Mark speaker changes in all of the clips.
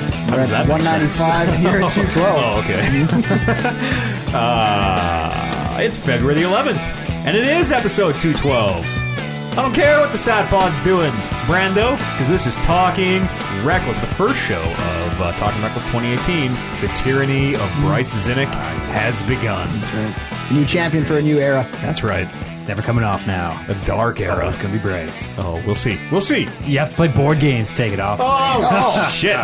Speaker 1: that makes sense.
Speaker 2: 195 here at 212.
Speaker 1: Oh, okay. uh, it's February the 11th, and it is episode 212. I don't care what the Sad Pod's doing, Brando, because this is Talking Reckless, the first show of uh, Talking Reckless 2018. The tyranny of Bryce Zinnick has begun.
Speaker 2: That's right. New champion for a new era.
Speaker 1: That's right.
Speaker 3: It's never coming off now.
Speaker 1: A dark era.
Speaker 3: It's gonna be Bryce.
Speaker 1: Oh, we'll see. We'll see.
Speaker 3: You have to play board games to take it off.
Speaker 1: Oh, shit.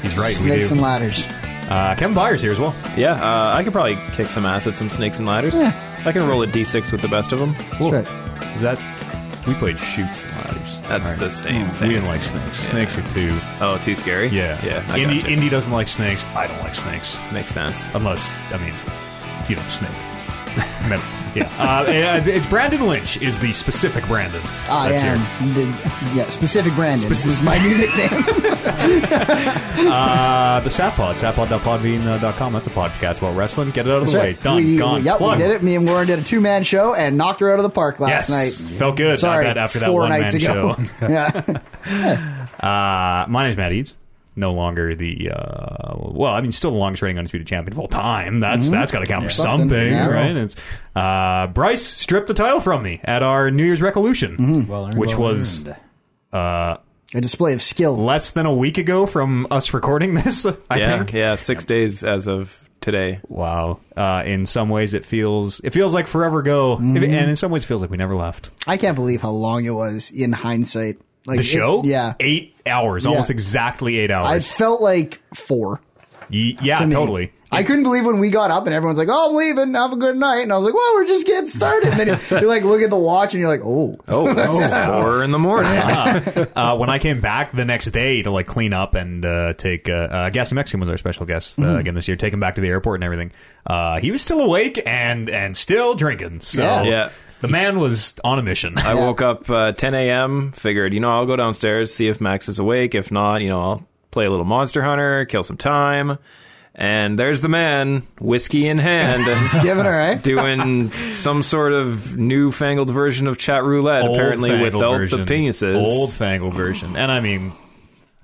Speaker 1: He's right, we
Speaker 2: Snakes
Speaker 1: do.
Speaker 2: and ladders.
Speaker 1: Uh, Kevin Byers here as well.
Speaker 4: Yeah, uh, I could probably kick some ass at some snakes and ladders.
Speaker 2: Yeah.
Speaker 4: I can roll a d6 with the best of them.
Speaker 1: Cool.
Speaker 2: right.
Speaker 1: Is that we played shoots and ladders?
Speaker 4: That's
Speaker 1: All
Speaker 4: the same thing.
Speaker 1: We didn't like snakes. Snakes are too.
Speaker 4: Oh, too scary?
Speaker 1: Yeah,
Speaker 4: Yeah, I
Speaker 1: Indy,
Speaker 4: gotcha.
Speaker 1: Indy doesn't like snakes. I don't like snakes
Speaker 4: Makes sense.
Speaker 1: unless I mean, you know, snake. Metal. yeah. Uh, and it's Brandon Lynch is the specific Brandon.
Speaker 2: Ah, I
Speaker 1: that's here.
Speaker 2: am. The, yeah, specific Brandon
Speaker 1: Spec-
Speaker 2: is my new nickname.
Speaker 1: Uh, the Sapod, sapod.podbean.com. uh, That's a podcast about wrestling. Get it out of the
Speaker 2: That's
Speaker 1: way. Done.
Speaker 2: We,
Speaker 1: gone.
Speaker 2: Yep,
Speaker 1: Plug.
Speaker 2: we did it. Me and Warren did a two man show and knocked her out of the park last
Speaker 1: Yes.
Speaker 2: night.
Speaker 1: Felt good. I
Speaker 2: Sorry,
Speaker 1: bet, after that
Speaker 2: four
Speaker 1: one-man
Speaker 2: nights ago.
Speaker 1: show.
Speaker 2: yeah.
Speaker 1: Uh, my name's Matt Eads. No longer the uh, well, I mean, still the longest reigning undisputed champion of all time. That's
Speaker 2: Mm-hmm.
Speaker 1: that's got to count for
Speaker 2: Something,
Speaker 1: something,
Speaker 2: yeah.
Speaker 1: right? It's uh, Bryce stripped the title from me at our New Year's Revolution,
Speaker 2: Mm-hmm.
Speaker 3: Well earned,
Speaker 1: which
Speaker 3: well
Speaker 1: was
Speaker 3: earned.
Speaker 2: A display of skill.
Speaker 1: less than a week ago from us recording this. I
Speaker 4: yeah,
Speaker 1: think.
Speaker 4: yeah, six days as of today.
Speaker 1: Wow. Uh, in some ways, it feels it feels like forever ago, If- and in some ways, it feels like we never left.
Speaker 2: I can't believe how long it was in hindsight. Like
Speaker 1: The
Speaker 2: it-
Speaker 1: show,
Speaker 2: yeah.
Speaker 1: eight hours, almost exactly eight
Speaker 2: I
Speaker 1: hours.
Speaker 2: felt like four.
Speaker 1: Ye- yeah,
Speaker 2: to me.
Speaker 1: totally.
Speaker 2: I couldn't believe when we got up and everyone's like, "Oh, I'm leaving. Have a good night." And I was like, "Well, we're just getting started." And then you, you like look at the watch and you're like, "Oh,
Speaker 4: Oh, it's four in the morning.
Speaker 1: uh, when I came back the next day to like clean up and uh, take uh, uh, Gaston Mexican was our special guest
Speaker 4: Mm-hmm.
Speaker 1: uh, again this year. Take him back to the airport and everything. Uh, he was still awake and and still drinking. So
Speaker 2: Yeah.
Speaker 4: Yeah.
Speaker 1: the man was on a mission.
Speaker 4: I woke up uh, 10 a.m., figured, you know, I'll go downstairs, see if Max is awake. If not, you know, I'll play a little Monster Hunter, kill some time. And there's the man, whiskey in hand,
Speaker 2: giving her eh?" right."
Speaker 4: doing some sort of newfangled version of chat roulette, apparently
Speaker 1: Old-fangled
Speaker 4: without
Speaker 1: version.
Speaker 4: the penises.
Speaker 1: old fangled version, and I mean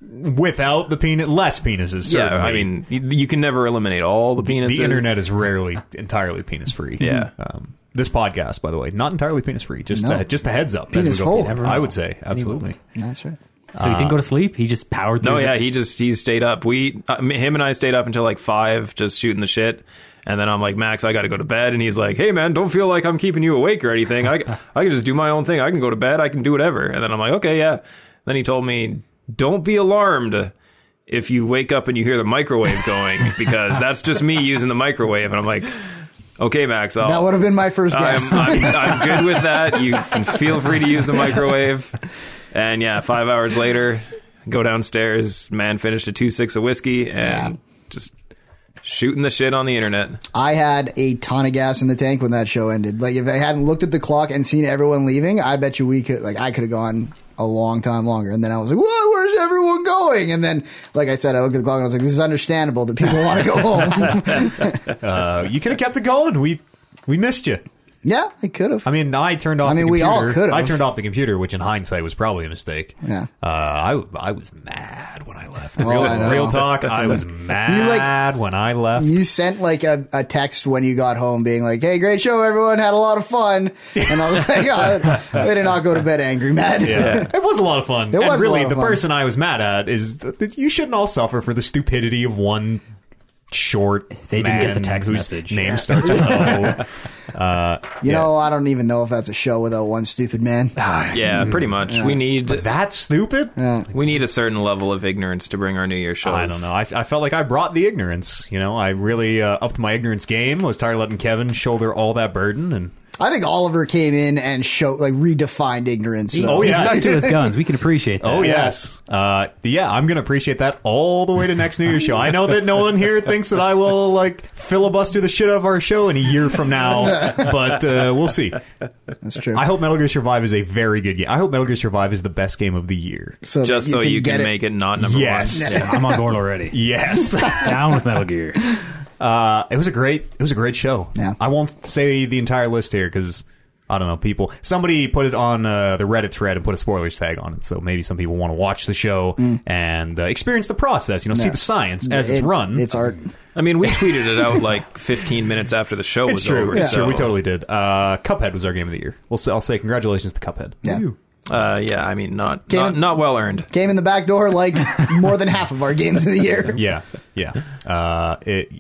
Speaker 1: without the penis, less penises. Certainly.
Speaker 4: Yeah, I mean, you, you can never eliminate all the penises.
Speaker 1: The internet is rarely entirely penis free.
Speaker 4: Yeah.
Speaker 1: Um, this podcast, by the way, not entirely penis free. Just
Speaker 2: No.
Speaker 1: a, just a heads up. as we
Speaker 2: Penis
Speaker 1: go
Speaker 2: full.
Speaker 1: forward.
Speaker 3: Never
Speaker 1: I
Speaker 3: know.
Speaker 1: would say
Speaker 3: Any
Speaker 1: absolutely.
Speaker 3: moment.
Speaker 2: That's right.
Speaker 3: So he didn't go to sleep. He just powered through.
Speaker 4: No, yeah,
Speaker 3: it.
Speaker 4: he just he stayed up. We uh, m- him and I stayed up until like five, just shooting the shit. And then I'm like, Max, I got to go to bed. And he's like, Hey, man, don't feel like I'm keeping you awake or anything. I I can just do my own thing. I can go to bed. I can do whatever. And then I'm like, Okay, yeah. Then he told me, Don't be alarmed if you wake up and you hear the microwave going because that's just me using the microwave. And I'm like, Okay, Max, I'll,
Speaker 2: That would have been my first guess.
Speaker 4: I'm, I'm, I'm good with that. You can feel free to use the microwave. And yeah, five hours later, go downstairs. Man finished a two six of whiskey and
Speaker 2: Yeah.
Speaker 4: just shooting the shit on the internet.
Speaker 2: I had a ton of gas in the tank when that show ended. Like if I hadn't looked at the clock and seen everyone leaving, I bet you we could like I could have gone a long time longer. And then I was like, "What? Where's everyone going?" And then, like I said, I looked at the clock and I was like, "This is understandable that people want to go home."
Speaker 1: Uh, you could have kept it going. We we missed you.
Speaker 2: yeah, I could have.
Speaker 1: I mean, I turned off.
Speaker 2: I mean,
Speaker 1: the
Speaker 2: we all
Speaker 1: computer.
Speaker 2: could've.
Speaker 1: I turned off the computer, which in hindsight was probably a mistake.
Speaker 2: Yeah.
Speaker 1: Uh, I I was mad when I left.
Speaker 2: Well, I
Speaker 1: real,
Speaker 2: know.
Speaker 1: real talk. I was mad when I left.
Speaker 2: You sent like a, a text when you got home being like, hey, great show, everyone, had a lot of fun. And I was like, oh, way to not go to bed angry, Matt.
Speaker 1: yeah. it was a lot of fun. and
Speaker 2: was a
Speaker 1: really,
Speaker 2: lot of
Speaker 1: the
Speaker 2: fun.
Speaker 1: person I was mad at is th- that you shouldn't all suffer for the stupidity of one short.
Speaker 3: They didn't get
Speaker 1: man
Speaker 3: the text
Speaker 1: whose
Speaker 3: message.
Speaker 1: Name starts with O.
Speaker 2: you
Speaker 1: Yeah.
Speaker 2: know, I don't even know if that's a show without one stupid man.
Speaker 4: Yeah, pretty much. We need
Speaker 1: That's stupid.
Speaker 4: we need a certain level of ignorance to bring our New Year's shows.
Speaker 1: I don't know. I, I felt like I brought the ignorance. You know, I really uh, upped my ignorance game. Was tired of letting Kevin shoulder all that burden and.
Speaker 2: I think Oliver came in and show like redefined ignorance. though.
Speaker 1: Oh,
Speaker 3: He
Speaker 1: yeah.
Speaker 3: stuck to his guns. We can appreciate that.
Speaker 1: Oh yes, uh, yeah. I'm gonna appreciate that all the way to next New Year's show. I know that no one here thinks that I will like filibuster the shit out of our show in a year from now, but uh, we'll see.
Speaker 2: That's true.
Speaker 1: I hope Metal Gear Survive is a very good game. I hope Metal Gear Survive is the best game of the year.
Speaker 2: so that
Speaker 4: Just so you
Speaker 2: get
Speaker 4: can make it not number
Speaker 1: Yes.
Speaker 4: one.
Speaker 3: Yeah, I'm on board already.
Speaker 1: Yes,
Speaker 3: Down with Metal Gear.
Speaker 1: uh, it was a great it was a great show.
Speaker 2: Yeah.
Speaker 1: I won't say the entire list here because I don't know, people. Somebody put it on uh, the Reddit thread and put a spoilers tag on it, so maybe some people want to watch the show and uh, experience the process. You know, see
Speaker 2: Mm. Yeah.
Speaker 1: the science as it's
Speaker 2: It-
Speaker 1: run.
Speaker 2: It's art.
Speaker 4: I mean, we tweeted it out like 15 minutes after the show
Speaker 1: It's
Speaker 4: was
Speaker 1: true.
Speaker 4: over.
Speaker 1: It's
Speaker 4: so,
Speaker 1: true. We totally did. Uh, Cuphead was our game of the year. We'll say, I'll say congratulations to Cuphead.
Speaker 2: Yeah.
Speaker 4: Uh, yeah, I mean, not
Speaker 2: Came
Speaker 4: not,
Speaker 2: in-
Speaker 4: not well earned.
Speaker 2: Came in the back door like more than half of our games of the year.
Speaker 1: Yeah, yeah. Uh, it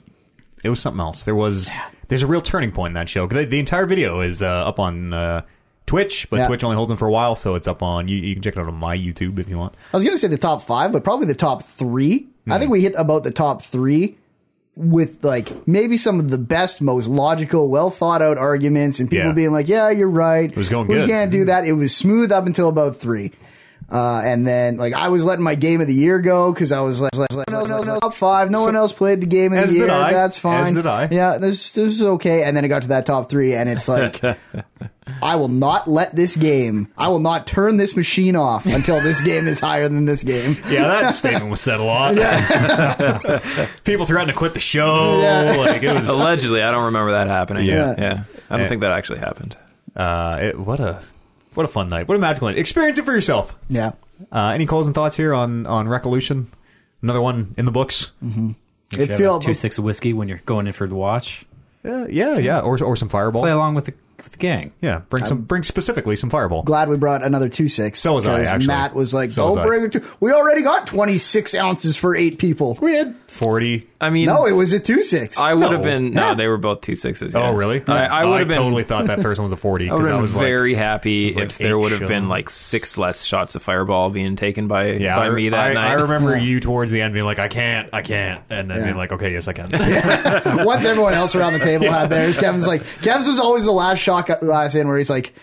Speaker 1: it was something else. There was there's a real turning point in that show. 'Cause The, the entire video is uh, up on uh, Twitch, but
Speaker 2: Yeah.
Speaker 1: Twitch only holds them for a while, so it's up on you. You can check it out on my YouTube if you want.
Speaker 2: I was going to say the top five, but probably the top three. I think we hit about the top three with like maybe some of the best, most logical, well thought out arguments and people
Speaker 1: Yeah.
Speaker 2: being like, yeah, you're right. It
Speaker 1: was going
Speaker 2: we
Speaker 1: good. Mm-hmm.
Speaker 2: can't do that. It was smooth up until about three. Uh, and then like I was letting my game of the year go because I was like, like, like, no, no, no, top five. No one else played the game of
Speaker 1: As
Speaker 2: the year.
Speaker 1: did I.
Speaker 2: That's fine.
Speaker 1: As did I.
Speaker 2: Yeah, this this is okay. And then it got to that top three, and it's like. I will not let this game. I will not turn this machine off until this game is higher than this game.
Speaker 1: Yeah, that statement was said a lot. People threatened to quit the show.
Speaker 2: Yeah.
Speaker 1: Like it was.
Speaker 4: Allegedly, I don't remember that happening.
Speaker 1: Yeah.
Speaker 4: yeah. I don't
Speaker 1: Yeah.
Speaker 4: think that actually happened.
Speaker 1: Uh, it, what a what a fun night. What a magical night. Experience it for yourself.
Speaker 2: Yeah.
Speaker 1: Uh, any closing thoughts here on on Revolution? Another one in the books.
Speaker 2: It feels
Speaker 3: Two six of whiskey when you're going in for the watch.
Speaker 1: Yeah, Uh, yeah, yeah. Or or some Fireball.
Speaker 3: Play along with the, with the gang.
Speaker 1: Yeah, bring some bring specifically some Fireball.
Speaker 2: glad we brought another two six.
Speaker 1: So was I, actually.
Speaker 2: Matt was like,
Speaker 1: So was
Speaker 2: "Don't
Speaker 1: I."
Speaker 2: bring it to." We already got twenty six ounces for eight people.
Speaker 1: We had forty.
Speaker 4: I mean,
Speaker 2: No, it was a two six.
Speaker 4: I would
Speaker 1: No.
Speaker 4: have been. No,
Speaker 2: Yeah.
Speaker 4: they were both two sixes.
Speaker 1: Oh, really?
Speaker 4: I, I would have been.
Speaker 1: totally thought that first one was a forty
Speaker 4: I would
Speaker 1: because I,
Speaker 4: have been
Speaker 1: was like,
Speaker 4: very happy
Speaker 1: like
Speaker 4: if there
Speaker 1: eight
Speaker 4: would have
Speaker 1: shown.
Speaker 4: been like six less shots of fireball being taken by
Speaker 1: yeah,
Speaker 4: by
Speaker 1: I,
Speaker 4: me that
Speaker 1: I,
Speaker 4: night.
Speaker 1: I remember you towards the end being like, I can't, I can't, and then being like, okay, yes, I can.
Speaker 2: Once everyone else around the table had theirs, Kevin's like, Kevin's was always the last shot, last in where he's like,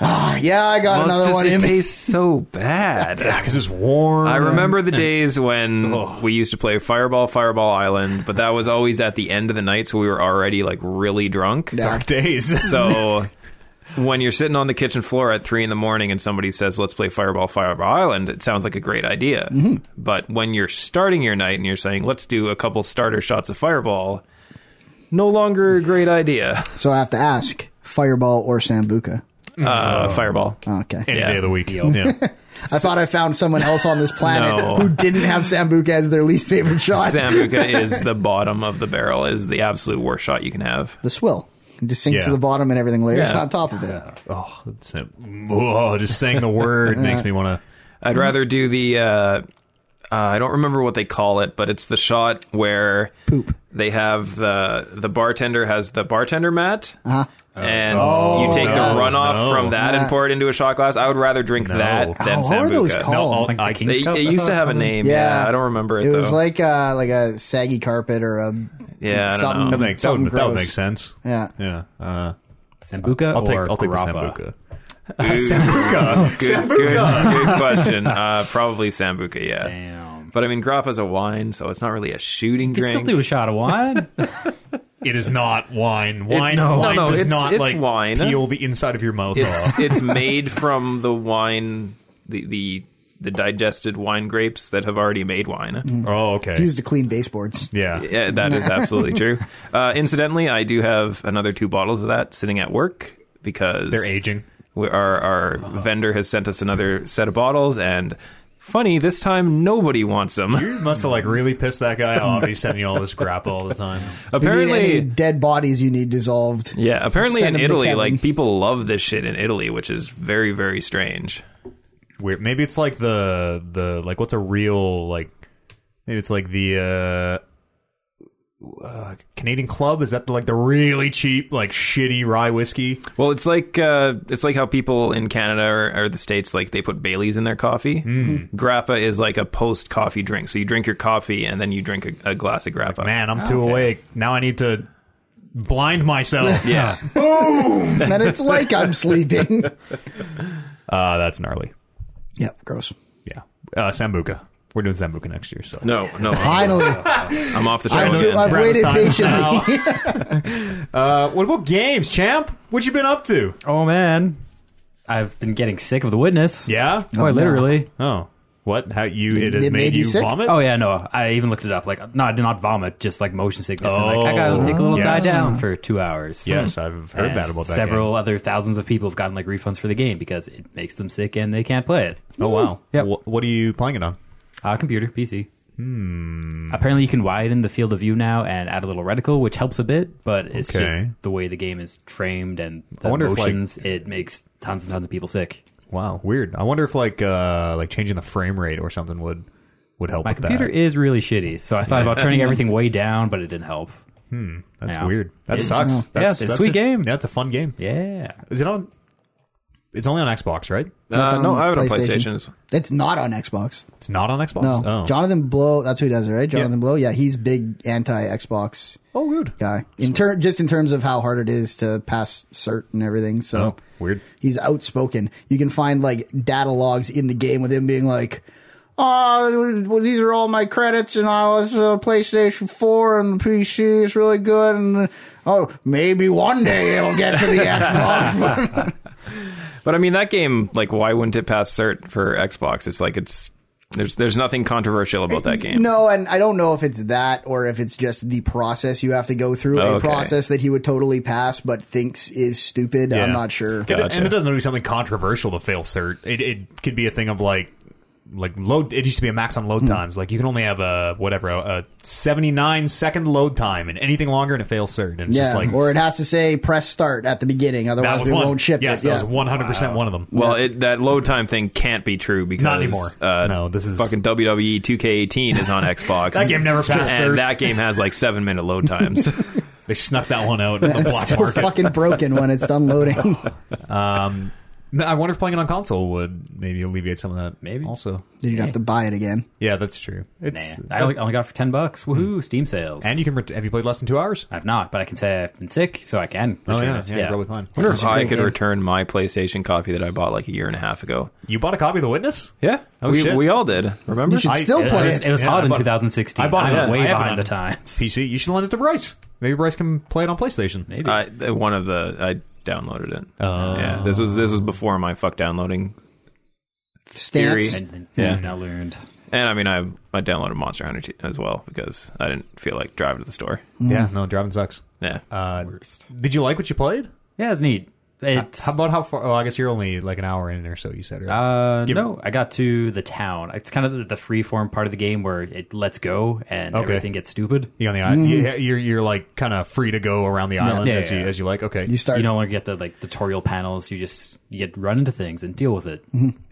Speaker 2: "Ah, yeah, I got
Speaker 4: Well, it's
Speaker 2: another
Speaker 4: just-
Speaker 2: one in
Speaker 4: it
Speaker 2: me."
Speaker 4: tastes so bad.
Speaker 1: yeah, Oh. because it was warm.
Speaker 4: I remember the days when we used to play Fireball, Fireball Island, but that was always at the end of the night, so we were already like really drunk.
Speaker 2: Yeah.
Speaker 1: dark days.
Speaker 4: So when you're sitting on the kitchen floor at three in the morning and somebody says, "Let's play Fireball, Fireball Island," it sounds like a great idea. But when you're starting your night and you're saying, "Let's do a couple starter shots of Fireball," no longer a great idea.
Speaker 2: So I have to ask, Fireball or Sambuca?
Speaker 4: Uh, Fireball.
Speaker 2: Okay.
Speaker 1: Any
Speaker 4: Yeah.
Speaker 1: day of the week. Yeah.
Speaker 2: I thought I found someone else on this planet
Speaker 4: No.
Speaker 2: who didn't have Sambuca as their least favorite shot.
Speaker 4: Sambuca is the bottom of the barrel. Is the absolute worst shot you can have.
Speaker 2: the swill. It just sinks
Speaker 1: Yeah.
Speaker 2: to the bottom and everything layers
Speaker 4: Yeah.
Speaker 2: on top of it.
Speaker 1: oh, it's a- whoa, just saying the word makes me want to.
Speaker 4: I'd rather do the. Uh, uh, I don't remember what they call it, but it's the shot where
Speaker 2: Poop.
Speaker 4: They have the the bartender has the bartender mat, and you take
Speaker 1: no,
Speaker 4: the runoff
Speaker 1: no.
Speaker 4: from that and
Speaker 2: Nah.
Speaker 4: pour it into a shot glass. I would rather drink
Speaker 1: No.
Speaker 4: that
Speaker 1: Oh,
Speaker 4: than
Speaker 2: what are those
Speaker 4: sambuca.
Speaker 2: called? No,
Speaker 1: I'll-
Speaker 3: Like the
Speaker 1: I-
Speaker 3: King's
Speaker 4: They-
Speaker 3: Cup, I
Speaker 4: it used
Speaker 3: thought,
Speaker 4: to have a
Speaker 3: something.
Speaker 4: name.
Speaker 2: Yeah.
Speaker 4: Yeah. I don't remember it.
Speaker 2: It was
Speaker 4: though.
Speaker 2: like uh, like a saggy carpet or a
Speaker 4: Yeah, I don't
Speaker 2: something,
Speaker 4: know.
Speaker 1: That, make, that,
Speaker 2: something
Speaker 1: would, that would
Speaker 2: gross.
Speaker 1: make sense.
Speaker 2: Yeah.
Speaker 1: Yeah. Uh,
Speaker 3: Sambuca
Speaker 1: I'll take,
Speaker 3: or
Speaker 1: I'll take the
Speaker 3: Grappa?
Speaker 1: Sambuca.
Speaker 4: Ooh,
Speaker 1: Sambuca.
Speaker 4: good, Good, good question. Uh, probably sambuca. Yeah.
Speaker 3: Damn.
Speaker 4: But I mean, grappa's a wine, so it's not really a shooting
Speaker 3: You
Speaker 4: drink.
Speaker 3: can still do a shot of wine.
Speaker 1: It is not wine. Wine,
Speaker 4: no,
Speaker 1: wine
Speaker 4: no,
Speaker 1: does
Speaker 4: it's-
Speaker 1: not
Speaker 4: it's
Speaker 1: like
Speaker 4: wine.
Speaker 1: peel the inside of your mouth
Speaker 4: It's
Speaker 1: off.
Speaker 4: it's made from the wine, the the the digested wine grapes that have already made wine.
Speaker 2: Mm.
Speaker 1: Oh, okay.
Speaker 2: used to clean baseboards.
Speaker 1: Yeah.
Speaker 4: Yeah, that is absolutely true. Uh, incidentally, I do have another two bottles of that sitting at work because
Speaker 1: They're aging.
Speaker 4: we, our our vendor has sent us another set of bottles, and funny this time nobody wants them.
Speaker 1: You must have like really pissed that guy off. He's sending you all this grappa all the time.
Speaker 2: Apparently, any
Speaker 4: apparently,
Speaker 2: dead bodies you need dissolved.
Speaker 4: yeah, apparently
Speaker 2: Send
Speaker 4: in
Speaker 2: 'em to
Speaker 4: Italy,
Speaker 2: Kevin.
Speaker 4: like people love this shit in Italy, which is very very strange.
Speaker 1: Weird. Maybe it's like the the like what's a real like maybe it's like the uh, uh Canadian Club is that like the really cheap like shitty rye whiskey?
Speaker 4: Well, it's like uh, it's like how people in Canada or, or the states like they put Bailey's in their coffee.
Speaker 1: Hmm.
Speaker 4: Mm-hmm. Grappa is like a post coffee drink, so you drink your coffee and then you drink a, a glass of grappa.
Speaker 1: Man, I'm too awake. Now I need to blind myself.
Speaker 4: yeah,
Speaker 2: and it's like I'm sleeping.
Speaker 1: uh that's gnarly.
Speaker 2: yeah, gross.
Speaker 1: Yeah. Uh Sambuca. We're doing Sambuca next year, so
Speaker 4: no, no,
Speaker 2: Finally,
Speaker 4: I'm off the show.
Speaker 2: I've,
Speaker 4: again.
Speaker 2: I've
Speaker 1: Breakfast
Speaker 2: waited
Speaker 1: time is now.
Speaker 2: patiently.
Speaker 1: Uh, what about games, champ? What you been up to?
Speaker 3: oh man, I've been getting sick of the witness.
Speaker 1: Yeah?
Speaker 3: Quite literally.
Speaker 1: Oh. What? How you? It, has
Speaker 2: It made
Speaker 1: made,
Speaker 2: you
Speaker 1: you,
Speaker 2: sick?
Speaker 1: vomit?
Speaker 3: Oh yeah, no. I even looked it up. Like, no, I did not vomit. Just like motion sickness. and, like, I
Speaker 1: Oh,
Speaker 3: gotta take a little die
Speaker 1: yes.
Speaker 3: down for two hours.
Speaker 1: Yes, I've heard
Speaker 3: And
Speaker 1: that about that.
Speaker 3: Several other thousands of people have gotten like refunds for the game because it makes them sick and they can't play it.
Speaker 1: Game. Oh wow.
Speaker 3: Yep.
Speaker 1: Wh- what are you playing it on?
Speaker 3: Uh, computer, PC. Hmm. Apparently, you can widen the field of view now and add a little reticle, which helps a bit. But it's
Speaker 1: Okay.
Speaker 3: just the way the game is framed and
Speaker 1: I
Speaker 3: the
Speaker 1: wonder if, like-
Speaker 3: motions. it makes tons and tons of people sick.
Speaker 1: Wow, weird. I wonder if like uh like changing the frame rate or something would would help.
Speaker 3: My
Speaker 1: with
Speaker 3: computer
Speaker 1: that.
Speaker 3: is really shitty, so I thought about turning everything way down, but it didn't help.
Speaker 1: that's
Speaker 3: yeah.
Speaker 1: weird. That
Speaker 3: It's-
Speaker 1: sucks.
Speaker 3: yeah,
Speaker 1: That's,
Speaker 3: it's a
Speaker 1: that's
Speaker 3: sweet game.
Speaker 1: That's a fun game.
Speaker 3: Yeah.
Speaker 1: Is it on? It's only on Xbox, right?
Speaker 2: That's
Speaker 4: Uh,
Speaker 2: on
Speaker 4: no, I have it on PlayStation. as well.
Speaker 2: It's not on Xbox.
Speaker 1: It's not on Xbox.
Speaker 2: No,
Speaker 1: Oh,
Speaker 2: Jonathan Blow. That's who does it, right? Jonathan Blow. Yeah, he's big anti Xbox
Speaker 1: oh, good.
Speaker 2: guy. In ter- just in terms of how hard it is to pass cert and everything. So
Speaker 1: Oh, weird.
Speaker 2: He's outspoken. You can find like data logs in the game with him being like, "Oh, well, these are all my credits, and I was uh, PlayStation Four and the PC is really good, and uh, oh, maybe one day it'll get to the Xbox."
Speaker 4: But I mean, that game, like, why wouldn't it pass cert for Xbox? It's like it's there's there's nothing controversial about
Speaker 1: Eh,
Speaker 4: that game.
Speaker 2: No, and I don't know if it's that or if it's just the process you have to go through. A
Speaker 4: Okay.
Speaker 2: process that he would totally pass, but thinks is stupid. I'm
Speaker 1: Yeah.
Speaker 2: not sure.
Speaker 1: And it-
Speaker 4: Gotcha.
Speaker 1: And it doesn't have to be something controversial to fail cert. It, it could be a thing of like, like load. It used to be a max on
Speaker 2: Hmm.
Speaker 1: load times. Like you can only have a whatever a, a seventy nine second load time, and anything longer and it fails cert. And it's
Speaker 2: Yeah,
Speaker 1: just like
Speaker 2: or it has to say press start at the beginning,
Speaker 1: that
Speaker 2: otherwise
Speaker 1: was
Speaker 2: we
Speaker 1: one.
Speaker 2: won't ship
Speaker 1: yes,
Speaker 2: it.
Speaker 1: that
Speaker 2: Yeah.
Speaker 1: was one hundred percent one of them.
Speaker 4: Well, it, that load time thing can't be true because
Speaker 1: Not anymore.
Speaker 4: Uh,
Speaker 1: No, this is-
Speaker 4: fucking E WWE 2K18 is on Xbox.
Speaker 1: That game never passed
Speaker 4: and
Speaker 1: cert.
Speaker 4: that game has like seven minute load times.
Speaker 1: They snuck that one out in the
Speaker 2: it's
Speaker 1: black
Speaker 2: still
Speaker 1: market.
Speaker 2: fucking broken when it's done loading.
Speaker 1: Um, I wonder if playing it on console would maybe alleviate some of that.
Speaker 3: Maybe.
Speaker 1: also.
Speaker 2: then you'd have to buy it again.
Speaker 1: Yeah, that's true. It's Hmm.
Speaker 3: Nah. I only, only got it for ten bucks. Woohoo! Steam sales.
Speaker 1: and you can ret- have you played less than two hours?
Speaker 3: I've not, but I can say I've been sick, so I can.
Speaker 1: Oh
Speaker 3: return
Speaker 1: yeah,
Speaker 3: it.
Speaker 1: yeah, you're probably fine.
Speaker 4: I wonder if
Speaker 2: That's a
Speaker 4: I
Speaker 2: great
Speaker 4: could
Speaker 2: game.
Speaker 4: return my PlayStation copy that I bought like a year and a half ago.
Speaker 1: You bought a copy of The Witness?
Speaker 4: Yeah,
Speaker 1: Oh,
Speaker 4: we,
Speaker 1: shit.
Speaker 4: we all did. Remember?
Speaker 2: You should
Speaker 1: I-
Speaker 2: still
Speaker 1: it
Speaker 2: play
Speaker 3: It
Speaker 2: it.
Speaker 3: was, it was
Speaker 1: Yeah,
Speaker 3: hot
Speaker 1: I
Speaker 3: in
Speaker 1: bought-
Speaker 3: 2016.
Speaker 1: I bought it.
Speaker 3: am way
Speaker 1: I have it
Speaker 3: behind
Speaker 1: on
Speaker 3: the times.
Speaker 1: PC. You should lend it to Bryce. Maybe Bryce can play it on PlayStation.
Speaker 3: Maybe.
Speaker 4: I, the- one of the I downloaded it. Oh, yeah. This was this was before my fuck downloading,
Speaker 2: Stance.
Speaker 4: Theory.
Speaker 3: and, and yeah. Now learned.
Speaker 4: and I mean I I downloaded Monster Hunter T- as well because I didn't feel like driving to the store.
Speaker 1: Yeah, no, driving sucks.
Speaker 4: Yeah,
Speaker 1: Uh, Did you like what you played?
Speaker 3: Yeah, it's neat. It's
Speaker 1: How about how far? Oh, I guess you're only like an hour in or so. You said, right?
Speaker 3: Uh,
Speaker 1: Give-
Speaker 3: no, I got to the town. It's kind of the, the free form part of the game where it lets go and
Speaker 1: Okay.
Speaker 3: everything gets stupid.
Speaker 1: you on the
Speaker 2: Mm-hmm.
Speaker 1: island. You, you're you're like kind of free to go around the island
Speaker 3: Yeah,
Speaker 1: as
Speaker 3: yeah,
Speaker 1: you
Speaker 3: yeah.
Speaker 1: as you like. Okay.
Speaker 2: You start.
Speaker 3: You no longer get the like tutorial panels. You just you get run into things and deal with it.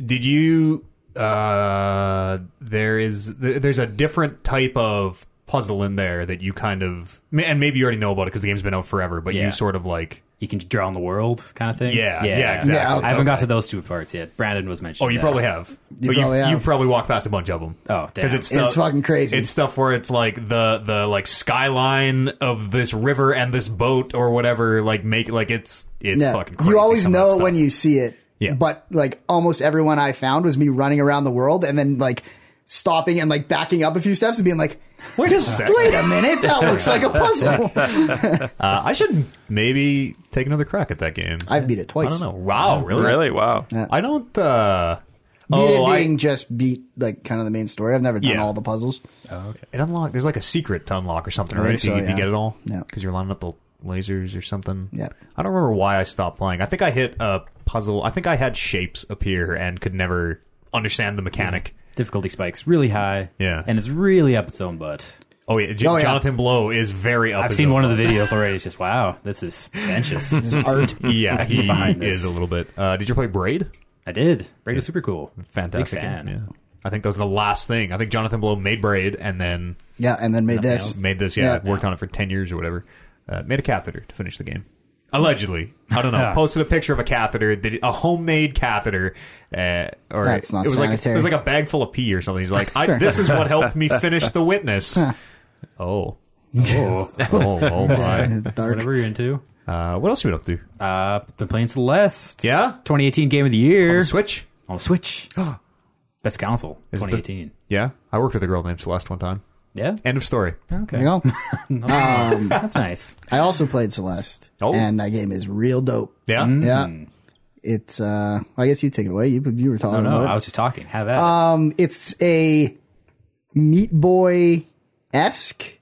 Speaker 1: Did you? Uh, there is th- there's a different type of puzzle in there that you kind of ma- and maybe you already know about it because the game's been out forever. But
Speaker 3: Yeah.
Speaker 1: you sort of like
Speaker 3: You can draw on the world kind of thing.
Speaker 1: Yeah, yeah, exactly.
Speaker 3: I haven't got to those two parts yet. Brandon was mentioning.
Speaker 1: Oh, you
Speaker 3: that.
Speaker 1: probably have.
Speaker 2: You
Speaker 1: But
Speaker 2: probably
Speaker 1: you've,
Speaker 2: have.
Speaker 1: you've probably walked past a bunch of them.
Speaker 3: Oh, damn.
Speaker 1: it's
Speaker 2: It's
Speaker 1: stuff,
Speaker 2: fucking crazy.
Speaker 1: It's stuff where it's like the the like skyline of this river and this boat or whatever. Like make like it's it's
Speaker 2: Yeah.
Speaker 1: fucking. Crazy,
Speaker 2: you always
Speaker 1: some of
Speaker 2: know
Speaker 1: that
Speaker 2: it when
Speaker 1: stuff.
Speaker 2: you see it.
Speaker 1: Yeah.
Speaker 2: But like almost everyone I found was me running around the world and then like stopping and like backing up a few steps and being like,
Speaker 1: Wait a second.
Speaker 2: "Wait a minute, that looks like a puzzle."
Speaker 1: Uh, I should maybe take another crack at that game. I,
Speaker 2: I've beat it twice.
Speaker 1: don't know. Wow, really?
Speaker 4: really? Wow.
Speaker 1: I don't. uh
Speaker 2: Beat
Speaker 1: Oh,
Speaker 2: it
Speaker 1: I-
Speaker 2: being just beat like kind of the main story. I've never done
Speaker 1: Yeah.
Speaker 2: all the puzzles.
Speaker 1: it unlocked. There's like a secret to unlock or something,
Speaker 2: I
Speaker 1: right?
Speaker 2: think
Speaker 1: If you,
Speaker 2: so,
Speaker 1: if you
Speaker 2: yeah.
Speaker 1: get it all,
Speaker 2: Yeah.
Speaker 1: because you're lining up the lasers or something.
Speaker 2: Yeah.
Speaker 1: I don't remember why I stopped playing. I think I hit a puzzle. I think I had shapes appear and could never understand the mechanic.
Speaker 3: difficulty spikes really high.
Speaker 1: Yeah.
Speaker 3: and it's really up its own butt.
Speaker 1: Oh yeah, J-
Speaker 2: Oh, yeah.
Speaker 1: Jonathan Blow is very up.
Speaker 3: I've seen one of the videos already. It's just wow, this is pretentious.
Speaker 1: art. yeah, he
Speaker 3: behind this.
Speaker 1: is a little bit. Uh, did you play Braid?
Speaker 3: I did. Braid is super cool.
Speaker 1: Fantastic.
Speaker 3: Big fan.
Speaker 1: game, Yeah. I think that was the last thing. I think Jonathan Blow made Braid and then
Speaker 2: Yeah, and then made this.
Speaker 1: made this. Yeah,
Speaker 2: Yeah.
Speaker 1: worked on it for ten years or whatever. Uh, made a catheter to finish the game. Allegedly, I don't know.
Speaker 3: Yeah.
Speaker 1: Posted a picture of a catheter, that- a homemade catheter, uh, or
Speaker 2: That's not
Speaker 1: it was like
Speaker 2: sanitary.
Speaker 1: it was like a bag full of pee or something. He's like, I, "This is what helped me finish The Witness." oh, oh, oh, oh my!
Speaker 2: Dark.
Speaker 3: Whatever you're into.
Speaker 1: Uh, what else you been up to?
Speaker 3: Uh, been playing Celeste.
Speaker 1: Yeah?
Speaker 3: 2018 Game of the Year on the,
Speaker 1: Switch.
Speaker 3: Switch. Best console.
Speaker 1: Is it the-
Speaker 3: 2018.
Speaker 1: Yeah, I worked with a girl named Celeste one time.
Speaker 3: Yeah.
Speaker 1: End of story.
Speaker 2: There you go.
Speaker 3: That's nice.
Speaker 2: I also played Celeste,
Speaker 1: Oh. Hmm.
Speaker 2: and that game is real dope.
Speaker 1: Yeah,
Speaker 2: Yeah, It's uh, I guess you take it away. You you were talking
Speaker 3: No, Oh, no,
Speaker 2: about it.
Speaker 3: I was just talking. Have at it.
Speaker 1: Uh,
Speaker 2: Um, it's a Meat Boy esque,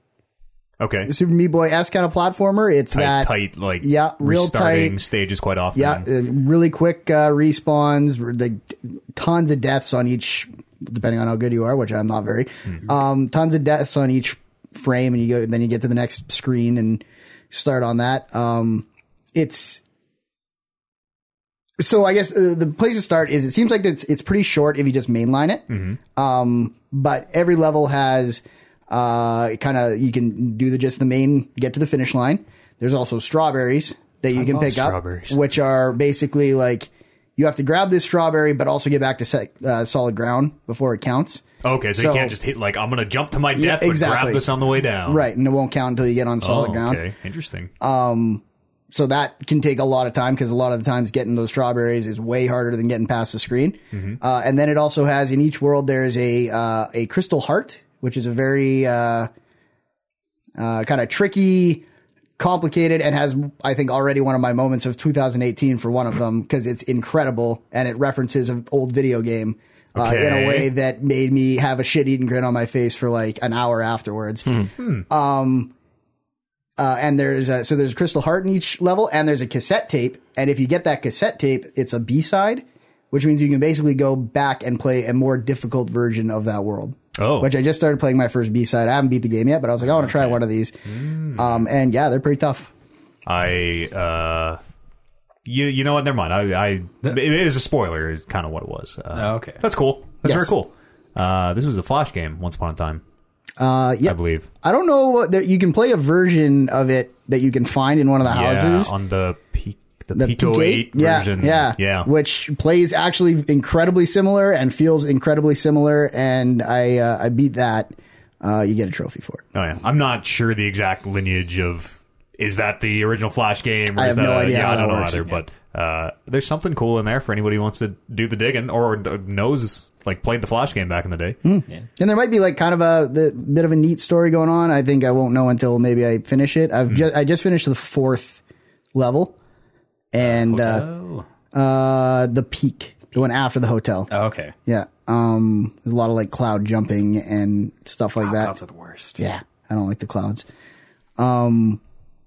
Speaker 1: Okay.
Speaker 2: Super Meat Boy esque kind of platformer. It's
Speaker 1: Tight,
Speaker 2: that
Speaker 1: tight, like
Speaker 2: Yeah, real
Speaker 1: restarting
Speaker 2: tight.
Speaker 1: stages quite often.
Speaker 2: yeah, uh, really quick uh, respawns, r- like tons of deaths on each, depending on how good you are, which I'm not very.
Speaker 1: Mm-hmm.
Speaker 2: Um, tons of deaths on each frame, and you go, then you get to the next screen and start on that. Um, it's so I guess uh, the place to start is it seems like it's it's pretty short if you just mainline it.
Speaker 1: Mm-hmm.
Speaker 2: Um, but every level has uh kind of you can do the just the main get to the finish line. There's also strawberries that you can
Speaker 1: love
Speaker 2: pick up,
Speaker 1: strawberries.
Speaker 2: which are basically like you have to grab this strawberry, but also get back to sec uh, solid ground before it counts.
Speaker 1: Okay, so,
Speaker 2: So-
Speaker 1: you can't just hit like I'm gonna jump to my death, but
Speaker 2: exactly.
Speaker 1: grab this on the way down.
Speaker 2: Right, and it won't count until you get on
Speaker 1: Oh,
Speaker 2: solid ground. Uh,
Speaker 1: okay, interesting.
Speaker 2: so that can take a lot of time because a lot of the times getting those strawberries is way harder than getting past the screen. Uh, and then it also has in each world there is a uh, a crystal heart, which is a very uh, uh, kind of tricky, complicated, and has I think already one of my moments of 2018 for one of them because it's incredible and it references an old video game. Uh, in
Speaker 1: Okay.
Speaker 2: a way that made me have a shit-eating grin on my face for like an hour afterwards. Uh, and there's a, so there's a crystal heart in each level, and there's a cassette tape. And if you get that cassette tape, it's a B side, which means you can basically go back and play a more difficult version of that world.
Speaker 1: Oh.
Speaker 2: which I just started playing my first B side. I haven't beat the game yet, but I was like, I want to try one of these.
Speaker 1: Mm.
Speaker 2: Um, and yeah, they're pretty tough.
Speaker 1: I uh you you know what? Never mind. I I it is a spoiler. Is kind of what it was. Uh,
Speaker 3: Oh, okay.
Speaker 1: that's cool. That's
Speaker 2: Yes.
Speaker 1: very cool. Uh, this was a flash game once upon a time,
Speaker 2: Uh, yeah,
Speaker 1: I believe.
Speaker 2: I don't know what that you can play a version of it that you can find in one of the houses.
Speaker 1: Yeah, on the peak the,
Speaker 2: the
Speaker 1: Pico
Speaker 2: Peak
Speaker 1: 8
Speaker 2: yeah,
Speaker 1: version.
Speaker 2: Yeah,
Speaker 1: yeah.
Speaker 2: Which plays actually incredibly similar and feels incredibly similar. And I uh, I beat that. Uh, you get a trophy for it.
Speaker 1: Oh yeah, I'm not sure the exact lineage of is that the original Flash game or
Speaker 2: I
Speaker 1: is
Speaker 2: have
Speaker 1: that
Speaker 2: no idea
Speaker 1: yeah
Speaker 2: how
Speaker 1: I don't
Speaker 2: that
Speaker 1: know
Speaker 2: works.
Speaker 1: either, but uh, there's something cool in there for anybody who wants to do the digging or n- knows like played the Flash game back in the day.
Speaker 2: And there might be like kind of a the, bit of a neat story going on. I think I won't know until maybe I finish it.
Speaker 1: Hmm.
Speaker 2: I've just I just finished the fourth level, and uh,
Speaker 3: oh.
Speaker 2: uh, the peak, the one after the hotel.
Speaker 3: Oh, okay.
Speaker 2: Yeah, um, there's a lot of like cloud jumping and stuff like
Speaker 1: uh,
Speaker 2: that.
Speaker 3: the worst.
Speaker 2: Yeah, I don't like the clouds. Um,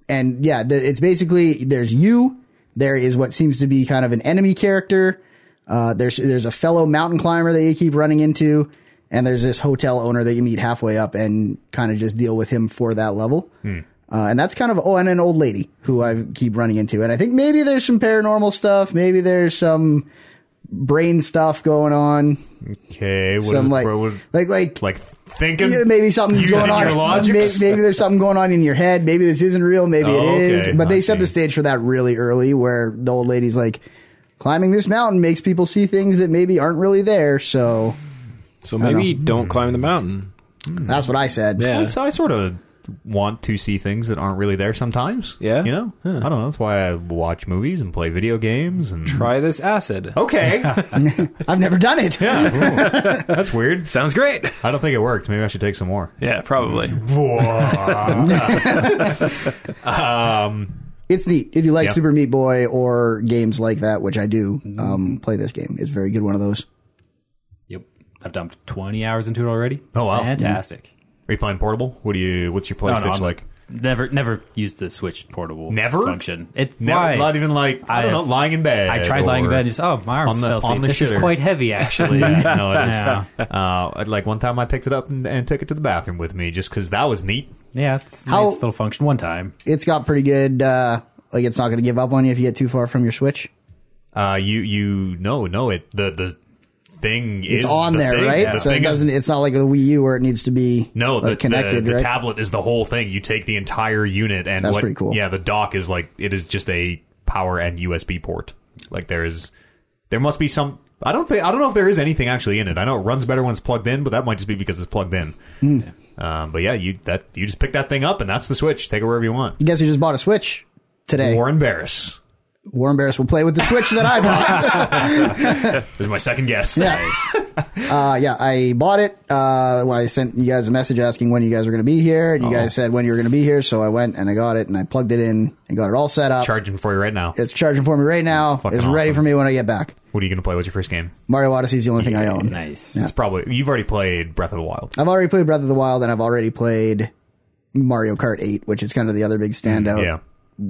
Speaker 2: and yeah, the, it's basically there's you. There is what seems to be kind of an enemy character. Uh, there's there's a fellow mountain climber that you keep running into, and there's this hotel owner that you meet halfway up and kind of just deal with him for that level.
Speaker 1: Hmm.
Speaker 2: Uh, and that's kind of oh, and an old lady who I keep running into, and I think maybe there's some paranormal stuff, maybe there's some brain stuff going on,
Speaker 1: Okay, what is
Speaker 2: some
Speaker 1: it,
Speaker 2: like,
Speaker 1: bro? What-
Speaker 2: like like
Speaker 1: like thinking
Speaker 2: yeah, maybe something's
Speaker 1: Using
Speaker 2: going on.
Speaker 1: your logics?
Speaker 2: May- Maybe, there's something going on in your head. Maybe this isn't real. Maybe
Speaker 1: Oh,
Speaker 2: it is.
Speaker 1: okay.
Speaker 2: But they
Speaker 1: I
Speaker 2: set the
Speaker 1: see.
Speaker 2: stage for that really early, where the old lady's like, "Climbing this mountain makes people see things that maybe aren't really there." So
Speaker 4: So maybe don't climb the mountain.
Speaker 2: that's what I said.
Speaker 4: Yeah.
Speaker 1: I, I sort of want to see things that aren't really there sometimes.
Speaker 4: Yeah?
Speaker 1: you know, I don't know. That's why I watch movies and play video games and
Speaker 4: Try this acid.
Speaker 1: Okay,
Speaker 2: I've never done it.
Speaker 1: yeah, Ooh. that's weird.
Speaker 4: Sounds great.
Speaker 1: I don't think it worked. Maybe I should take some more.
Speaker 4: Yeah, probably.
Speaker 2: It's neat. If you like
Speaker 1: Yeah.
Speaker 2: Super Meat Boy or games like that, which I do, um,
Speaker 1: Mm.
Speaker 2: play this game. It's a very good. One of those.
Speaker 3: Yep. I've dumped 20 hours into it already.
Speaker 1: Oh,
Speaker 3: It's
Speaker 1: wow.
Speaker 3: Fantastic. Oh,
Speaker 1: Are you playing portable? What do you? What's your play
Speaker 3: No, no,
Speaker 1: Switch
Speaker 3: I'm-
Speaker 1: like?
Speaker 3: Never, never used the Switch portable
Speaker 1: Never?
Speaker 3: function. It
Speaker 1: Never,
Speaker 3: why?
Speaker 1: not even like I,
Speaker 3: I
Speaker 1: don't
Speaker 3: have-
Speaker 1: know, lying in bed.
Speaker 3: I tried lying in
Speaker 1: or-
Speaker 3: bed. And just oh, my
Speaker 1: On
Speaker 3: arms
Speaker 1: the-
Speaker 3: fell
Speaker 1: on
Speaker 3: asleep.
Speaker 1: the
Speaker 3: This
Speaker 1: shitter.
Speaker 3: is quite heavy, actually.
Speaker 1: Yeah, no, it is.
Speaker 3: Yeah.
Speaker 1: Uh, like one time, I picked it up and, and took it to the bathroom with me just because that was neat.
Speaker 3: Yeah, it's a
Speaker 2: How-
Speaker 3: nice little function. One time.
Speaker 2: It's got pretty good. Uh, like it's not going to give up on you if you get too far from your Switch.
Speaker 1: Uh, you you no no it the the thing
Speaker 2: It's
Speaker 1: is
Speaker 2: on
Speaker 1: the
Speaker 2: there,
Speaker 1: thing.
Speaker 2: right?
Speaker 1: The
Speaker 2: so it
Speaker 1: thing is-
Speaker 2: doesn't. it's not like the Wii U where it needs to be
Speaker 1: no the,
Speaker 2: like, connected.
Speaker 1: the, the
Speaker 2: right?
Speaker 1: tablet is the whole thing. You take the entire unit and
Speaker 2: That's
Speaker 1: what,
Speaker 2: pretty cool.
Speaker 1: Yeah, the dock is like it is just a power and USB port. Like there is there must be some. I don't think I don't know if there is anything actually in it. I know it runs better when it's plugged in, but that might just be because it's plugged in.
Speaker 2: Hmm.
Speaker 1: Um, but yeah, you that you just pick that thing up and that's the switch. Take it wherever you want.
Speaker 2: I guess you just bought a Switch today.
Speaker 1: Warren Barris.
Speaker 2: Warren Barris will play with the Switch that I bought.
Speaker 1: There's my second guess.
Speaker 2: yeah. Uh, yeah, I bought it. Uh, well, I sent you guys a message asking when you guys were going to be here,
Speaker 1: Oh.
Speaker 2: and you guys said when you were going to be here. So I went and I got it, and I plugged it in and got it all set up.
Speaker 1: Charging for you right now.
Speaker 2: it's charging for me right now.
Speaker 1: Fucking
Speaker 2: It's ready
Speaker 1: awesome.
Speaker 2: for me when I get back.
Speaker 1: What are you going to play? What's your first game?
Speaker 2: Mario Odyssey is the only thing I own.
Speaker 3: Nice.
Speaker 1: It's probably you've already played Breath of the Wild.
Speaker 2: I've already played Breath of the Wild, and I've already played Mario Kart 8, which is kind of the other big standout.
Speaker 1: Mm,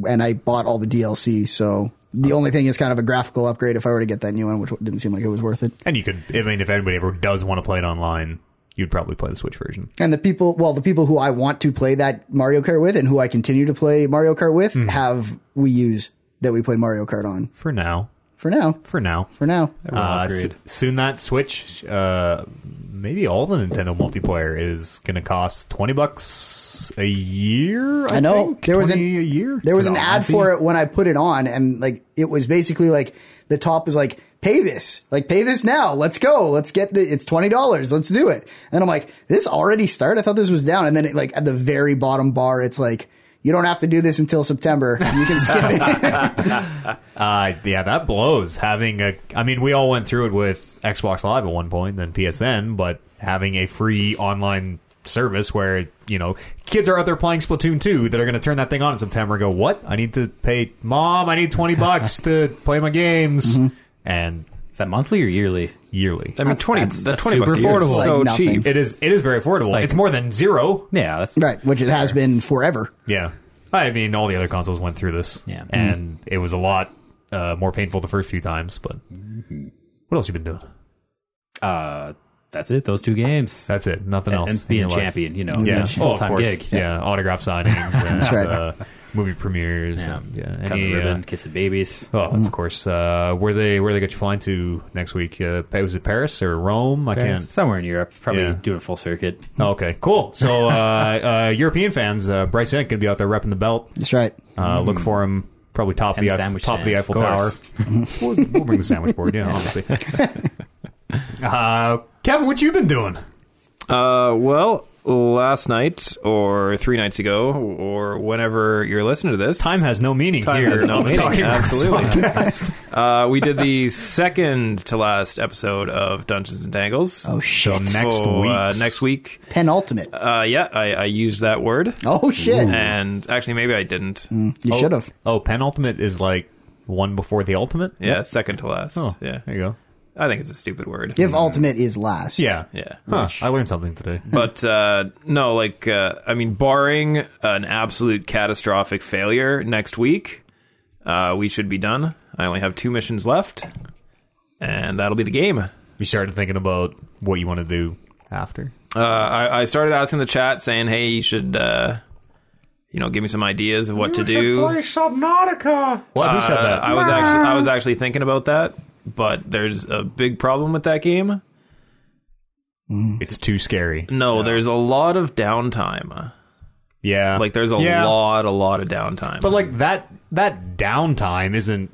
Speaker 1: yeah.
Speaker 2: And I bought all the DLC, so the only thing is kind of a graphical upgrade if I were to get that new one, which didn't seem like it was worth it.
Speaker 1: And you could, I mean, if anybody ever does want to play it online, you'd probably play the Switch version.
Speaker 2: And the people, well, the people who I want to play that Mario Kart with and who I continue to play Mario Kart with have Wii U's that we play Mario Kart on.
Speaker 1: For now,
Speaker 2: For now.
Speaker 1: for now.
Speaker 2: For now.
Speaker 1: Uh,
Speaker 3: Agreed.
Speaker 1: s- soon that Switch, uh, maybe all the Nintendo multiplayer is going to cost twenty bucks a year. I,
Speaker 2: I know.
Speaker 1: think?
Speaker 2: There was an-
Speaker 1: 20 a year.
Speaker 2: There was an ad for it when I put it on, and like it was basically like the top was like, "Pay this, like pay this now. Let's go. Let's get the. It's twenty dollars. Let's do it." And I'm like, "This already started. I thought this was down." And then it, like at the very bottom bar, it's like, "You don't have to do this until September. You can skip it."
Speaker 1: Uh, yeah, that blows. Having a, I mean, we all went through it with Xbox Live at one point, then PSN, but having a free online service where you know kids are out there playing Splatoon two that are going to turn that thing on in September. and Go, what? I need to pay mom. I need twenty bucks to play my games
Speaker 3: Mm-hmm.
Speaker 1: and
Speaker 3: Is that monthly or yearly?
Speaker 1: yearly.
Speaker 4: I mean, twenty.
Speaker 3: that's-
Speaker 4: That's,
Speaker 3: that's
Speaker 4: twenty bucks.
Speaker 3: super
Speaker 4: a year. It's
Speaker 3: affordable.
Speaker 4: So
Speaker 2: Like nothing.
Speaker 4: cheap.
Speaker 1: It is. It is very affordable.
Speaker 3: It's like-
Speaker 1: it's more than zero.
Speaker 3: Yeah, that's
Speaker 2: right, which it has been forever.
Speaker 1: Yeah. I mean, all the other consoles went through this.
Speaker 3: Yeah.
Speaker 1: And it was a lot uh, more painful the first few times. But what else you been doing?
Speaker 3: Uh, that's it. Those two games.
Speaker 1: That's it. Nothing
Speaker 3: and,
Speaker 1: else.
Speaker 3: and
Speaker 1: in
Speaker 3: being
Speaker 1: your
Speaker 3: a
Speaker 1: life.
Speaker 3: champion, you know,
Speaker 1: Yeah.
Speaker 3: it's a
Speaker 1: Oh, of
Speaker 3: full-time
Speaker 1: course.
Speaker 3: gig.
Speaker 1: Yeah. Autograph signings. That's
Speaker 2: right.
Speaker 1: Uh, movie premieres. and, yeah.
Speaker 3: Cut
Speaker 1: Any,
Speaker 3: the
Speaker 1: uh,
Speaker 3: ribbon, kissing babies.
Speaker 1: Oh, of course. Uh, where they where they got you flying to next week? Uh, was it Paris or Rome? I can't.
Speaker 3: Somewhere in Europe, probably
Speaker 1: Yeah.
Speaker 3: doing a full circuit.
Speaker 1: Oh, okay, cool. So uh, uh, European fans, uh, Bryce Inc. gonna be out there repping the belt.
Speaker 2: That's right.
Speaker 1: Uh, Look for him probably top
Speaker 3: Mm-hmm. And
Speaker 1: the
Speaker 3: sandwich
Speaker 1: top the
Speaker 3: stand,
Speaker 1: Eiffel
Speaker 3: of
Speaker 1: Tower.
Speaker 3: course.
Speaker 1: we'll, we'll bring the sandwich board, yeah, obviously. uh, Kevin, what you been doing?
Speaker 4: Uh, well, last night or three nights ago or whenever you're listening to this,
Speaker 1: Time has no meaning
Speaker 4: Time
Speaker 1: here.
Speaker 4: has no
Speaker 1: on the
Speaker 4: meaning,
Speaker 1: Talking Rocks
Speaker 4: absolutely.
Speaker 1: podcast.
Speaker 4: uh, we did the second to last episode of Dungeons and Dangles.
Speaker 2: Oh shit.
Speaker 1: so next
Speaker 4: So,
Speaker 1: week,
Speaker 4: uh, next week.
Speaker 2: Penultimate.
Speaker 4: Uh, yeah, I, I used that word,
Speaker 2: oh Mm. shit.
Speaker 4: and actually, maybe I didn't.
Speaker 2: You should have.
Speaker 1: Oh, penultimate is like one before the ultimate.
Speaker 4: Yeah, second to last.
Speaker 1: Oh,
Speaker 4: Yeah,
Speaker 1: There you go.
Speaker 4: I think it's a stupid word.
Speaker 2: If ultimate is last.
Speaker 1: Yeah.
Speaker 4: Yeah.
Speaker 1: Huh, I learned something today.
Speaker 4: But uh, no, like uh, I mean, barring an absolute catastrophic failure next week, uh, we should be done. I only have two missions left, and that'll be the game. Uh,
Speaker 1: You started thinking about what you want to do after.
Speaker 4: Uh, I, I started asking the chat saying, "Hey, you should, uh, you know, give me some ideas of what to do."
Speaker 1: Subnautica. What? Who said
Speaker 4: Uh,
Speaker 1: that?
Speaker 4: I was actually I was actually thinking about that, but there's a big problem with that game.
Speaker 1: it's too scary.
Speaker 4: No, there's a lot of downtime.
Speaker 1: Yeah.
Speaker 4: Like there's a
Speaker 1: Yeah.
Speaker 4: lot, a lot of downtime.
Speaker 1: But like that that downtime isn't.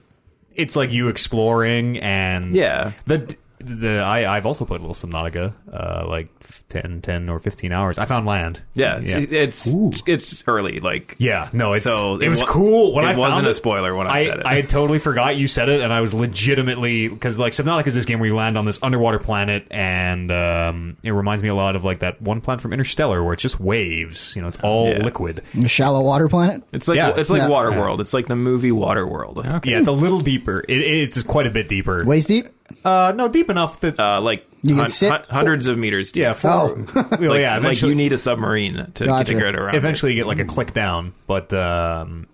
Speaker 1: It's like you exploring and
Speaker 4: Yeah.
Speaker 1: The the I I've also played a little Subnautica, uh, like 10, 10 or fifteen hours. I found land.
Speaker 4: Yeah,
Speaker 1: yeah.
Speaker 4: it's it's, it's early. Like
Speaker 1: Yeah, no, it's,
Speaker 4: So
Speaker 1: it,
Speaker 4: it
Speaker 1: was
Speaker 4: wa-
Speaker 1: cool when
Speaker 4: it
Speaker 1: I found
Speaker 4: wasn't a
Speaker 1: it,
Speaker 4: spoiler when I said it.
Speaker 1: I totally forgot you said it, and I was legitimately because like Subnautica is this game where you land on this underwater planet, and um, it reminds me a lot of like that one planet from Interstellar where it's just waves. You know, it's all
Speaker 4: Yeah.
Speaker 1: liquid.
Speaker 2: A shallow water planet.
Speaker 4: it's like
Speaker 1: Yeah.
Speaker 4: it's like
Speaker 2: Yeah.
Speaker 4: Waterworld. It's like the movie Waterworld.
Speaker 1: Yeah, it's a little deeper. It, it's quite a bit deeper.
Speaker 2: Waist deep.
Speaker 1: uh, no, deep enough that
Speaker 4: Uh, like
Speaker 2: You can
Speaker 4: hun-
Speaker 2: sit-
Speaker 4: hun- hundreds of meters. Deep.
Speaker 1: Yeah, for,
Speaker 2: Oh.
Speaker 1: well,
Speaker 4: like,
Speaker 1: yeah.
Speaker 4: like
Speaker 1: Eventually,
Speaker 4: you need a submarine to
Speaker 2: Gotcha.
Speaker 4: get around. it.
Speaker 1: eventually you get like a click down, but um,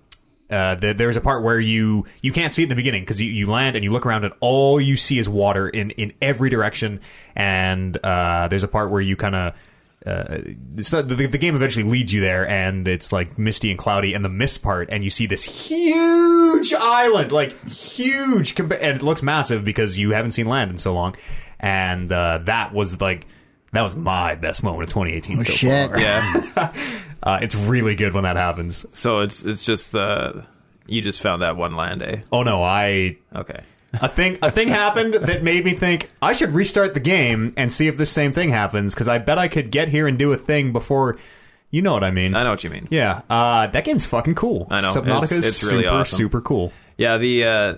Speaker 1: uh, th- there's a part where you you can't see it in the beginning because you, you land and you look around and all you see is water in in every direction, and uh, there's a part where you kind of. Uh, it's not, the, the game eventually leads you there, and it's like misty and cloudy, and the mist part, and you see this huge island, like huge, compa- and it looks massive because you haven't seen land in so long. And uh, that was like that was my best moment of 2018
Speaker 4: Oh,
Speaker 1: so
Speaker 2: Shit.
Speaker 1: far.
Speaker 4: Yeah.
Speaker 1: Uh, it's really good when that happens.
Speaker 4: so it's it's just the you just found that one land day.
Speaker 1: Oh no, I
Speaker 4: Okay.
Speaker 1: a thing a thing happened that made me think I should restart the game and see if this same thing happens because I bet I could get here and do a thing before. You know what I mean?
Speaker 4: I know what you mean.
Speaker 1: Yeah, uh, that game's fucking cool.
Speaker 4: I know.
Speaker 1: Subnautica
Speaker 4: It's-
Speaker 1: is
Speaker 4: it's really
Speaker 1: super
Speaker 4: awesome.
Speaker 1: super cool.
Speaker 4: Yeah, the uh,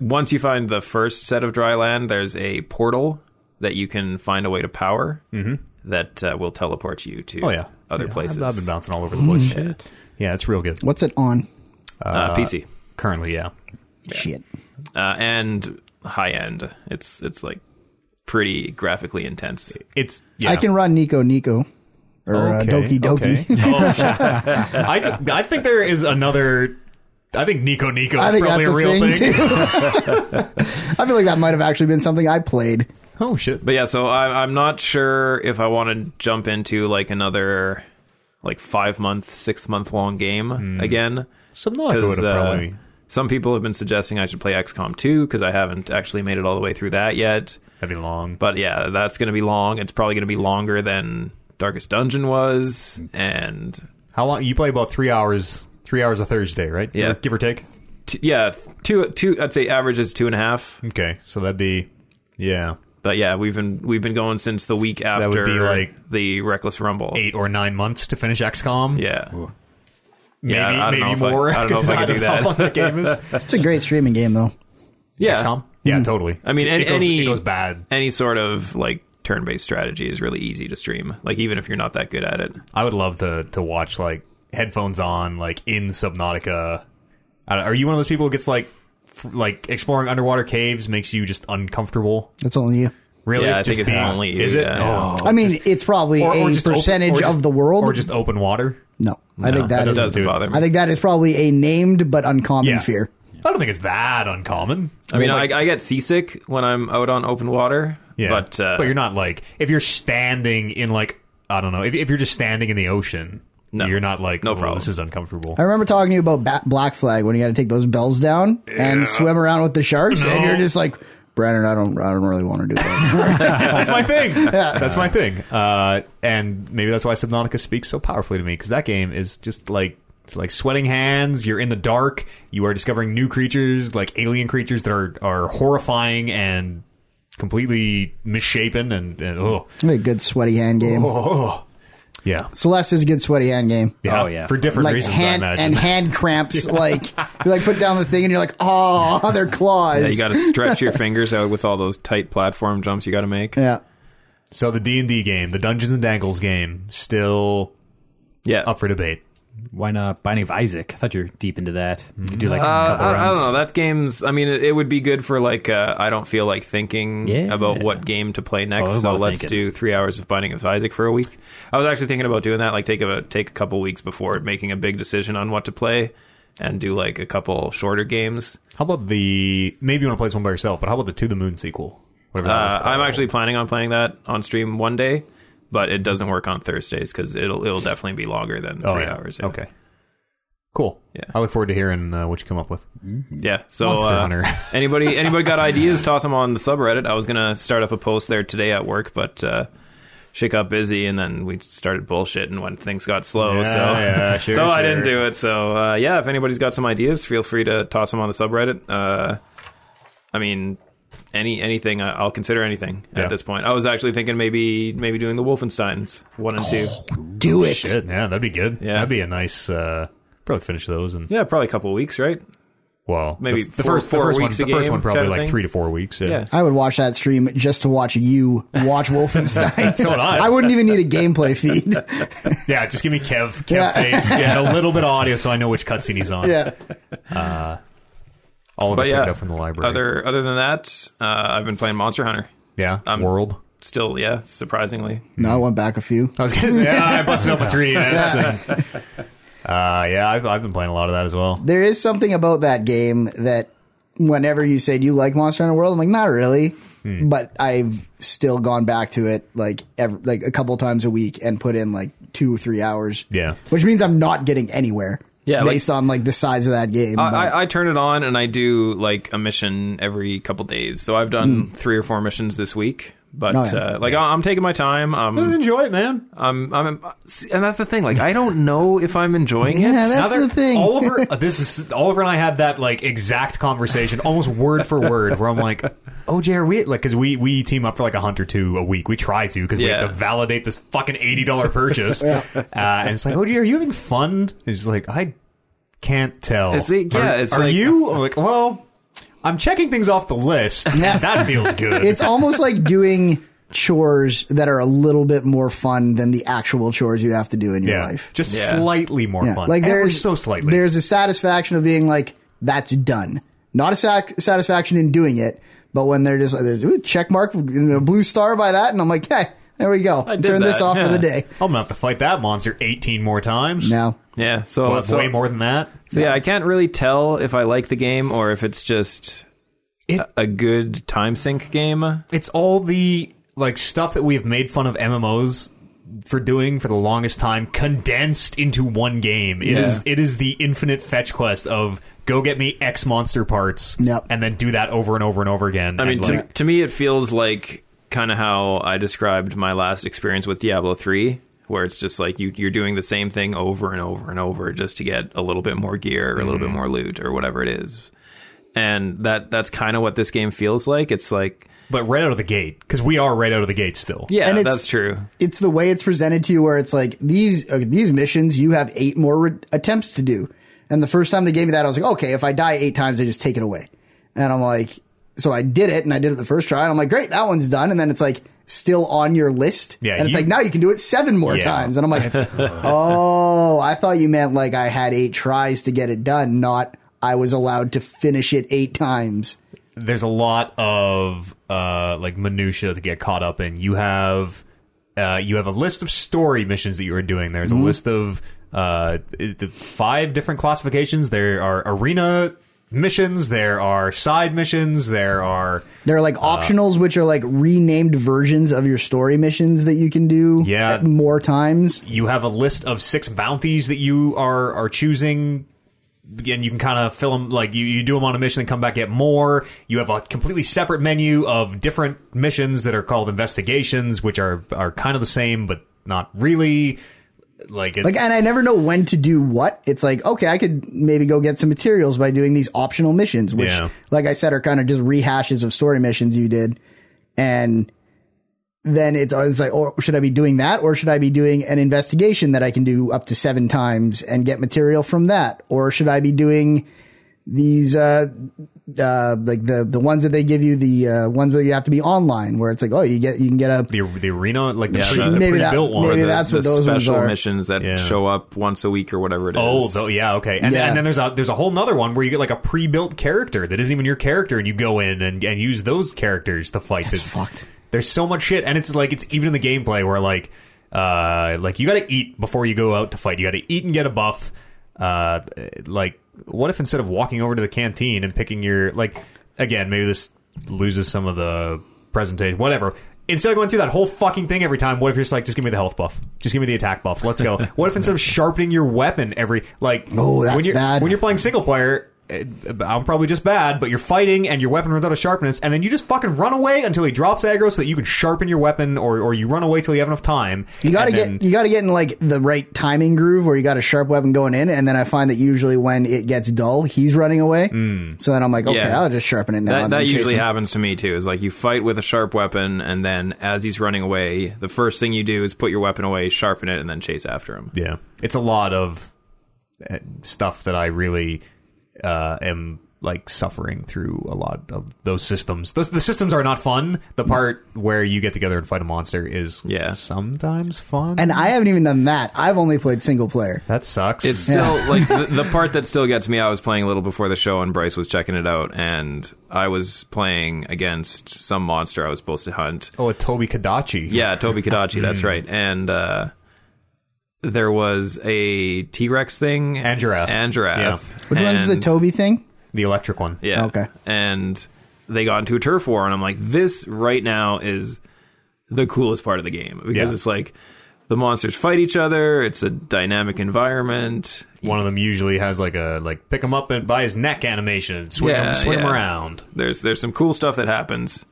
Speaker 4: once you find the first set of dry land, there's a portal that you can find a way to power that uh, will teleport you to
Speaker 1: Mm-hmm. Oh yeah,
Speaker 4: other
Speaker 1: Yeah, I've-
Speaker 4: places.
Speaker 1: I've been bouncing all over the
Speaker 2: Mm,
Speaker 1: place.
Speaker 4: Shit.
Speaker 1: Yeah, it's real good.
Speaker 2: What's it on?
Speaker 4: uh, PC
Speaker 1: Currently, yeah.
Speaker 2: Shit.
Speaker 4: uh, and high end. It's it's like pretty graphically intense.
Speaker 1: It's yeah.
Speaker 2: I can run Nico Nico or uh,
Speaker 1: Okay,
Speaker 2: Doki Doki.
Speaker 1: okay. I, could- I think there is another. I think Nico Nico
Speaker 2: I
Speaker 1: is
Speaker 2: think
Speaker 1: probably
Speaker 2: that's
Speaker 1: a
Speaker 2: a
Speaker 1: real
Speaker 2: thing,
Speaker 1: thing.
Speaker 2: too. I feel like that might have actually been something I played.
Speaker 1: Oh shit!
Speaker 4: But yeah, so I, I'm not sure if I want to jump into like another like five month, six month long game
Speaker 1: Hmm.
Speaker 4: again.
Speaker 1: Subnautica would have
Speaker 4: uh,
Speaker 1: probably.
Speaker 4: some people have been suggesting I should play XCOM 2 because I haven't actually made it all the way through that yet.
Speaker 1: That'd be long.
Speaker 4: But yeah, that's going to be long. It's probably going to be longer than Darkest Dungeon was, and
Speaker 1: How long? You play about three hours. Three hours a Thursday, right?
Speaker 4: Yeah.
Speaker 1: give or take.
Speaker 4: t- yeah, two two. I'd say average is two and a half.
Speaker 1: Okay, so that'd be yeah,
Speaker 4: But yeah, we've been we've been going since the week after
Speaker 1: would be, like,
Speaker 4: the Reckless Rumble.
Speaker 1: eight or nine months to finish XCOM.
Speaker 4: Yeah,
Speaker 1: maybe,
Speaker 4: Yeah, I don't
Speaker 1: maybe
Speaker 4: know if I-
Speaker 1: more.
Speaker 4: I don't know if I
Speaker 1: 'cause
Speaker 4: can do
Speaker 1: don't know
Speaker 4: that.
Speaker 1: How long that game is.
Speaker 2: It's a great streaming game, though.
Speaker 4: yeah.
Speaker 1: XCOM. Yeah, totally.
Speaker 4: Mm. I mean, an-
Speaker 1: it goes,
Speaker 4: any-
Speaker 1: it goes bad.
Speaker 4: Any sort of like turn-based strategy is really easy to stream. Like even if you're not that good at it.
Speaker 1: I would love to to watch like headphones on, like in Subnautica. I don't- Are you one of those people who gets like f- like exploring underwater caves makes you just uncomfortable?
Speaker 2: That's only you.
Speaker 1: Really?
Speaker 4: Yeah, I
Speaker 1: Just
Speaker 4: think it's
Speaker 1: being-
Speaker 4: only you,
Speaker 1: Is it?
Speaker 4: yeah.
Speaker 1: Oh.
Speaker 2: I mean, it's probably
Speaker 1: Or- or
Speaker 2: a
Speaker 1: just open-
Speaker 2: percentage
Speaker 1: or just-
Speaker 2: of the world.
Speaker 1: or just open water.
Speaker 2: no, I think
Speaker 1: that
Speaker 2: that is.
Speaker 1: doesn't
Speaker 4: doesn't
Speaker 1: do it.
Speaker 4: bother me.
Speaker 2: I think that is probably a named but uncommon
Speaker 1: Yeah.
Speaker 2: fear.
Speaker 1: I don't think it's that uncommon.
Speaker 4: I mean, I, I get seasick when I'm out on open water.
Speaker 1: Yeah.
Speaker 4: But, uh,
Speaker 1: but you're not like if you're standing in like I don't know if, if you're just standing in the ocean,
Speaker 4: No.
Speaker 1: you're not like
Speaker 4: No
Speaker 1: oh,
Speaker 4: problem.
Speaker 1: This is uncomfortable.
Speaker 2: I remember talking to you about ba- Black Flag when you had to take those bells down and swim around with the sharks, and
Speaker 1: No.
Speaker 2: you're just like, Brandon, I don't, I don't really want to do that.
Speaker 1: that's my thing. That's my thing. Uh, and maybe that's why Subnautica speaks so powerfully to me because that game is just like it's like sweating hands. You're in the dark. You are discovering new creatures, like alien creatures that are are horrifying and completely misshapen and, and oh,
Speaker 2: a good sweaty hand game.
Speaker 1: oh. yeah.
Speaker 2: Celeste is a good sweaty hand game.
Speaker 1: yeah,
Speaker 3: Oh, yeah.
Speaker 1: for different
Speaker 2: like
Speaker 1: reasons.
Speaker 2: hand
Speaker 1: I imagine
Speaker 2: and hand cramps. Like you like put down the thing and you're like, oh, their claws.
Speaker 4: Yeah, you got to stretch your fingers out with all those tight platform jumps you got to make.
Speaker 2: Yeah.
Speaker 1: So the D and D game, the Dungeons and Dangles game, still
Speaker 4: Yeah.
Speaker 1: up for debate.
Speaker 3: Why not Binding of Isaac? I thought you were deep into that. You could do like
Speaker 4: Uh,
Speaker 3: a couple
Speaker 4: I, I
Speaker 3: runs.
Speaker 4: don't know. That game's. I mean, it, it would be good for like. Uh, I don't feel like thinking
Speaker 3: Yeah.
Speaker 4: about what game to play
Speaker 3: Oh,
Speaker 4: next.
Speaker 3: there's a
Speaker 4: so
Speaker 3: lot of
Speaker 4: let's
Speaker 3: thinking.
Speaker 4: do three hours of Binding of Isaac for a week. I was actually thinking about doing that. Like take a take a couple weeks before making a big decision on what to play, and do like a couple shorter games.
Speaker 1: How about the maybe you want to play this one by yourself, but how about the To the Moon sequel? Whatever that was
Speaker 4: Uh,
Speaker 1: called.
Speaker 4: I'm actually planning on playing that on stream one day, but it doesn't work on Thursdays because it'll it'll definitely be longer than
Speaker 1: oh,
Speaker 4: three
Speaker 1: yeah.
Speaker 4: hours. yeah.
Speaker 1: Okay, cool.
Speaker 4: Yeah.
Speaker 1: I look forward to hearing uh, what you come up with.
Speaker 4: Yeah. So
Speaker 1: Monster
Speaker 4: uh,
Speaker 1: Hunter.
Speaker 4: anybody anybody got ideas? Toss them on the subreddit. I was gonna start up a post there today at work, but uh, shit got busy, and then we started bullshitting when things got slow.
Speaker 1: Yeah,
Speaker 4: Oh, so
Speaker 1: yeah, sure,
Speaker 4: so I
Speaker 1: sure.
Speaker 4: didn't do it. So uh, yeah, if anybody's got some ideas, feel free to toss them on the subreddit. Uh, I mean. Any anything I- I'll consider anything
Speaker 1: Yeah.
Speaker 4: at this point. I was actually thinking maybe maybe doing the Wolfenstein's one and two.
Speaker 2: Do it.
Speaker 1: Oh, Shit, yeah, that'd be good.
Speaker 4: Yeah.
Speaker 1: that'd be a nice. Uh, probably finish those and
Speaker 4: Yeah, probably a couple of weeks, right?
Speaker 1: well,
Speaker 4: Maybe
Speaker 1: the, the
Speaker 4: four-
Speaker 1: first the
Speaker 4: four
Speaker 1: first
Speaker 4: weeks a
Speaker 1: one. The first
Speaker 4: game
Speaker 1: one probably
Speaker 4: kinda
Speaker 1: like
Speaker 4: thing.
Speaker 1: three to four weeks.
Speaker 4: Yeah.
Speaker 2: I would watch that stream just to watch you watch Wolfenstein.
Speaker 1: So would I.
Speaker 2: I wouldn't even need a gameplay feed.
Speaker 1: Yeah, just give me Kev, Kev
Speaker 2: Yeah.
Speaker 1: face, and a little bit of audio so I know which cutscene he's on.
Speaker 2: yeah.
Speaker 1: all of
Speaker 4: But
Speaker 1: it
Speaker 4: yeah,
Speaker 1: taken out from the library.
Speaker 4: Other other than that, uh, I've been playing Monster Hunter.
Speaker 1: yeah,
Speaker 4: I'm-
Speaker 1: world.
Speaker 4: Still, yeah, surprisingly.
Speaker 1: Mm-hmm.
Speaker 2: No, I went back a few.
Speaker 1: I was gonna say, yeah, I busted up a three. That's, uh, yeah, I've, I've been playing a lot of that as well.
Speaker 2: There is something about that game that whenever you said you like Monster Hunter World, I'm like, not really.
Speaker 4: Hmm.
Speaker 2: But I've still gone back to it like ev like a couple times a week and put in like two or three hours.
Speaker 1: Yeah.
Speaker 2: which means I'm not getting anywhere.
Speaker 4: Yeah, like-
Speaker 2: based on like the size of that game.
Speaker 4: I,
Speaker 2: But-
Speaker 4: I, I turn it on and I do like a mission every couple days. So I've done
Speaker 1: Hmm.
Speaker 4: three or four missions this week. But
Speaker 2: Oh, yeah.
Speaker 4: uh, like I- I'm taking my time. Um,
Speaker 1: Enjoy it, man.
Speaker 4: I'm, I'm, see, and that's the thing. Like I don't know if I'm enjoying
Speaker 2: Yeah,
Speaker 4: it.
Speaker 2: that's
Speaker 1: Another,
Speaker 2: the thing.
Speaker 1: Oliver, uh, this is Oliver and I had that like exact conversation, almost word for word, where I'm like, "Oh, Jay, are we like because we we team up for like a hunt or two a week. We try to because we
Speaker 4: Yeah.
Speaker 1: have to validate this fucking eighty dollar purchase. uh, and it's like, "Oh, Jay, are you having fun?" And he's like, "I can't tell.
Speaker 4: It's- it- yeah,
Speaker 1: Are-
Speaker 4: it's
Speaker 1: are
Speaker 4: like-
Speaker 1: you I'm like well? I'm checking things off the list. that feels good.
Speaker 2: It's almost like doing chores that are a little bit more fun than the actual chores you have to do in your
Speaker 1: yeah,
Speaker 2: life.
Speaker 1: just
Speaker 4: Yeah.
Speaker 1: slightly more fun.
Speaker 2: Like
Speaker 1: Ever
Speaker 2: there's
Speaker 1: so slightly.
Speaker 2: There's a satisfaction of being like, that's done. Not a sac- satisfaction in doing it, but when they're just like, there's ooh, check mark, you know, blue star by that, and I'm like, hey, there we go.
Speaker 4: did
Speaker 2: Turn this
Speaker 4: that,
Speaker 2: off for
Speaker 4: yeah.
Speaker 2: the day.
Speaker 1: I'm gonna have to fight that monster 18 more times.
Speaker 2: No.
Speaker 4: Yeah, so,
Speaker 1: Well,
Speaker 4: so
Speaker 1: way more than that.
Speaker 4: So yeah, I can't really tell if I like the game or if it's just
Speaker 1: It-
Speaker 4: a- a good time sink game.
Speaker 1: It's all the like stuff that we have made fun of MMOs for doing for the longest time, condensed into one game. It is
Speaker 4: Yeah.
Speaker 1: it is the infinite fetch quest of go get me X monster parts,
Speaker 2: Yep.
Speaker 1: and then do that over and over and over again.
Speaker 4: I mean,
Speaker 1: And,
Speaker 4: to,
Speaker 1: like,
Speaker 4: to me, it feels like kind of how I described my last experience with Diablo 3, where it's just like you, you're doing the same thing over and over and over just to get a little bit more gear or a little bit more loot or whatever it is. And that that's kind of what this game feels like. It's like,
Speaker 1: but right out of the gate because we are right out of the gate still.
Speaker 4: yeah,
Speaker 2: And it's-
Speaker 4: that's true.
Speaker 2: It's the way it's presented to you where it's like, these, uh, these missions, you have eight more re- attempts to do. And the first time they gave me that, I was like, okay, if I die eight times, they just take it away. And I'm like, so I did it and I did it the first try and I'm like, great, that one's done. And then it's like, still on your list.
Speaker 1: Yeah,
Speaker 2: And it's
Speaker 1: you-
Speaker 2: like, now you can do it seven more
Speaker 1: Yeah.
Speaker 2: times. And I'm like, oh, I thought you meant like I had eight tries to get it done, not I was allowed to finish it eight times.
Speaker 1: there's a lot of uh, like minutia to get caught up in. You have uh, you have a list of story missions that you are doing. There's a list of uh, it- the five different classifications. There are arena missions. There are side missions. There are
Speaker 2: There are like optionals, which are like renamed versions of your story missions that you can do
Speaker 1: Yeah.
Speaker 2: at more times.
Speaker 1: you have a list of six bounties that you are are choosing and you can kind of fill them like you, you do them on a mission and come back get more you have a completely separate menu of different missions that are called investigations which are are kind of the same but not really like it's,
Speaker 2: Like, and I never know when to do what. It's like, okay, I could maybe go get some materials by doing these optional missions, which,
Speaker 1: Yeah.
Speaker 2: like I said, are kind of just rehashes of story missions you did. And then it's, it's like, or should I be doing that? Or should I be doing an investigation that I can do up to seven times and get material from that? Or should I be doing these, uh, uh, like the the ones that they give you, the uh, ones where you have to be online, where it's like, oh, you get you can get a
Speaker 1: the, the arena like the,
Speaker 4: Yeah,
Speaker 1: pre,
Speaker 4: the-
Speaker 1: the
Speaker 2: maybe that-
Speaker 1: pre-built one
Speaker 2: maybe
Speaker 1: the-
Speaker 2: that's what
Speaker 4: the
Speaker 2: those ones
Speaker 4: special
Speaker 2: are.
Speaker 4: missions that
Speaker 1: Yeah.
Speaker 4: show up once a week or whatever it is.
Speaker 1: Oh, though, yeah, okay, and,
Speaker 2: Yeah.
Speaker 1: and then there's a there's a whole nother one where you get like a pre-built character that isn't even your character, and you go in and, and use those characters to fight.
Speaker 2: That's
Speaker 1: the-
Speaker 2: fucked.
Speaker 1: There's so much shit, and it's like it's even in the gameplay where like uh like you got to eat before you go out to fight. You got to eat and get a buff. Uh, like what if instead of walking over to the canteen and picking your like again maybe this loses some of the presentation whatever. Instead of going through that whole fucking thing every time, what if you're just like, just give me the health buff, just give me the attack buff, let's go. what if instead of sharpening your weapon every like,
Speaker 2: Oh, that's
Speaker 1: when you're,
Speaker 2: bad.
Speaker 1: When you're playing single player, eh, I'm probably just bad, but you're fighting and your weapon runs out of sharpness, and then you just fucking run away until he drops aggro so that you can sharpen your weapon, or, or you run away till you have enough time.
Speaker 2: You gotta
Speaker 1: and
Speaker 2: get
Speaker 1: then-
Speaker 2: you gotta get in like the right timing groove where you got a sharp weapon going in, and then I find that usually when it gets dull, he's running away. Mm. So then I'm like, okay,
Speaker 4: Yeah.
Speaker 2: I'll just sharpen it now.
Speaker 4: That,
Speaker 2: and
Speaker 4: that
Speaker 2: then chase
Speaker 4: usually
Speaker 2: him.
Speaker 4: happens to me too. Is like you fight with a sharp weapon, and then as he's running away, the first thing you do is put your weapon away, sharpen it, and then chase after him.
Speaker 1: Yeah, it's a lot of eh, stuff that I really uh, am like suffering through a lot of those systems. Those, the systems are not fun. The part where you get together and fight a monster is
Speaker 4: Yeah.
Speaker 1: sometimes fun.
Speaker 2: And I haven't even done that. I've only played single player.
Speaker 1: that sucks.
Speaker 4: It's still like the, the part that still gets me. I was playing a little before the show, and Bryce was checking it out, and I was playing against some monster I was supposed to hunt.
Speaker 1: oh, a Toby Kadachi.
Speaker 4: Yeah, Toby Kadachi, that's right. And uh, there was a T Rex thing
Speaker 1: And giraffe.
Speaker 4: and giraffe.
Speaker 1: Yeah.
Speaker 2: Which one's the
Speaker 4: And-
Speaker 2: Toby thing?
Speaker 1: the electric one.
Speaker 4: Yeah.
Speaker 2: Okay.
Speaker 4: And they got into a turf war, and I'm like, this right now is the coolest part of the game because
Speaker 1: Yeah.
Speaker 4: it's like the monsters fight each other. It's a dynamic environment.
Speaker 1: One of them usually has like a like pick him up and by his neck animation and swing
Speaker 4: Yeah,
Speaker 1: him swing him
Speaker 4: yeah.
Speaker 1: around.
Speaker 4: There's there's some cool stuff that happens,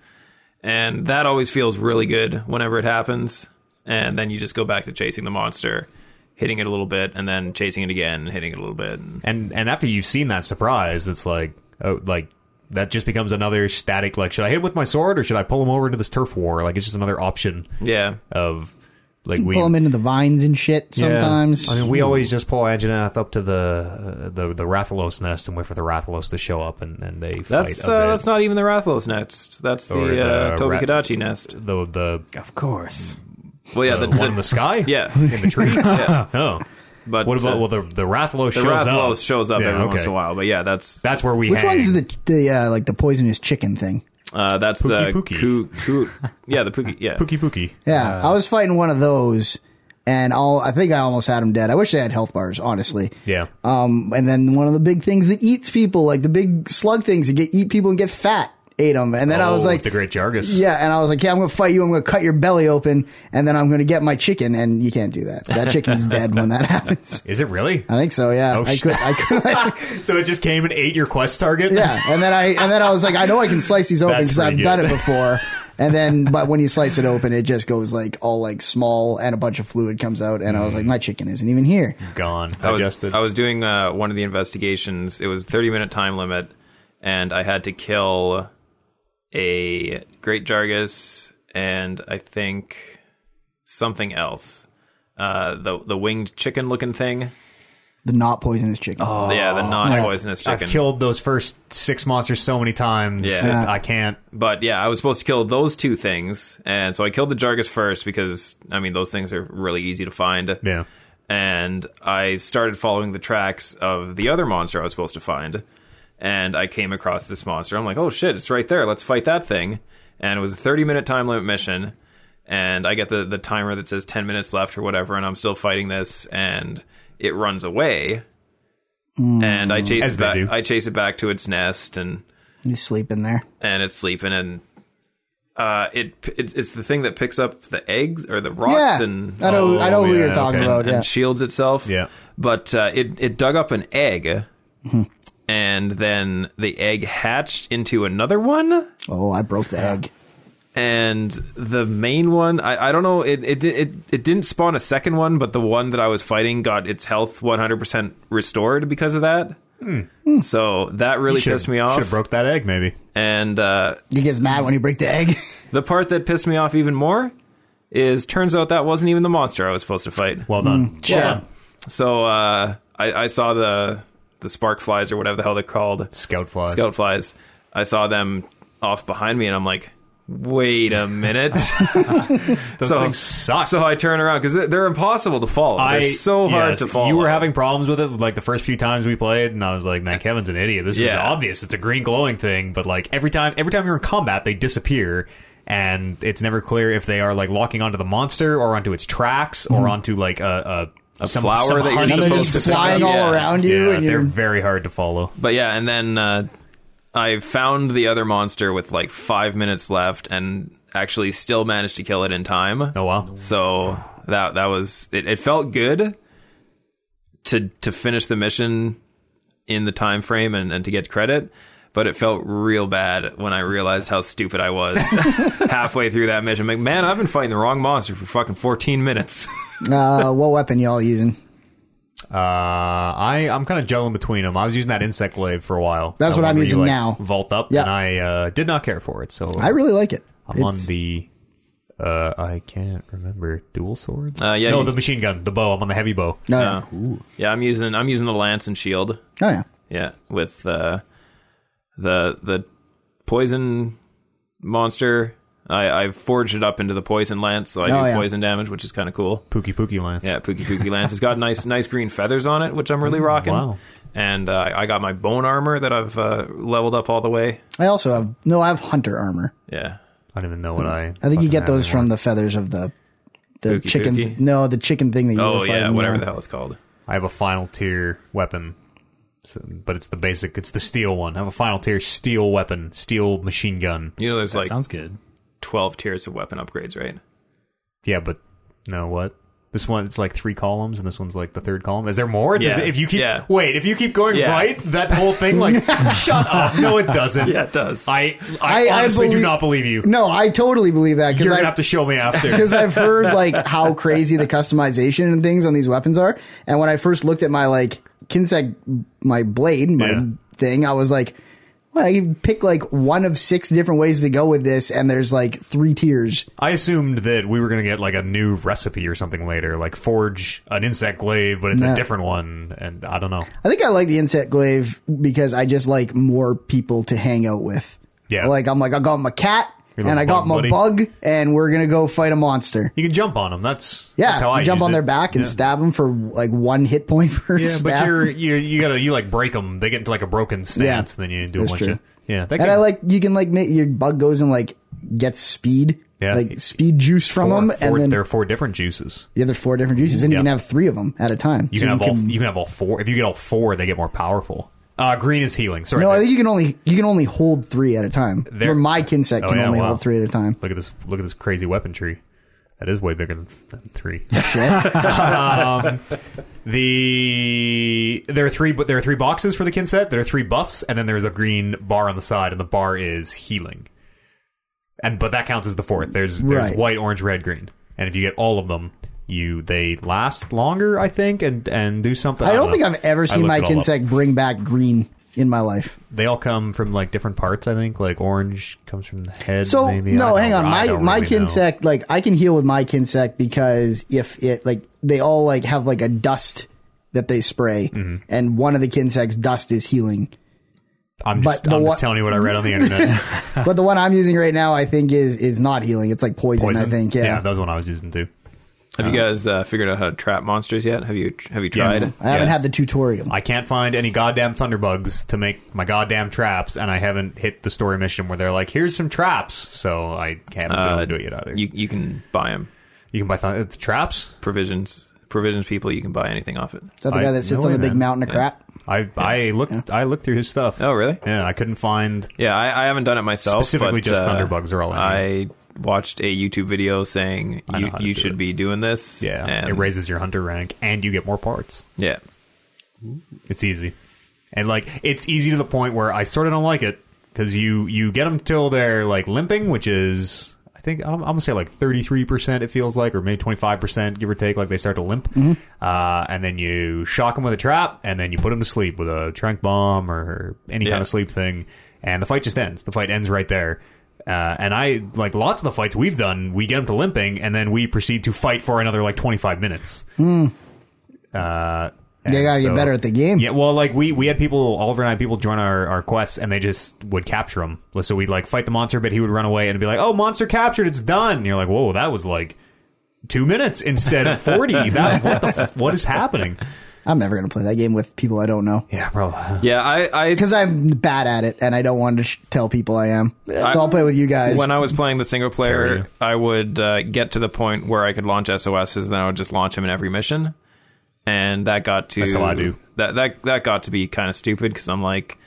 Speaker 4: and that always feels really good whenever it happens. And then you just go back to chasing the monster, hitting it a little bit, and then chasing it again, hitting it a little bit. And
Speaker 1: And and after you've seen that surprise, it's like oh like that just becomes another static like should I hit him with my sword or should I pull him over into this turf war? Like it's just another option
Speaker 4: yeah,
Speaker 1: of Like we
Speaker 2: Pull them into the vines and shit
Speaker 1: Yeah.
Speaker 2: sometimes.
Speaker 1: I mean, we always just pull Anjanath up to the uh, the the Rathalos nest and wait for the Rathalos to show up, and, and they
Speaker 4: That's
Speaker 1: fight. a
Speaker 4: uh,
Speaker 1: bit.
Speaker 4: that's not even the Rathalos nest. That's the,
Speaker 1: Or the
Speaker 4: uh, Toby
Speaker 1: rat-
Speaker 4: Kadachi nest.
Speaker 1: the the
Speaker 3: Of course.
Speaker 4: Well, yeah,
Speaker 1: the
Speaker 4: the,
Speaker 1: one in the
Speaker 4: the-
Speaker 1: sky.
Speaker 4: yeah.
Speaker 1: in the tree. Oh,
Speaker 4: but
Speaker 1: what about
Speaker 4: uh,
Speaker 1: well the the Rathalos
Speaker 4: the
Speaker 1: shows
Speaker 4: Rathalos
Speaker 1: up.
Speaker 4: shows up
Speaker 1: Yeah,
Speaker 4: every
Speaker 1: okay.
Speaker 4: once in a while. But yeah, that's
Speaker 1: That's where we
Speaker 2: Which
Speaker 1: hang.
Speaker 2: one's the the uh, like the poisonous chicken thing?
Speaker 4: uh, that's
Speaker 1: Pookie
Speaker 4: the
Speaker 1: Pookie.
Speaker 4: Coo, coo, yeah the Pookie yeah
Speaker 1: Pookie Pookie?
Speaker 2: Yeah, I was fighting one of those, and all I think I almost had him dead. I wish they had health bars, honestly.
Speaker 1: Yeah.
Speaker 2: Um, and then one of the big things that eats people, like the big slug things that get eat people and get fat, ate them. And then I was
Speaker 1: Oh,
Speaker 2: like,
Speaker 1: the Great Jargus.
Speaker 2: yeah, and I was like, yeah, I'm gonna fight you. I'm gonna cut your belly open, and then I'm gonna get my chicken. And you can't do that. That chicken's dead when that happens.
Speaker 1: Is it really?
Speaker 2: I think so. Yeah,
Speaker 1: Oh,
Speaker 2: I
Speaker 1: shit.
Speaker 2: could. I could.
Speaker 1: So it just came and ate your quest target.
Speaker 2: yeah, and then I and then I was like, I know I can slice these open
Speaker 1: That's
Speaker 2: because I've
Speaker 1: pretty
Speaker 2: done
Speaker 1: good.
Speaker 2: it before. And then, but when you slice it open, it just goes like all like small, and a bunch of fluid comes out. And I was like,
Speaker 1: Mm.
Speaker 2: my chicken isn't even here.
Speaker 1: gone.
Speaker 4: I was,
Speaker 1: Digested.
Speaker 4: I was doing uh, one of the investigations. It was 30 minute time limit, and I had to kill a Great Jargus and I think something else. Uh, the the winged chicken looking thing.
Speaker 2: The not poisonous chicken. Oh,
Speaker 4: yeah, the non poisonous
Speaker 1: I've
Speaker 4: chicken.
Speaker 1: killed those first six monsters so many times
Speaker 4: Yeah.
Speaker 1: that I can't.
Speaker 4: but yeah, I was supposed to kill those two things, and so I killed the Jargus first because I mean those things are really easy to find.
Speaker 1: Yeah.
Speaker 4: and I started following the tracks of the other monster I was supposed to find. And I came across this monster. I'm like, oh shit, it's right there. Let's fight that thing. And it was a 30 minute time limit mission. And I get the, the timer that says 10 minutes left or whatever. And I'm still fighting this. And it runs away. And I chase
Speaker 1: Mm. As
Speaker 4: it
Speaker 1: they
Speaker 4: back.
Speaker 1: do.
Speaker 4: I chase it back to its nest, and
Speaker 2: you sleep in there.
Speaker 4: and it's sleeping. And uh, it, it it's the thing that picks up the eggs or the rocks
Speaker 2: Yeah,
Speaker 4: and
Speaker 2: I know. I know
Speaker 1: Oh,
Speaker 2: what
Speaker 1: yeah,
Speaker 2: you're talking
Speaker 1: okay.
Speaker 2: about.
Speaker 4: and
Speaker 2: Yeah.
Speaker 4: shields itself.
Speaker 1: Yeah.
Speaker 4: But uh, it it dug up an egg, and then the egg hatched into another one,
Speaker 2: Oh, I broke the egg.
Speaker 4: and the main one I, I don't know it it, it it didn't spawn a second one, but the one that I was fighting got its health one hundred percent restored because of that.
Speaker 1: Hmm.
Speaker 4: So that really pissed me
Speaker 1: Should have
Speaker 4: off,
Speaker 1: broke that egg, maybe.
Speaker 4: and uh,
Speaker 2: He gets mad when you break the egg.
Speaker 4: the part that pissed me off even more is turns out that wasn't even the monster I was supposed to fight.
Speaker 1: Well done.
Speaker 2: Mm. yeah.
Speaker 4: So uh, I, I saw the the spark flies or whatever the hell they're called,
Speaker 1: Scout flies.
Speaker 4: scout flies. I saw them off behind me, and I'm like, wait a minminute
Speaker 1: Those
Speaker 4: so,
Speaker 1: things suck.
Speaker 4: so I turn around because they're, they're impossible to follow.
Speaker 1: I,
Speaker 4: they're so hard
Speaker 1: yes,
Speaker 4: to follow.
Speaker 1: You were having problems with it like the first few times we played, and I was like, "Man, Kevin's an idiot. This is
Speaker 4: Yeah.
Speaker 1: obvious. It's a green glowing thing." But like every time, every time you're in combat, they disappear, and it's never clear if they are like locking onto the monster or onto its tracks or onto like a a, some,
Speaker 4: flower
Speaker 1: some
Speaker 4: that you're
Speaker 1: honey
Speaker 2: And
Speaker 4: You're
Speaker 2: they're
Speaker 1: that's
Speaker 4: supposed
Speaker 2: Hmm. just
Speaker 4: to
Speaker 2: flying
Speaker 4: suck.
Speaker 2: all
Speaker 4: Yeah.
Speaker 2: around you,
Speaker 1: Yeah,
Speaker 2: and
Speaker 1: they're
Speaker 2: you're
Speaker 1: very hard to follow.
Speaker 4: But yeah, and then uh, I found the other monster with like five minutes left, and actually still managed to kill it in time.
Speaker 1: Oh wow!
Speaker 4: So that that was it, it felt good to to finish the mission in the time frame and, and to get credit, but it felt real bad when I realized how stupid I was halfway through that mission. Like, man, I've been fighting the wrong monster for fucking fourteen minutes.
Speaker 2: uh, what weapon y'all using?
Speaker 1: Uh, I I'm kind of juggling between them. I was using that insect glaive for a while.
Speaker 2: That's
Speaker 1: That
Speaker 2: what
Speaker 1: one
Speaker 2: I'm
Speaker 1: where you,
Speaker 2: using
Speaker 1: like,
Speaker 2: now.
Speaker 1: Vault up,
Speaker 2: Yeah.
Speaker 1: and I uh, did not care for it. So
Speaker 2: I really like it.
Speaker 1: I'm
Speaker 2: It's-
Speaker 1: on the. Uh, I can't remember dual swords.
Speaker 4: Uh, yeah,
Speaker 1: no,
Speaker 4: you-
Speaker 1: the machine gun, the bow. I'm on the heavy bow.
Speaker 2: oh, yeah.
Speaker 4: Uh, yeah, I'm using I'm using the lance and shield.
Speaker 2: oh yeah.
Speaker 4: Yeah, with uh, the the poison monster. I, I forged it up into the poison lance, so I
Speaker 2: Oh,
Speaker 4: do
Speaker 2: yeah.
Speaker 4: poison damage, which is kind of cool.
Speaker 1: Pookie Pookie Lance.
Speaker 4: Yeah, Pookie Pookie Lance. It's got nice, nice green feathers on it, which I'm really rocking.
Speaker 1: wow.
Speaker 4: And uh, I got my bone armor that I've uh, leveled up all the way.
Speaker 2: I also have no. I have hunter armor.
Speaker 4: Yeah.
Speaker 1: I don't even know what I.
Speaker 2: I think you get those from the feathers of the the
Speaker 4: Pookie
Speaker 2: chicken.
Speaker 4: pookie?
Speaker 2: No, the chicken thing that you were
Speaker 4: Oh yeah,
Speaker 2: fighting,
Speaker 4: whatever
Speaker 2: uh,
Speaker 4: the hell it's called.
Speaker 1: I have a final tier weapon, so, but it's the basic. It's the steel one. I have a final tier steel weapon, steel machine gun.
Speaker 4: You know, there's
Speaker 3: That
Speaker 4: like
Speaker 3: sounds good.
Speaker 4: twelve tiers of weapon upgrades, right?
Speaker 1: Yeah, but no, what? This one, it's like three columns, and this one's like the third column. Is there more? Does
Speaker 4: Yeah.
Speaker 1: it, if you keep
Speaker 4: Yeah.
Speaker 1: wait, if you keep going
Speaker 4: Yeah.
Speaker 1: right, that whole thing, like, shut up. No, it doesn't.
Speaker 4: Yeah, it does.
Speaker 1: I,
Speaker 2: I-
Speaker 1: I,
Speaker 2: I
Speaker 1: honestly do
Speaker 2: believe-
Speaker 1: not believe you.
Speaker 2: No, I totally believe that because
Speaker 1: You're gonna
Speaker 2: I
Speaker 1: have to show me after.
Speaker 2: because I've heard like how crazy the customization and things on these weapons are. And when I first looked at my like Kinsek, my blade, my
Speaker 1: Yeah.
Speaker 2: thing, I was like, What I can pick like one of six different ways to go with this, and there's like three tiers.
Speaker 1: I assumed that we were going to get like a new recipe or something later, like forge an insect glaive, but it's a
Speaker 2: No.
Speaker 1: different one. And I don't know.
Speaker 2: I think I like the insect glaive because I just like more people to hang out with.
Speaker 1: Yeah.
Speaker 2: like I'm like I got my cat
Speaker 1: Your
Speaker 2: and I
Speaker 1: little
Speaker 2: got my
Speaker 1: bug
Speaker 2: bug, and we're gonna go fight a monster.
Speaker 1: You can jump on them. That's
Speaker 2: Yeah,
Speaker 1: That's how I
Speaker 2: you jump
Speaker 1: used
Speaker 2: on
Speaker 1: it.
Speaker 2: their back and stab them for like one hit point per
Speaker 1: Yeah,
Speaker 2: stab.
Speaker 1: but you're you you gotta you like break them. They get into like a broken stance, and then you do a
Speaker 2: that's
Speaker 1: bunch
Speaker 2: true.
Speaker 1: of yeah. That
Speaker 2: and I like you can like make your bug goes and like gets speed,
Speaker 1: Yeah.
Speaker 2: like speed juice from
Speaker 1: four,
Speaker 2: them,
Speaker 1: four-
Speaker 2: and then
Speaker 1: there are four different juices.
Speaker 2: the other four different juices, and you
Speaker 1: Yeah.
Speaker 2: can have three of them at a time.
Speaker 1: You
Speaker 2: So
Speaker 1: can have all you can have all four. If you get all four, they get more powerful. Uh, green is healing. Sorry,
Speaker 2: No, I
Speaker 1: they-
Speaker 2: think you can only you can only hold three at a time.
Speaker 1: There-
Speaker 2: Where my kinset
Speaker 1: Oh,
Speaker 2: can
Speaker 1: yeah,
Speaker 2: only
Speaker 1: wow.
Speaker 2: hold three at a time.
Speaker 1: look at this look at this crazy weapon tree. That is way bigger than, than three.
Speaker 2: Shit.
Speaker 1: the there are three but there are three boxes for the kin set. There are three buffs, and then there's a green bar on the side, and the bar is healing. And but that counts as the fourth. There's there's
Speaker 2: Right.
Speaker 1: white, orange, red, green, and if you get all of them, you they last longer, I think, and and do something.
Speaker 2: I don't
Speaker 1: know.
Speaker 2: think I've
Speaker 1: I
Speaker 2: ever seen
Speaker 1: looked
Speaker 2: my
Speaker 1: it all up.
Speaker 2: kinset bring back green in my life.
Speaker 1: They all come from like different parts. I think like orange comes from the head.
Speaker 2: So
Speaker 1: maybe. I
Speaker 2: no,
Speaker 1: don't-
Speaker 2: hang on.
Speaker 1: I
Speaker 2: My
Speaker 1: don't
Speaker 2: my
Speaker 1: really know.
Speaker 2: kinsect, like I can heal with my kinsect because if it like they all like have like a dust that they spray,
Speaker 1: Mm-hmm.
Speaker 2: and one of the kinsect's dust is healing.
Speaker 1: I'm
Speaker 2: but
Speaker 1: just
Speaker 2: the
Speaker 1: I'm
Speaker 2: wa-
Speaker 1: just telling you what I read on the internet.
Speaker 2: but the one I'm using right now, I think is is not healing. It's like poison.
Speaker 1: Poison.
Speaker 2: I think yeah.
Speaker 1: yeah, that was one I was using too.
Speaker 4: Have you guys uh, figured out how to trap monsters yet? Have you have you
Speaker 1: Uh-huh. Yes.
Speaker 4: tried?
Speaker 2: I haven't
Speaker 4: Yes.
Speaker 2: had the tutorial.
Speaker 1: I can't find any goddamn thunderbugs to make my goddamn traps, and I haven't hit the story mission where they're like, "Here's some traps." So I can't been able
Speaker 4: Uh,
Speaker 1: to do it yet either. You,
Speaker 4: You you can buy them
Speaker 1: can buy thun- it's traps.
Speaker 4: provisions provisions people. You can buy anything off it.
Speaker 2: Is that the
Speaker 1: I-
Speaker 2: guy that sits
Speaker 1: no
Speaker 2: on
Speaker 1: way,
Speaker 2: the big
Speaker 1: man.
Speaker 2: mountain of crap?
Speaker 1: I I looked I looked through his stuff.
Speaker 4: Oh, really?
Speaker 1: Yeah, I couldn't find.
Speaker 4: Yeah, I, I haven't done it myself.
Speaker 1: Specifically
Speaker 4: but,
Speaker 1: just
Speaker 4: uh,
Speaker 1: Thunderbugs are all in
Speaker 4: I watched a YouTube video saying
Speaker 1: I know
Speaker 4: you,
Speaker 1: how to
Speaker 4: you
Speaker 1: do
Speaker 4: should
Speaker 1: it.
Speaker 4: be doing this.
Speaker 1: Yeah,
Speaker 4: and-
Speaker 1: it raises your hunter rank, and you get more parts.
Speaker 4: Yeah,
Speaker 1: It's easy, and like it's easy to the point where I sort of don't like it because you you get them till they're like limping, which is I think I'm, I'm gonna say like 33 percent it feels like, or maybe 25 percent give or take. Like they start to limp, uh, and then you shock them with a trap, and then you put them to sleep with a trank bomb or any
Speaker 4: Yeah.
Speaker 1: kind of sleep thing, and the fight just ends. The fight ends right there. Uh, and I like lots of the fights we've done. We get them to limping, and then we proceed to fight for another like twenty five minutes. Uh,
Speaker 2: They
Speaker 1: and
Speaker 2: gotta get better at the game.
Speaker 1: Yeah, well, like we we had people, Oliver and I, had people join our, our quests, and they just would capture him. So we'd like fight the monster, but he would run away and be like, "Oh, monster captured! It's done." And you're like, "Whoa, that was like two minutes instead of forty. that what the f- what is happening?"
Speaker 2: I'm never gonna play that game with people I don't know
Speaker 1: Yeah, bro.
Speaker 4: yeah. I I
Speaker 2: because I'm bad at it and I don't want to sh- tell people I am. so I'll play with you guys.
Speaker 4: when I was playing the single
Speaker 1: Terraria.
Speaker 4: player, I would uh, get to the point where I could launch SOSs, then I would just launch them in every mission, and that got to
Speaker 1: That's how I do.
Speaker 4: that that that got to be kind of stupid because I'm like,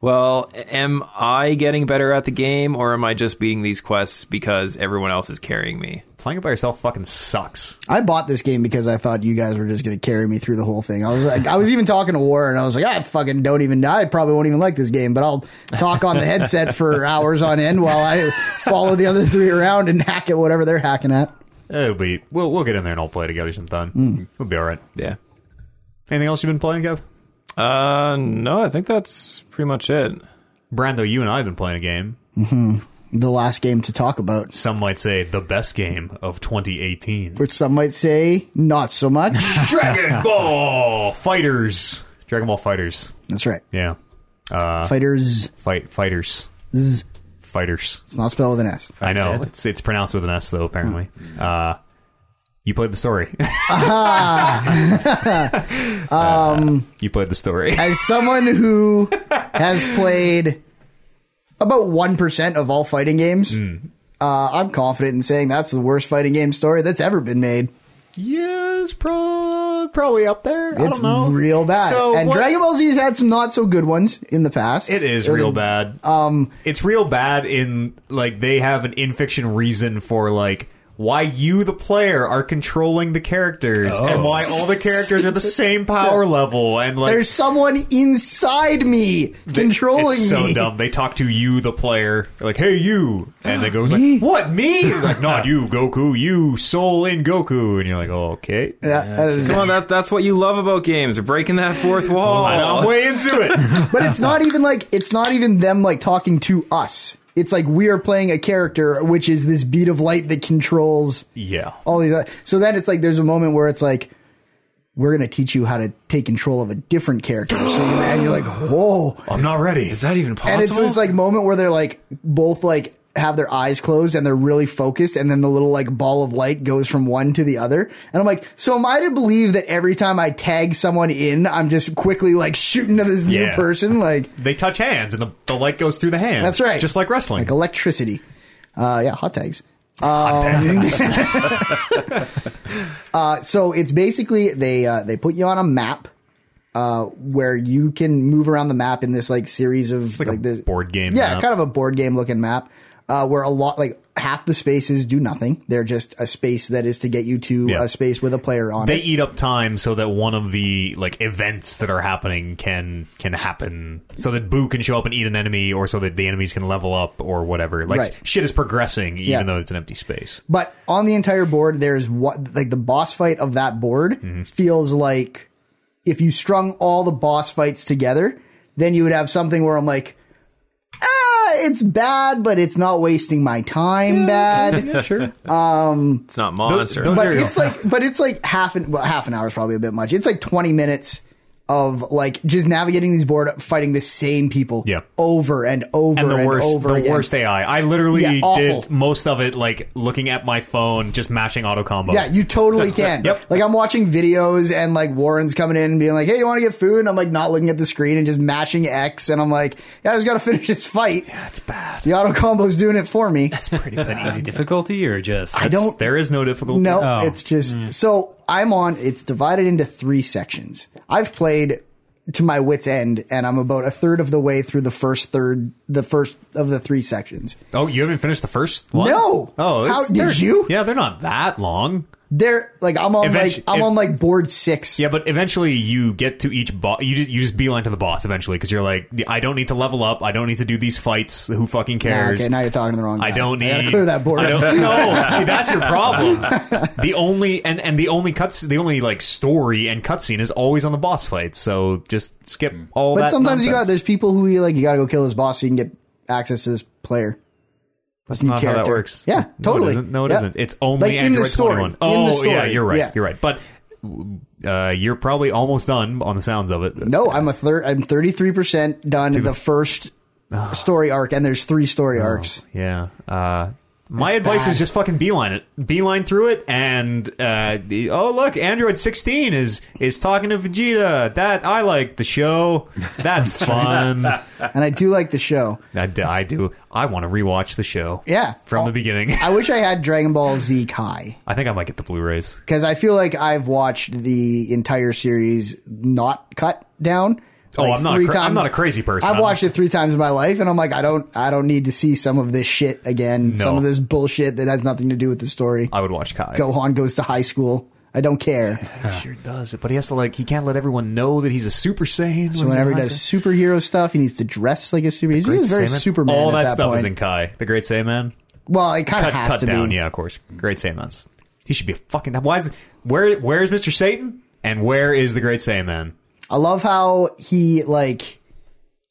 Speaker 4: well, am I getting better at the game, or am I just beating these quests because everyone else is carrying me?
Speaker 1: Playing it by yourself fucking sucks.
Speaker 2: I bought this game because I thought you guys were just going to carry me through the whole thing. I was like, I was even talking to War, and I was like, I fucking don't even. I probably won't even like this game, but I'll talk on the headset for hours on end while I follow the other three around and hack at whatever they're hacking at.
Speaker 1: It'll be we'll we'll get in there and all play together sometime.
Speaker 2: Mm.
Speaker 1: We'll be all right.
Speaker 4: Yeah.
Speaker 1: Anything else you've been playing, Kev?
Speaker 4: Uh, no, I think that's pretty much it.
Speaker 1: Brando, you and I have been playing a game.
Speaker 2: The last game to talk about,
Speaker 1: Some might say the best game of 2018.
Speaker 2: which some might say not so much.
Speaker 1: Dragon Ball Fighters. Dragon Ball Fighters.
Speaker 2: That's right,
Speaker 1: Yeah. Uh.
Speaker 2: fighters.
Speaker 1: Fight fighters.
Speaker 2: Z.
Speaker 1: Fighters.
Speaker 2: It's not spelled with an S.
Speaker 1: I know.
Speaker 3: said.
Speaker 1: It's it's pronounced with an S though, apparently. Uh you played the story. um, you played the story.
Speaker 2: As someone who has played about 1% of all fighting games,
Speaker 1: Hmm.
Speaker 2: uh, I'm confident in saying that's the worst fighting game story that's ever been made.
Speaker 1: yes, pro- probably up there. I
Speaker 2: It's real bad.
Speaker 1: So
Speaker 2: and
Speaker 1: what-
Speaker 2: Dragon Ball Z's had some not so good ones in the past.
Speaker 1: It is
Speaker 2: There was
Speaker 1: real
Speaker 2: a-
Speaker 1: bad. Um, it's real bad in like they have an in fiction reason for like why you, the player, are controlling the characters
Speaker 2: Oh.
Speaker 1: and why all the characters are the same power level and like
Speaker 2: There's someone inside me controlling
Speaker 1: it's so
Speaker 2: me.
Speaker 1: dumb. They talk to you, the player. They're like, "Hey, you," and they goes like, "What me?" He's like, "Not you, Goku. You soul in Goku." And you're like, "Oh, "Okay."
Speaker 2: Yeah, that is-
Speaker 4: Come on, that, that's what you love about games. You're breaking that fourth wall.
Speaker 1: And I'm way into it.
Speaker 2: but it's not even like it's not even them like talking to us. It's like we are playing a character, which is this bead of light that controls
Speaker 1: yeah.
Speaker 2: all these. Other, so then it's like there's a moment where it's like we're gonna teach you how to take control of a different character, so you, and you're like, whoa.
Speaker 1: I'm not ready.
Speaker 4: Is that even possible?
Speaker 2: And it's this like moment where they're like both like have their eyes closed and they're really focused, and then the little like ball of light goes from one to the other. And I'm like, so am I to believe that every time I tag someone in, I'm just quickly like shooting to this new
Speaker 1: Yeah.
Speaker 2: person? Like
Speaker 1: They touch hands, and the, the light goes through the hand.
Speaker 2: that's right,
Speaker 1: Just like wrestling.
Speaker 2: like electricity. Uh, yeah, hot tags. Um, Uh, so it's basically they uh, they put you on a map. Uh, where you can move around the map in this like series of
Speaker 1: like, a
Speaker 2: there's-
Speaker 1: board game.
Speaker 2: Yeah,
Speaker 1: map.
Speaker 2: kind of a board game looking map uh, where a lot, like half the spaces do nothing. They're just a space that is to get you to
Speaker 1: Yeah.
Speaker 2: a space with a player on
Speaker 1: They
Speaker 2: it.
Speaker 1: eat up time so that one of the like events that are happening can can happen, so that Boo can show up and eat an enemy, or so that the enemies can level up or whatever. Like
Speaker 2: Right.
Speaker 1: shit is progressing, even
Speaker 2: Yeah.
Speaker 1: though it's an empty space.
Speaker 2: But on the entire board, there's what, like the boss fight of that board
Speaker 1: Mm-hmm.
Speaker 2: feels like if you strung all the boss fights together, then you would have something where I'm like, ah, it's bad, but it's not wasting my time bad.
Speaker 1: sure.
Speaker 4: it's not monster.
Speaker 1: those-
Speaker 2: but
Speaker 1: Cereal.
Speaker 2: it's like but it's like half an well, half an hour is probably a bit much. It's like twenty minutes of like just navigating these board fighting the same people
Speaker 1: Yeah.
Speaker 2: over and over
Speaker 1: and
Speaker 2: and,
Speaker 1: the worst,
Speaker 2: over
Speaker 1: the
Speaker 2: again.
Speaker 1: worst AI. I literally
Speaker 2: Yeah, awful.
Speaker 1: did most of it like looking at my phone, just mashing auto combo.
Speaker 2: yeah, you totally can.
Speaker 1: Yep.
Speaker 2: Like I'm watching videos and like Warren's coming in and being like, "Hey, you want to get food?" And I'm like not looking at the screen and just mashing X and I'm like, "Yeah, I just got to finish this fight."
Speaker 1: that's bad.
Speaker 2: The auto combo's doing it for me.
Speaker 3: Is that easy difficulty or just?
Speaker 2: I don't
Speaker 1: There is no difficulty.
Speaker 2: No,
Speaker 3: Oh.
Speaker 2: it's just
Speaker 1: Mm.
Speaker 2: so I'm on. It's divided into three sections. I've played to my wits end, and I'm about a third of the way through the first third, the first of the three sections.
Speaker 1: Oh, you haven't finished the first one.
Speaker 2: No.
Speaker 1: Oh,
Speaker 2: How
Speaker 1: it's-
Speaker 2: did
Speaker 1: they're-
Speaker 2: you?
Speaker 1: Yeah, they're not that long.
Speaker 2: They're like I'm on
Speaker 1: Eventu-
Speaker 2: like I'm
Speaker 1: if-
Speaker 2: on like board six.
Speaker 1: Yeah, but eventually you get to each boss. You just you just beeline to the boss eventually because you're like, I don't need to level up. I don't need to do these fights. Who fucking
Speaker 2: Ah,
Speaker 1: cares?
Speaker 2: okay, now you're talking to the wrong. Guy.
Speaker 1: I don't need
Speaker 2: gotta clear that board.
Speaker 1: I don't, no, see that's your problem. The only and and the only cuts, the only like story and cutscene is always on the boss fight. So just skip all.
Speaker 2: But
Speaker 1: that
Speaker 2: sometimes you got
Speaker 1: nonsense.
Speaker 2: there's people who you like you got to go kill this boss so you can get access to this player. That's
Speaker 1: not how that works.
Speaker 2: Yeah, totally.
Speaker 1: No, it isn't. No, it
Speaker 2: Yeah.
Speaker 1: not It's only
Speaker 2: Like, in the
Speaker 1: Android
Speaker 2: story.
Speaker 1: 21.
Speaker 2: In the
Speaker 1: Oh, yeah,
Speaker 2: story.
Speaker 1: you're right.
Speaker 2: Yeah.
Speaker 1: You're right. But uh, you're probably almost done on the sounds of it.
Speaker 2: No, I'm a third. I'm 33 percent done the, first story arc, and there's three story arcs.
Speaker 1: Yeah. Uh, my advice
Speaker 2: bad.
Speaker 1: is just fucking beeline it, beeline through it, and uh, the- oh look, Android 16 is is talking to Vegeta. That I like the show. That's fun. I,
Speaker 2: and I do like the show.
Speaker 1: d- I do. I want to rewatch the show.
Speaker 2: Yeah.
Speaker 1: from
Speaker 2: Oh.
Speaker 1: the beginning.
Speaker 2: I wish I had Dragon Ball Z Kai
Speaker 1: I think I might get the Blu-rays.
Speaker 2: because I feel like I've watched the entire series not cut down.
Speaker 1: Oh,
Speaker 2: like
Speaker 1: I'm not a
Speaker 2: three
Speaker 1: cra- I'm not a crazy person.
Speaker 2: I've
Speaker 1: I'm-
Speaker 2: watched it three times in my life, and I'm like, I don't, I don't need to see some of this shit again. Some of this bullshit that has nothing to do with the story.
Speaker 1: I would watch Kai.
Speaker 2: Gohan goes to high school. I don't care.
Speaker 1: He sure does. But he has to like he can't let everyone know that he's a Super Saiyan.
Speaker 2: So whenever he does superhero stuff, he needs to dress like a superhero. He's very Superman.
Speaker 1: All
Speaker 2: at
Speaker 1: that,
Speaker 2: that
Speaker 1: stuff
Speaker 2: point.
Speaker 1: is in Kai. The Great Saiyan.
Speaker 2: Well, it kind of
Speaker 1: Cut,
Speaker 2: has
Speaker 1: cut
Speaker 2: to
Speaker 1: down.
Speaker 2: be.
Speaker 1: Yeah, of course. Great Saiyan's. He should be a fucking. Why is where? Where is Mister Satan? And where is the Great Saiyan?
Speaker 2: I love how he like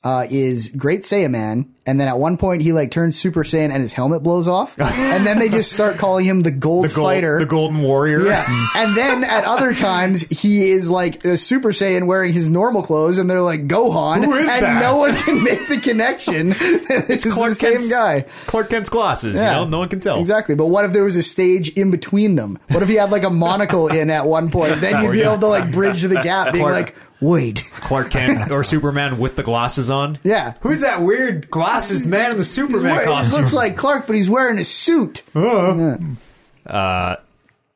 Speaker 2: uh, is Great Saiyaman, and then at one point he like turns Super Saiyan and his helmet blows off, and then they just start calling him the Gold
Speaker 1: The gold,
Speaker 2: Fighter.
Speaker 1: the Golden Warrior.
Speaker 2: yeah, and then at other times he is like a Super Saiyan wearing his normal clothes, and they're like Gohan,
Speaker 1: Who is
Speaker 2: and
Speaker 1: that?
Speaker 2: no one can make the connection. it's the same
Speaker 1: Kent's-
Speaker 2: guy.
Speaker 1: Clark Kent's glasses.
Speaker 2: Yeah.
Speaker 1: You know, no one can tell.
Speaker 2: Exactly. But what if there was a stage in between them? What if he had like a monocle in at one point? Then you'd be able to like bridge the gap, being
Speaker 1: Oh, Clark-
Speaker 2: like, wait.
Speaker 1: Clark Kent or Superman with the glasses on.
Speaker 2: Yeah.
Speaker 1: Who's that weird glasses man in the Superman
Speaker 2: Right, He
Speaker 1: costume?
Speaker 2: looks like Clark, but he's wearing a suit.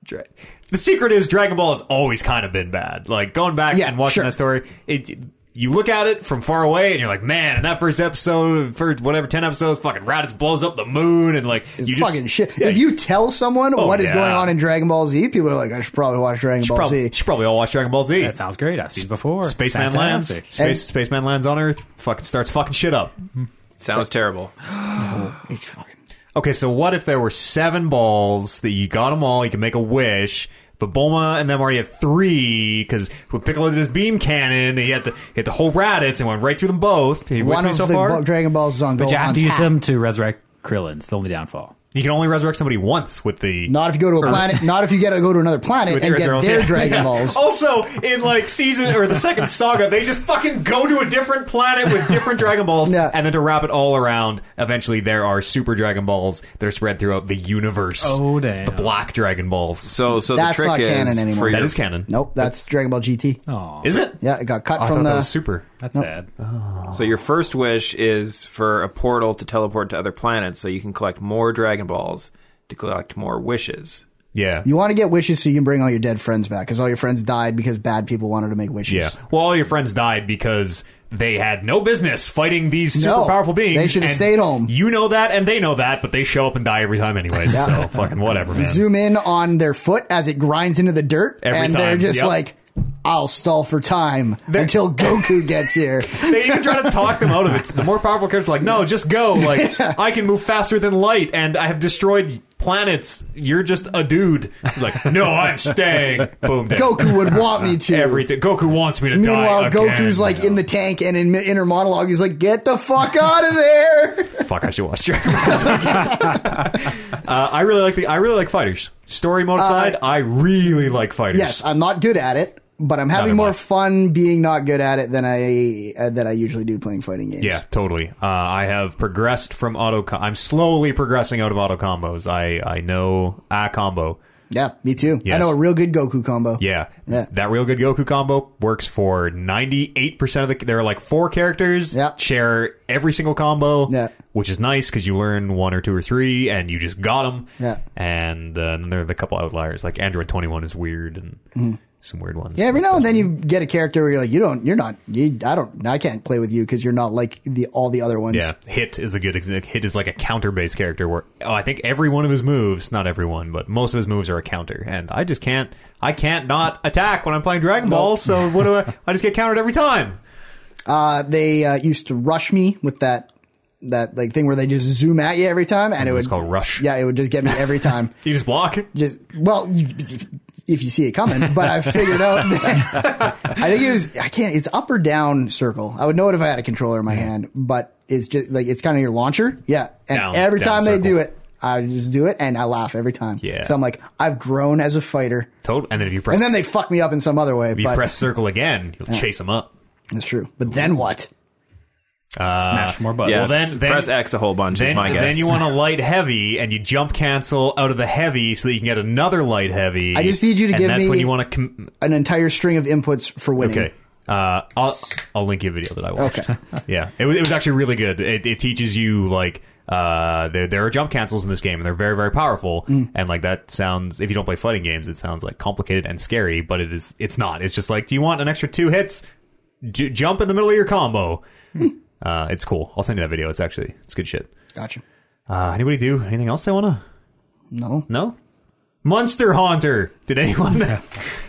Speaker 1: Dra- the secret is Dragon Ball has always kind of been bad. Like going back
Speaker 2: Yeah,
Speaker 1: and watching
Speaker 2: sure.
Speaker 1: that story, it you look at it from far away and you're like, man, in that first episode, first whatever ten episodes, fucking Raditz blows up the moon and like
Speaker 2: It's
Speaker 1: you just
Speaker 2: fucking shit.
Speaker 1: Yeah,
Speaker 2: if you tell someone
Speaker 1: Oh,
Speaker 2: what is
Speaker 1: yeah.
Speaker 2: going on in Dragon Ball Z, people are like, I should probably watch Dragon
Speaker 1: should
Speaker 2: Ball
Speaker 1: probably,
Speaker 2: Z.
Speaker 1: should probably all watch Dragon Ball Z.
Speaker 3: That sounds great. I've seen before.
Speaker 1: Spaceman lands.
Speaker 3: Fantastic.
Speaker 1: Space,
Speaker 2: And-
Speaker 1: Spaceman lands on Earth. Fucking starts fucking shit up.
Speaker 4: Sounds terrible.
Speaker 2: It's fucking-
Speaker 1: Okay, so what if there were seven balls that you got them all? You can make a wish, but Bulma and them already had three because when Piccolo did his beam cannon, he had the he had the whole Raditz and went right through them both. He went
Speaker 2: One
Speaker 1: through
Speaker 2: of
Speaker 1: so
Speaker 2: the
Speaker 1: far.
Speaker 2: Bo- Dragon Balls is on
Speaker 3: But you have
Speaker 2: Gohan's
Speaker 3: to use
Speaker 2: hat.
Speaker 3: them to resurrect Krillin. It's the only downfall.
Speaker 1: you can only resurrect somebody once with the
Speaker 2: Not if you go to a planet. Not if you get to go to another planet
Speaker 1: with
Speaker 2: and
Speaker 1: the
Speaker 2: get
Speaker 1: Earth Girls.
Speaker 2: their
Speaker 1: Yeah.
Speaker 2: Dragon
Speaker 1: Yes.
Speaker 2: Balls.
Speaker 1: Also, in like season or the second saga, they just fucking go to a different planet with different Dragon Balls,
Speaker 2: Yeah.
Speaker 1: and then to wrap it all around, eventually there are Super Dragon Balls that are spread throughout the universe.
Speaker 3: Oh, damn.
Speaker 1: The Black Dragon Balls.
Speaker 4: So, so
Speaker 2: That's
Speaker 4: the trick
Speaker 2: not
Speaker 4: is
Speaker 2: canon anymore.
Speaker 4: for
Speaker 2: That
Speaker 1: That
Speaker 4: your-
Speaker 1: is canon.
Speaker 2: Nope, that's, Dragon Ball GT.
Speaker 3: Oh,
Speaker 1: Is it?
Speaker 2: Yeah, it got cut
Speaker 1: I
Speaker 2: from
Speaker 1: thought that
Speaker 2: the.
Speaker 1: was Super.
Speaker 3: that's sad.
Speaker 1: Uh-huh.
Speaker 4: So your first wish is for a portal to teleport to other planets, so you can collect more Dragon Balls to collect more wishes.
Speaker 1: Yeah.
Speaker 2: You want to get wishes so you can bring all your dead friends back because all your friends died because bad people wanted to make wishes.
Speaker 1: Yeah. Well, all your friends died because they had no business fighting these super
Speaker 2: No.
Speaker 1: powerful beings.
Speaker 2: They should have
Speaker 1: and
Speaker 2: stayed home.
Speaker 1: You know that, and they know that, but they show up and die every time anyway. So fucking whatever, man.
Speaker 2: Zoom in on their foot as it grinds into the dirt,
Speaker 1: Every
Speaker 2: and they're
Speaker 1: time,
Speaker 2: just
Speaker 1: yep.
Speaker 2: like, "I'll stall for time until Goku gets here."
Speaker 1: they even try to talk them out of it. The more powerful characters are like, no, just go. Like, I can move faster than light, and I have destroyed planets. You're just a dude. Like, no, I'm staying. Boom. dead.
Speaker 2: Goku would want me to.
Speaker 1: Everything. Goku wants me to die.
Speaker 2: Meanwhile,
Speaker 1: again.
Speaker 2: Goku's like in the tank and in mi- inner monologue, he's like, "Get the fuck out of there!"
Speaker 1: fuck. I should watch Dragon Ball. Z again. uh, I really like the. I really like fighters. Story mode aside, I really like fighters.
Speaker 2: yes, I'm not good at it, but I'm
Speaker 1: Neither
Speaker 2: having
Speaker 1: am I.
Speaker 2: more fun being not good at it than I uh, than I usually do playing fighting games.
Speaker 1: Yeah, totally. Uh, I have progressed from auto. Com- I'm slowly progressing out of auto combos. I I know a combo.
Speaker 2: yeah, me too. I
Speaker 1: Yes.
Speaker 2: know a real good Goku combo.
Speaker 1: Yeah.
Speaker 2: Yeah.
Speaker 1: That real good Goku combo works for 98% of the there are like four characters
Speaker 2: Yeah.
Speaker 1: share every single combo,
Speaker 2: Yeah.
Speaker 1: which is nice cuz you learn one or two or three and you just got them.
Speaker 2: Yeah.
Speaker 1: And uh, then there are the couple outliers like Android 21 is weird and some weird ones.
Speaker 2: Mm-hmm.
Speaker 1: uh,
Speaker 2: Yeah, every now and then you get a character where you're like, you don't, you're not, you, I don't, I can't play with you because you're not like the all the other ones.
Speaker 1: Yeah, Hit is a good example. Hit is like a counter based character where oh, I think every one of his moves, not everyone, but most of his moves are a counter. And I just can't, I can't not attack when I'm playing Dragon Ball. So what do I? I just get countered every time.
Speaker 2: Uh, they uh, used to rush me with that that like thing where they just zoom at you every time, and it
Speaker 1: It's
Speaker 2: would
Speaker 1: called rush.
Speaker 2: yeah, it would just get me every time.
Speaker 1: You just block.
Speaker 2: just well, you, if you see it coming, but I figured out. that- I think it was I can't. It's up or down circle. I would know it if I had a controller in my hand, but it's just like it's kind of your launcher. Yeah, and
Speaker 1: Down-
Speaker 2: every
Speaker 1: down
Speaker 2: time
Speaker 1: circle.
Speaker 2: they do it. I just do it and I laugh every time.
Speaker 1: Yeah.
Speaker 2: So I'm like, I've grown as a fighter.
Speaker 1: Total. And then if you press,
Speaker 2: And then they fuck me up in some other way.
Speaker 1: if you
Speaker 2: But
Speaker 1: press circle again, you'll chase them up.
Speaker 2: that's true. But then what?
Speaker 3: Smash more
Speaker 4: Yes.
Speaker 3: buttons.
Speaker 1: then- then-
Speaker 4: press X a whole bunch is
Speaker 1: Uh, Then,
Speaker 4: my guess.
Speaker 1: then you want to light heavy, and you jump cancel out of the heavy so that you can get another light heavy.
Speaker 2: I just need you to
Speaker 1: and
Speaker 2: give
Speaker 1: that's
Speaker 2: me-
Speaker 1: when you want to. Com-
Speaker 2: An entire string of inputs for winning.
Speaker 1: okay. Uh, I'll I'll link you a video that I watched.
Speaker 2: Okay.
Speaker 1: yeah, it was it was actually really good. It, it teaches you like uh there there are jump cancels in this game and they're very very powerful and like that sounds if you don't play fighting games it sounds like complicated and scary but it is it's not. It's just like do you want an extra two hits? J- jump in the middle of your combo. uh, it's cool. I'll send you that video. It's actually it's good shit.
Speaker 2: Gotcha.
Speaker 1: Uh, anybody do anything else they want to?
Speaker 2: No.
Speaker 1: No. Monster Haunter. Did anyone? Does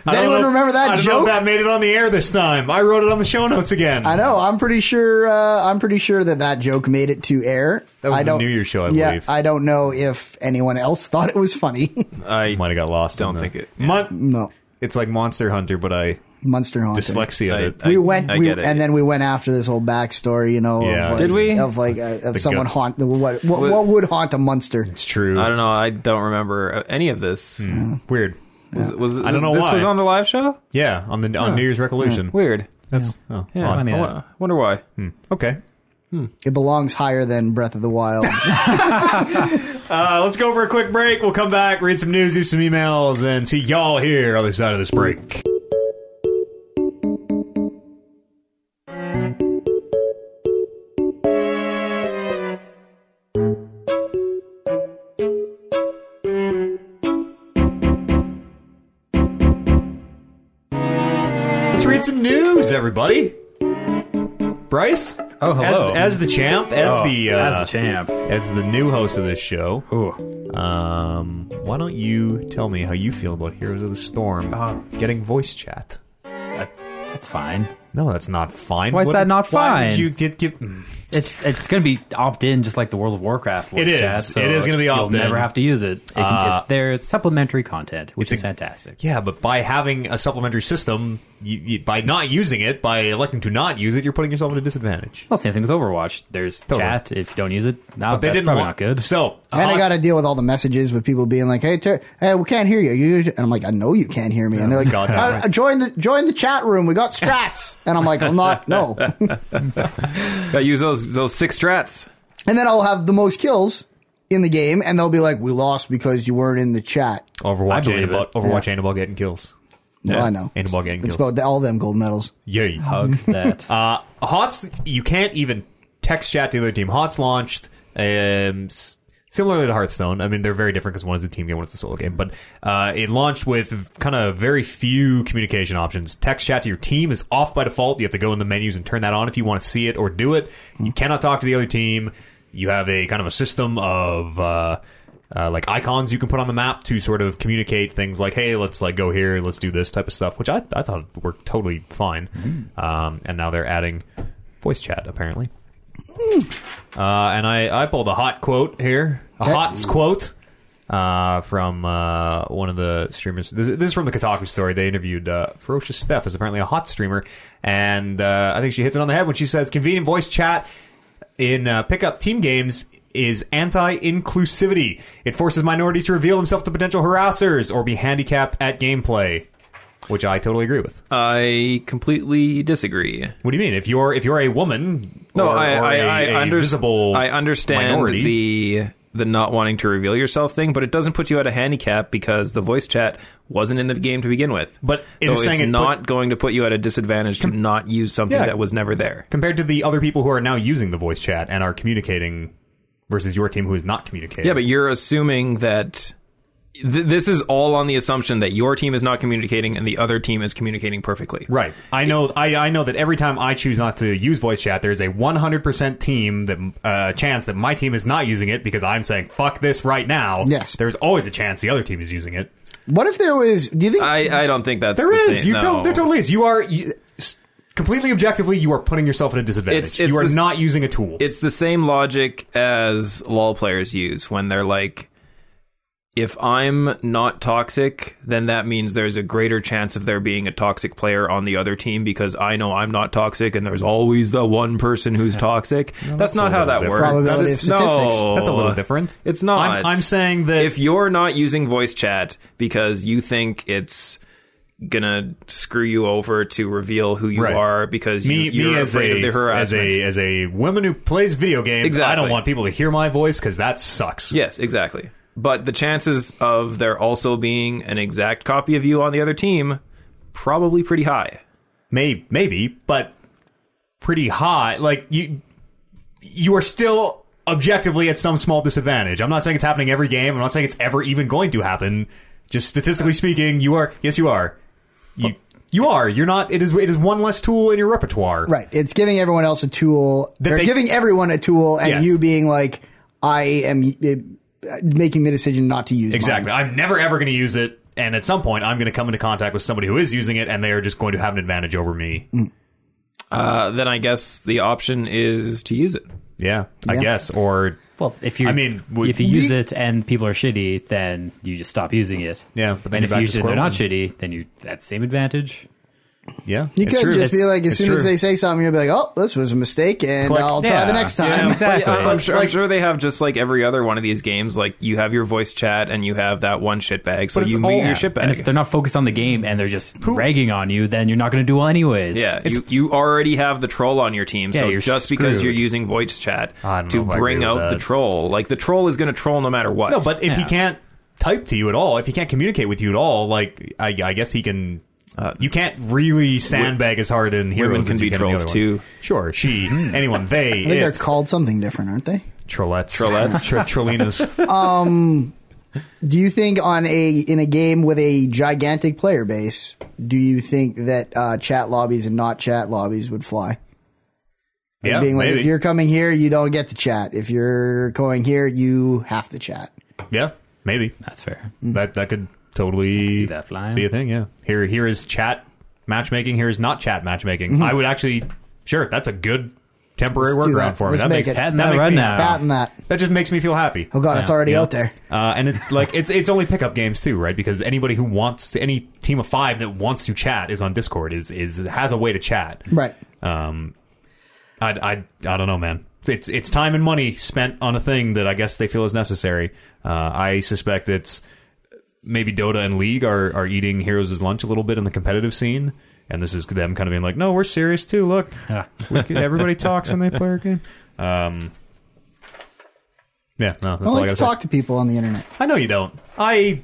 Speaker 2: anyone remember that
Speaker 1: I don't know
Speaker 2: joke?
Speaker 1: if that made it on the air this time. I wrote it on the show notes again.
Speaker 2: I know. I'm pretty sure. Uh, I'm pretty sure that that joke made it to air.
Speaker 1: That was
Speaker 2: I
Speaker 1: the
Speaker 2: don't,
Speaker 1: New Year's show, I
Speaker 2: yeah,
Speaker 1: believe.
Speaker 2: I don't know if anyone else thought it was funny.
Speaker 4: I
Speaker 1: Might have got lost. in
Speaker 4: Don't
Speaker 1: the-
Speaker 4: think it-
Speaker 1: Mon-
Speaker 2: no,
Speaker 1: It's like Monster Hunter, but I
Speaker 2: Munster Haunter.
Speaker 1: dyslexia.
Speaker 4: I-
Speaker 1: it.
Speaker 4: I-
Speaker 2: we went,
Speaker 4: I
Speaker 2: we,
Speaker 4: get it.
Speaker 2: and then we went after this whole backstory. You know,
Speaker 1: Yeah.
Speaker 2: of like,
Speaker 1: Did
Speaker 4: we?
Speaker 2: Of like uh, of
Speaker 1: The
Speaker 2: someone
Speaker 1: gut-
Speaker 2: haunt the what, what? What would haunt a monster?
Speaker 1: it's true.
Speaker 4: I don't know. I don't remember uh, any of this.
Speaker 1: Weird.
Speaker 4: Was, was
Speaker 1: Hmm. I don't know
Speaker 4: this
Speaker 1: why.
Speaker 4: was on the live show.
Speaker 1: Yeah, on the on New Year's recollection.
Speaker 2: Hmm.
Speaker 4: Weird.
Speaker 1: That's oh,
Speaker 3: Yeah,
Speaker 1: odd. Hmm.
Speaker 3: funny
Speaker 4: I
Speaker 3: that.
Speaker 4: wa- wonder why.
Speaker 1: okay.
Speaker 2: It belongs higher than Breath of the Wild.
Speaker 1: Uh, let's go for a quick break. We'll come back, read some news, do some emails, and see y'all here other side of this break. Let's read some news, everybody. Bryce.
Speaker 3: Oh, hello.
Speaker 1: As, as the champ, as
Speaker 3: Oh,
Speaker 1: the uh,
Speaker 3: as the champ.
Speaker 1: as the new host of this show.
Speaker 3: Ooh.
Speaker 1: Um, why don't you tell me how you feel about Heroes of the Storm
Speaker 3: Uh,
Speaker 1: getting voice chat?
Speaker 3: That, that's fine.
Speaker 1: No, that's not fine.
Speaker 3: Why is that not
Speaker 1: why would
Speaker 3: fine?
Speaker 1: you mm, did give?
Speaker 3: It's it's going to be opt in, just like the World of Warcraft. voice
Speaker 1: It is.
Speaker 3: chat, so
Speaker 1: It is gonna be opt-in.
Speaker 3: You'll never have to use it. it can,
Speaker 1: Uh,
Speaker 3: it's there. It's supplementary content, which
Speaker 1: it's
Speaker 3: is
Speaker 1: a-
Speaker 3: fantastic.
Speaker 1: Yeah, but by having a supplementary system, you, you, by not using it, by electing to not use it, you're putting yourself at a disadvantage.
Speaker 3: Well, same thing with Overwatch. There's
Speaker 1: Totally.
Speaker 3: chat. If you don't use it, no,
Speaker 1: But they
Speaker 3: that's
Speaker 1: didn't
Speaker 3: probably
Speaker 1: want
Speaker 3: not good.
Speaker 1: So
Speaker 2: And I
Speaker 1: hot-
Speaker 2: got to deal with all the messages with people being like, "Hey, ter- hey, we can't hear you." you." And I'm like, "I know you can't hear me." And they're like,
Speaker 1: Oh, God.
Speaker 2: "Uh, "Join the join the chat room. We got strats." And I'm like, "I'm not no."
Speaker 4: Gotta use those those six strats.
Speaker 2: and then I'll have the most kills in the game, and they'll be like, "We lost because you weren't in the chat."
Speaker 3: I
Speaker 1: Overwatch
Speaker 3: believe
Speaker 1: ain't about
Speaker 3: it.
Speaker 1: Overwatch ain't about getting kills.
Speaker 2: No,
Speaker 4: Yeah.
Speaker 2: I know.
Speaker 1: Ain't about getting
Speaker 2: It's
Speaker 1: kills.
Speaker 2: about all them gold medals.
Speaker 1: Yay.
Speaker 3: Hug that.
Speaker 1: Uh, Hots, you can't even text chat to the other team. Hots launched um, s- similarly to Hearthstone. I mean, they're very different because one is a team game, one is a solo game. But uh, it launched with kind of very few communication options. Text chat to your team is off by default. You have to go in the menus and turn that on if you want to see it or do it. You cannot talk to the other team. You have a kind of a system of. Uh, uh, like icons you can put on the map to sort of communicate things like hey let's like go here let's do this type of stuff which i, I thought worked totally fine um, and now they're adding voice chat apparently uh, and I, I pulled a hot quote here a
Speaker 2: Okay.
Speaker 1: hots quote uh, from uh, one of the streamers. This, this is from the Kotaku story. They interviewed uh, Ferocious Steph, is apparently a hot streamer, and uh, I think she hits it on the head when she says convenient voice chat in uh, pickup team games is anti-inclusivity. It forces minorities to reveal themselves to potential harassers or be handicapped at gameplay, which I totally agree with.
Speaker 4: Uh, I completely disagree.
Speaker 1: What do you mean? If you're if you're a woman,
Speaker 4: No,
Speaker 1: or,
Speaker 4: I
Speaker 1: or
Speaker 4: I
Speaker 1: a-
Speaker 4: I
Speaker 1: a
Speaker 4: under-
Speaker 1: visible
Speaker 4: I understand
Speaker 1: minority,
Speaker 4: the the not wanting to reveal yourself thing, but it doesn't put you at a handicap because the voice chat wasn't in the game to begin with.
Speaker 1: But it
Speaker 4: so
Speaker 1: is
Speaker 4: it's
Speaker 1: saying it put-
Speaker 4: not going to put you at a disadvantage to not use something
Speaker 1: Yeah.
Speaker 4: that was never there.
Speaker 1: compared to the other people who are now using the voice chat and are communicating versus your team who is not communicating.
Speaker 4: Yeah, but you're assuming that th- this is all on the assumption that your team is not communicating and the other team is communicating perfectly.
Speaker 1: right. I know. I, I know that every time I choose not to use voice chat, there's a 100% team that uh, chance that my team is not using it because I'm saying fuck this right now.
Speaker 2: Yes.
Speaker 1: There's always a chance the other team is using it.
Speaker 2: What if there was? Do you think
Speaker 4: I, I don't think that's
Speaker 1: There
Speaker 4: the
Speaker 1: is.
Speaker 4: Same,
Speaker 1: You
Speaker 4: no.
Speaker 1: to- there totally is. You are you, s- completely objectively. You are putting yourself at a disadvantage.
Speaker 4: It's- it's
Speaker 1: you are
Speaker 4: this-
Speaker 1: not using a tool.
Speaker 4: it's the same logic as lol players use when they're like if i'm not toxic then that means there's a greater chance of there being a toxic player on the other team because i know i'm not toxic and there's always the one person who's toxic that's,
Speaker 1: a
Speaker 4: not how
Speaker 1: little
Speaker 4: that
Speaker 1: different.
Speaker 4: works
Speaker 2: Probability of
Speaker 4: That's-
Speaker 2: statistics.
Speaker 4: no.
Speaker 1: That's a little different.
Speaker 4: it's not
Speaker 1: I'm, I'm saying that
Speaker 4: if you're not using voice chat because you think it's gonna screw you over to reveal who you
Speaker 1: Right.
Speaker 4: are because you, you're afraid of the
Speaker 1: as
Speaker 4: harassment
Speaker 1: a as a woman who plays video games. I don't
Speaker 4: Exactly.
Speaker 1: want people to hear my voice because that sucks.
Speaker 4: Yes, exactly. But the chances of there also being an exact copy of you on the other team probably pretty high.
Speaker 1: May, maybe, but pretty high. Like you, you are still objectively at some small disadvantage. I'm not saying it's happening every game. I'm not saying it's ever even going to happen. Just statistically speaking, you are. Yes, you are. You you are. You're not. It is. It is one less tool in your repertoire.
Speaker 2: Right. It's giving everyone else a tool.
Speaker 1: That
Speaker 2: They're
Speaker 1: they-
Speaker 2: giving everyone a tool, and
Speaker 1: Yes.
Speaker 2: you being like, I am uh, making the decision not to use
Speaker 1: Exactly.
Speaker 2: mine.
Speaker 1: I'm never ever going to use it, and at some point, I'm going to come into contact with somebody who is using it, and they are just going to have an advantage over me.
Speaker 2: Mm.
Speaker 4: Uh, then I guess the option is to use it.
Speaker 1: Yeah, I
Speaker 2: Yeah.
Speaker 1: guess. Or
Speaker 3: well, if you,
Speaker 1: I mean, we-
Speaker 3: if you use it and people are shitty, then you just stop using it.
Speaker 1: Yeah, but then you're
Speaker 3: and if
Speaker 1: back
Speaker 3: you
Speaker 1: to
Speaker 3: use it and
Speaker 1: square
Speaker 3: they're not
Speaker 1: one.
Speaker 3: shitty, then you that same advantage.
Speaker 1: yeah,
Speaker 2: You
Speaker 1: it's
Speaker 2: could
Speaker 1: true.
Speaker 2: just be
Speaker 1: It's-
Speaker 2: like, as
Speaker 1: it's
Speaker 2: soon
Speaker 1: true.
Speaker 2: as they say something, you'll be like, oh, this was a mistake, and
Speaker 1: Click.
Speaker 2: I'll try
Speaker 3: Yeah.
Speaker 2: the next time.
Speaker 3: Yeah. Exactly.
Speaker 4: But I'm, sure, I'm
Speaker 1: Like-
Speaker 4: sure they have just like every other one of these games. Like you have your voice chat and you have that one shitbag, so
Speaker 1: But it's
Speaker 4: you
Speaker 1: all-
Speaker 4: meet your
Speaker 1: Yeah.
Speaker 4: shitbag.
Speaker 3: And if they're not focused on the game and they're just ragging on you, then you're not going to do well anyways.
Speaker 4: Yeah, you, you already have the troll on your team, so
Speaker 3: you're
Speaker 4: just because you're
Speaker 3: screwed.
Speaker 4: using voice chat
Speaker 1: I don't know
Speaker 4: to
Speaker 1: if I
Speaker 4: bring
Speaker 1: agree with
Speaker 4: out the
Speaker 1: that.
Speaker 4: troll, like the troll is going to troll no matter what.
Speaker 1: no, but if he
Speaker 3: Yeah.
Speaker 1: can't type to you at all, if he can't communicate with you at all, like I, I guess he can.
Speaker 2: Uh,
Speaker 1: you can't really sandbag as hard in heroes.
Speaker 4: can
Speaker 1: as you
Speaker 4: be
Speaker 1: in the
Speaker 4: trolls,
Speaker 1: other ones.
Speaker 4: too.
Speaker 1: Sure, she, anyone, they,
Speaker 2: Hmm. I think they're
Speaker 1: it's-
Speaker 2: called something different, aren't they?
Speaker 1: trollettes,
Speaker 4: Trollettes.
Speaker 1: Tr- trollinas.
Speaker 2: Do you think on a in a game with a gigantic player base, do you think that uh, chat lobbies and not chat lobbies would fly? And
Speaker 1: Yeah,
Speaker 2: being like,
Speaker 1: maybe.
Speaker 2: if you're coming here, you don't get to chat. If you're going here, you have to chat.
Speaker 1: Yeah, maybe
Speaker 3: That's fair.
Speaker 2: Hmm.
Speaker 1: that that could totally
Speaker 3: see that flying.
Speaker 1: be a thing. Yeah, here here is chat matchmaking. Here is not chat matchmaking. I would actually sure that's a good temporary
Speaker 2: Hmm. Let's do
Speaker 1: workaround
Speaker 2: that.
Speaker 1: for me.
Speaker 2: Let's
Speaker 1: That
Speaker 2: make
Speaker 1: makes
Speaker 2: it.
Speaker 3: Patent
Speaker 1: that
Speaker 3: that
Speaker 1: makes
Speaker 3: right
Speaker 1: me-
Speaker 3: now.
Speaker 2: Patent that.
Speaker 1: that just makes me feel happy.
Speaker 2: Oh god,
Speaker 3: Yeah,
Speaker 2: it's already
Speaker 3: yeah.
Speaker 2: out there.
Speaker 1: Uh, and it's like it's it's only pickup games too, right? Because anybody who wants any team of five that wants to chat is on Discord. Is is has a way to chat.
Speaker 2: Right.
Speaker 1: Um, I I I don't know, man. It's it's time and money spent on a thing that I guess they feel is necessary. Uh, I suspect it's maybe Dota and League are are eating Heroes' lunch a little bit in the competitive scene, and this is them kind of being like, no, we're serious too. Look, we can- everybody talks when they play our game. Um, yeah, no, that's
Speaker 2: I
Speaker 1: all I
Speaker 2: like
Speaker 1: gotta
Speaker 2: to
Speaker 1: say.
Speaker 2: talk to people on the internet.
Speaker 1: I know you don't. I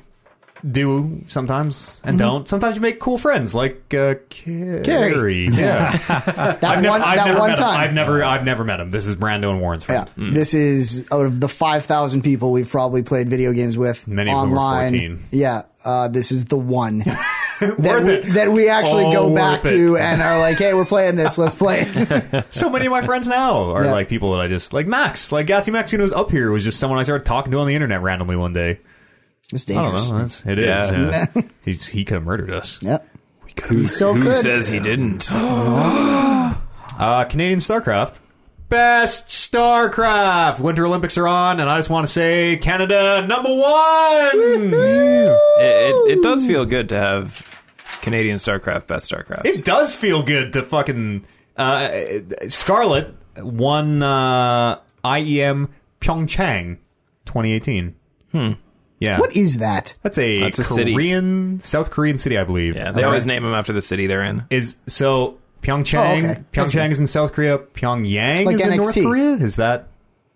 Speaker 1: do sometimes
Speaker 2: Mm-hmm.
Speaker 1: and don't. Sometimes you make cool friends like uh, Carrie. Yeah.
Speaker 2: That
Speaker 1: I've
Speaker 2: one.
Speaker 1: never, I've
Speaker 2: that
Speaker 1: never
Speaker 2: one
Speaker 1: met
Speaker 2: time.
Speaker 1: him. I've never, I've never met him. This is Brando and Warren's
Speaker 2: Yeah.
Speaker 1: friend.
Speaker 2: This is out of the 5,000 people we've probably played video games with
Speaker 1: Many of them were
Speaker 2: online.
Speaker 1: 14.
Speaker 2: Yeah. Uh, this is the one that,
Speaker 1: Worth
Speaker 2: we,
Speaker 1: it.
Speaker 2: that we actually
Speaker 1: All
Speaker 2: go
Speaker 1: worth
Speaker 2: back
Speaker 1: it.
Speaker 2: to and are like, hey, we're playing this. Let's play it.
Speaker 1: So many of my friends now are
Speaker 2: Yeah.
Speaker 1: like people that I just like Max, like Gassy Max, who knows up here was just someone I started talking to on the internet randomly one day.
Speaker 2: it's
Speaker 1: I don't
Speaker 2: dangerous.
Speaker 1: know. That's, it is.
Speaker 4: Yeah.
Speaker 1: yeah. He's, he could have murdered us.
Speaker 2: Yep. He still
Speaker 4: Who
Speaker 2: could.
Speaker 4: says he didn't?
Speaker 1: Uh, Canadian StarCraft. Best StarCraft. Winter Olympics are on, and I just want to say Canada number one.
Speaker 4: It, it, it does feel good to have Canadian StarCraft, best StarCraft.
Speaker 1: It does feel good to fucking uh, Scarlet won uh, IEM Pyeongchang 2018. Hmm. Yeah.
Speaker 2: What is that?
Speaker 1: That's a
Speaker 4: That's a city.
Speaker 1: Korean, South Korean city, I believe. Uh,
Speaker 4: yeah, they always name them after the city they're in.
Speaker 1: is so Pyeongchang.
Speaker 2: Oh, okay.
Speaker 1: Pyeongchang is in South Korea. Pyongyang
Speaker 2: like
Speaker 1: is in North
Speaker 2: NXT.
Speaker 1: Korea. Is that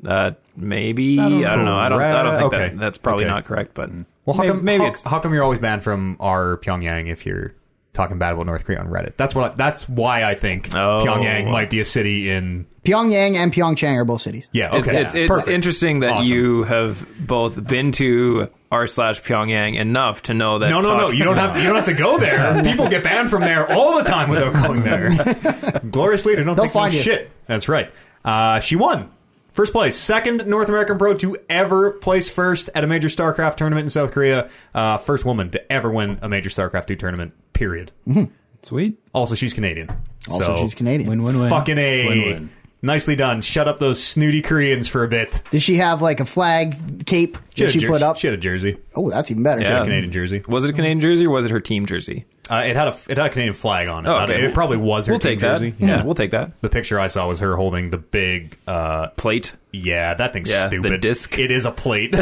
Speaker 4: Uh, maybe I don't, know. I don't. I don't think
Speaker 1: Correct.
Speaker 4: that, that's probably
Speaker 1: Okay.
Speaker 4: not correct. But
Speaker 1: well? How
Speaker 4: maybe,
Speaker 1: come,
Speaker 4: maybe
Speaker 1: how,
Speaker 4: it's
Speaker 1: how come you're always banned from our Pyongyang if you're talking bad about North Korea on Reddit? That's what. I, that's why I think
Speaker 4: Oh.
Speaker 1: Pyongyang might be a city in.
Speaker 2: Pyongyang and Pyeongchang are both cities.
Speaker 1: Yeah.
Speaker 4: it's,
Speaker 1: Okay.
Speaker 4: it's, it's
Speaker 1: Perfect.
Speaker 4: interesting that
Speaker 1: Awesome.
Speaker 4: you have both been to r slash Pyongyang enough to know that.
Speaker 1: No, no, no!
Speaker 4: talk-
Speaker 1: You don't have you don't have to go there. People get banned from there all the time without going there. Glorious leader, don't
Speaker 2: They'll
Speaker 1: think no
Speaker 2: find you.
Speaker 1: shit. That's right. Uh, she won first place, second North American pro to ever place first at a major StarCraft tournament in South Korea. Uh, first woman to ever win a major StarCraft two tournament. Period.
Speaker 3: Sweet.
Speaker 1: Also, she's Canadian.
Speaker 2: Also,
Speaker 1: So,
Speaker 2: she's Canadian.
Speaker 3: Win win win.
Speaker 1: Fucking a.
Speaker 3: Win win.
Speaker 1: Nicely done. Shut up those snooty Koreans for a bit.
Speaker 2: Did she have like a flag cape
Speaker 1: She
Speaker 2: that
Speaker 1: had a
Speaker 2: she
Speaker 1: jer-
Speaker 2: put up?
Speaker 1: She had a jersey.
Speaker 2: Oh, that's even better.
Speaker 1: She had
Speaker 4: Yeah.
Speaker 1: a Canadian jersey.
Speaker 4: Was it a Canadian jersey or was it her team jersey?
Speaker 1: Uh, it had a it had a Canadian flag on it.
Speaker 4: Oh,
Speaker 1: I don't-
Speaker 4: okay.
Speaker 1: It probably was her
Speaker 4: we'll
Speaker 1: team
Speaker 4: take
Speaker 1: jersey.
Speaker 4: that. Yeah, we'll take that
Speaker 1: The picture I saw was her holding the big. uh
Speaker 4: plate.
Speaker 1: Yeah, that thing's
Speaker 4: Yeah, the
Speaker 1: stupid.
Speaker 4: disc.
Speaker 1: It is a plate.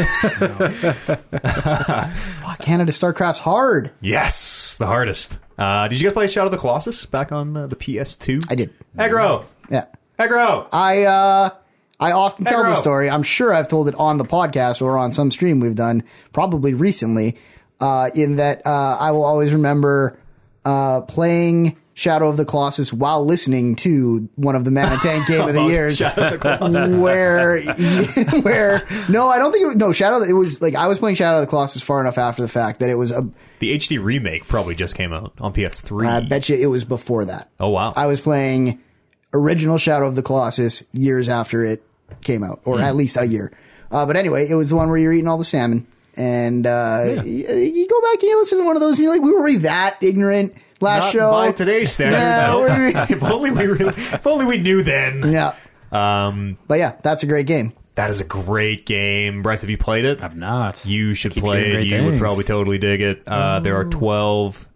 Speaker 2: Fuck, Canada StarCraft's hard.
Speaker 1: yes, the hardest. Uh, did you guys play Shadow of the Colossus back on uh, the PS2?
Speaker 2: I did.
Speaker 1: Aggro,
Speaker 2: Yeah.
Speaker 1: aggro.
Speaker 2: I uh I often tell
Speaker 1: Hey,
Speaker 2: this
Speaker 1: Rob.
Speaker 2: story. I'm sure I've told it on the podcast or on some stream we've done probably recently. Uh, in that uh, I will always remember uh, playing Shadow of the Colossus while listening to one of the Manitan Game of the Years, where where no, I don't think it was, no Shadow. It was like I was playing Shadow of the Colossus far enough after the fact that it was a
Speaker 1: The HD remake probably just came out on PS3.
Speaker 2: I bet you it was before that.
Speaker 1: Oh, wow.
Speaker 2: Uh, I was playing original Shadow of the Colossus years after it came out, or at least a year. Uh, but anyway, it was the one where you're eating all the salmon, and uh, y- you, go back and you listen to one of those, and you're like, "We were really that ignorant last
Speaker 1: Not
Speaker 2: show."
Speaker 1: by today's standards.
Speaker 2: Yeah, we're-
Speaker 1: if only we really, if only we knew then.
Speaker 2: yeah,
Speaker 1: Um,
Speaker 2: but yeah, that's a great game.
Speaker 1: that is a great game. Bryce, have you played it?
Speaker 3: I've not.
Speaker 1: You should
Speaker 3: Keep
Speaker 1: play
Speaker 3: hearing
Speaker 1: it.
Speaker 3: great
Speaker 1: You would
Speaker 3: things. Oh.
Speaker 1: probably totally dig it. Uh, there are twelve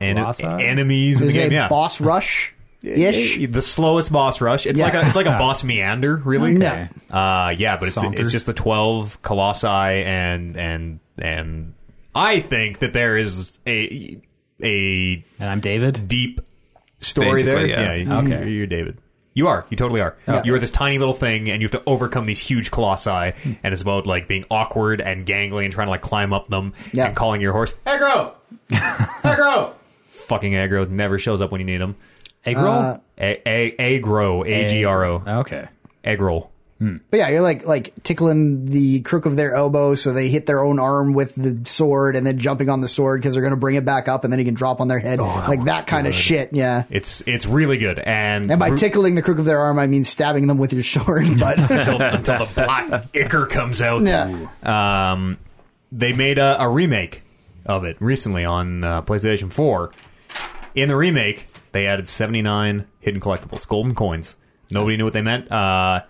Speaker 1: en-
Speaker 3: Colossi?
Speaker 1: enemies in the
Speaker 2: There's
Speaker 1: game.
Speaker 2: a
Speaker 1: yeah,
Speaker 2: boss rush ish.
Speaker 1: the slowest boss rush. It's
Speaker 2: Yeah.
Speaker 1: like a it's like a boss meander, really.
Speaker 2: Yeah.
Speaker 1: Uh, yeah, but it's
Speaker 3: Saunter.
Speaker 1: it's just the twelve colossi and and and I think that there is a a
Speaker 3: And I'm David.
Speaker 1: deep story
Speaker 4: Basically,
Speaker 1: there.
Speaker 4: yeah.
Speaker 1: you-
Speaker 3: Okay.
Speaker 1: you're David. You are. You totally are. You are this tiny little thing, and you have to overcome these huge colossi. And it's about like being awkward and gangly and trying to like climb up them
Speaker 2: Yeah.
Speaker 1: and calling your horse aggro, aggro. Fucking aggro never shows up when you need him.
Speaker 3: Egg roll.
Speaker 1: A- a- aggro, a g r o,
Speaker 3: okay.
Speaker 1: egg roll.
Speaker 2: But yeah, you're like like tickling the crook of their elbow, so they hit their own arm with the sword, and then jumping on the sword because they're gonna bring it back up, and then you can drop on their head,
Speaker 1: Oh,
Speaker 2: like that kind of shit. Yeah.
Speaker 1: It's it's really good, and
Speaker 2: And by tickling the crook of their arm, I mean stabbing them with your sword. But
Speaker 1: until, until the black ichor comes out.
Speaker 2: yeah,
Speaker 1: Um, they made a, a remake of it recently on uh, PlayStation 4. In the remake, they added 79 hidden collectibles, golden coins. Nobody knew what they meant. Uh,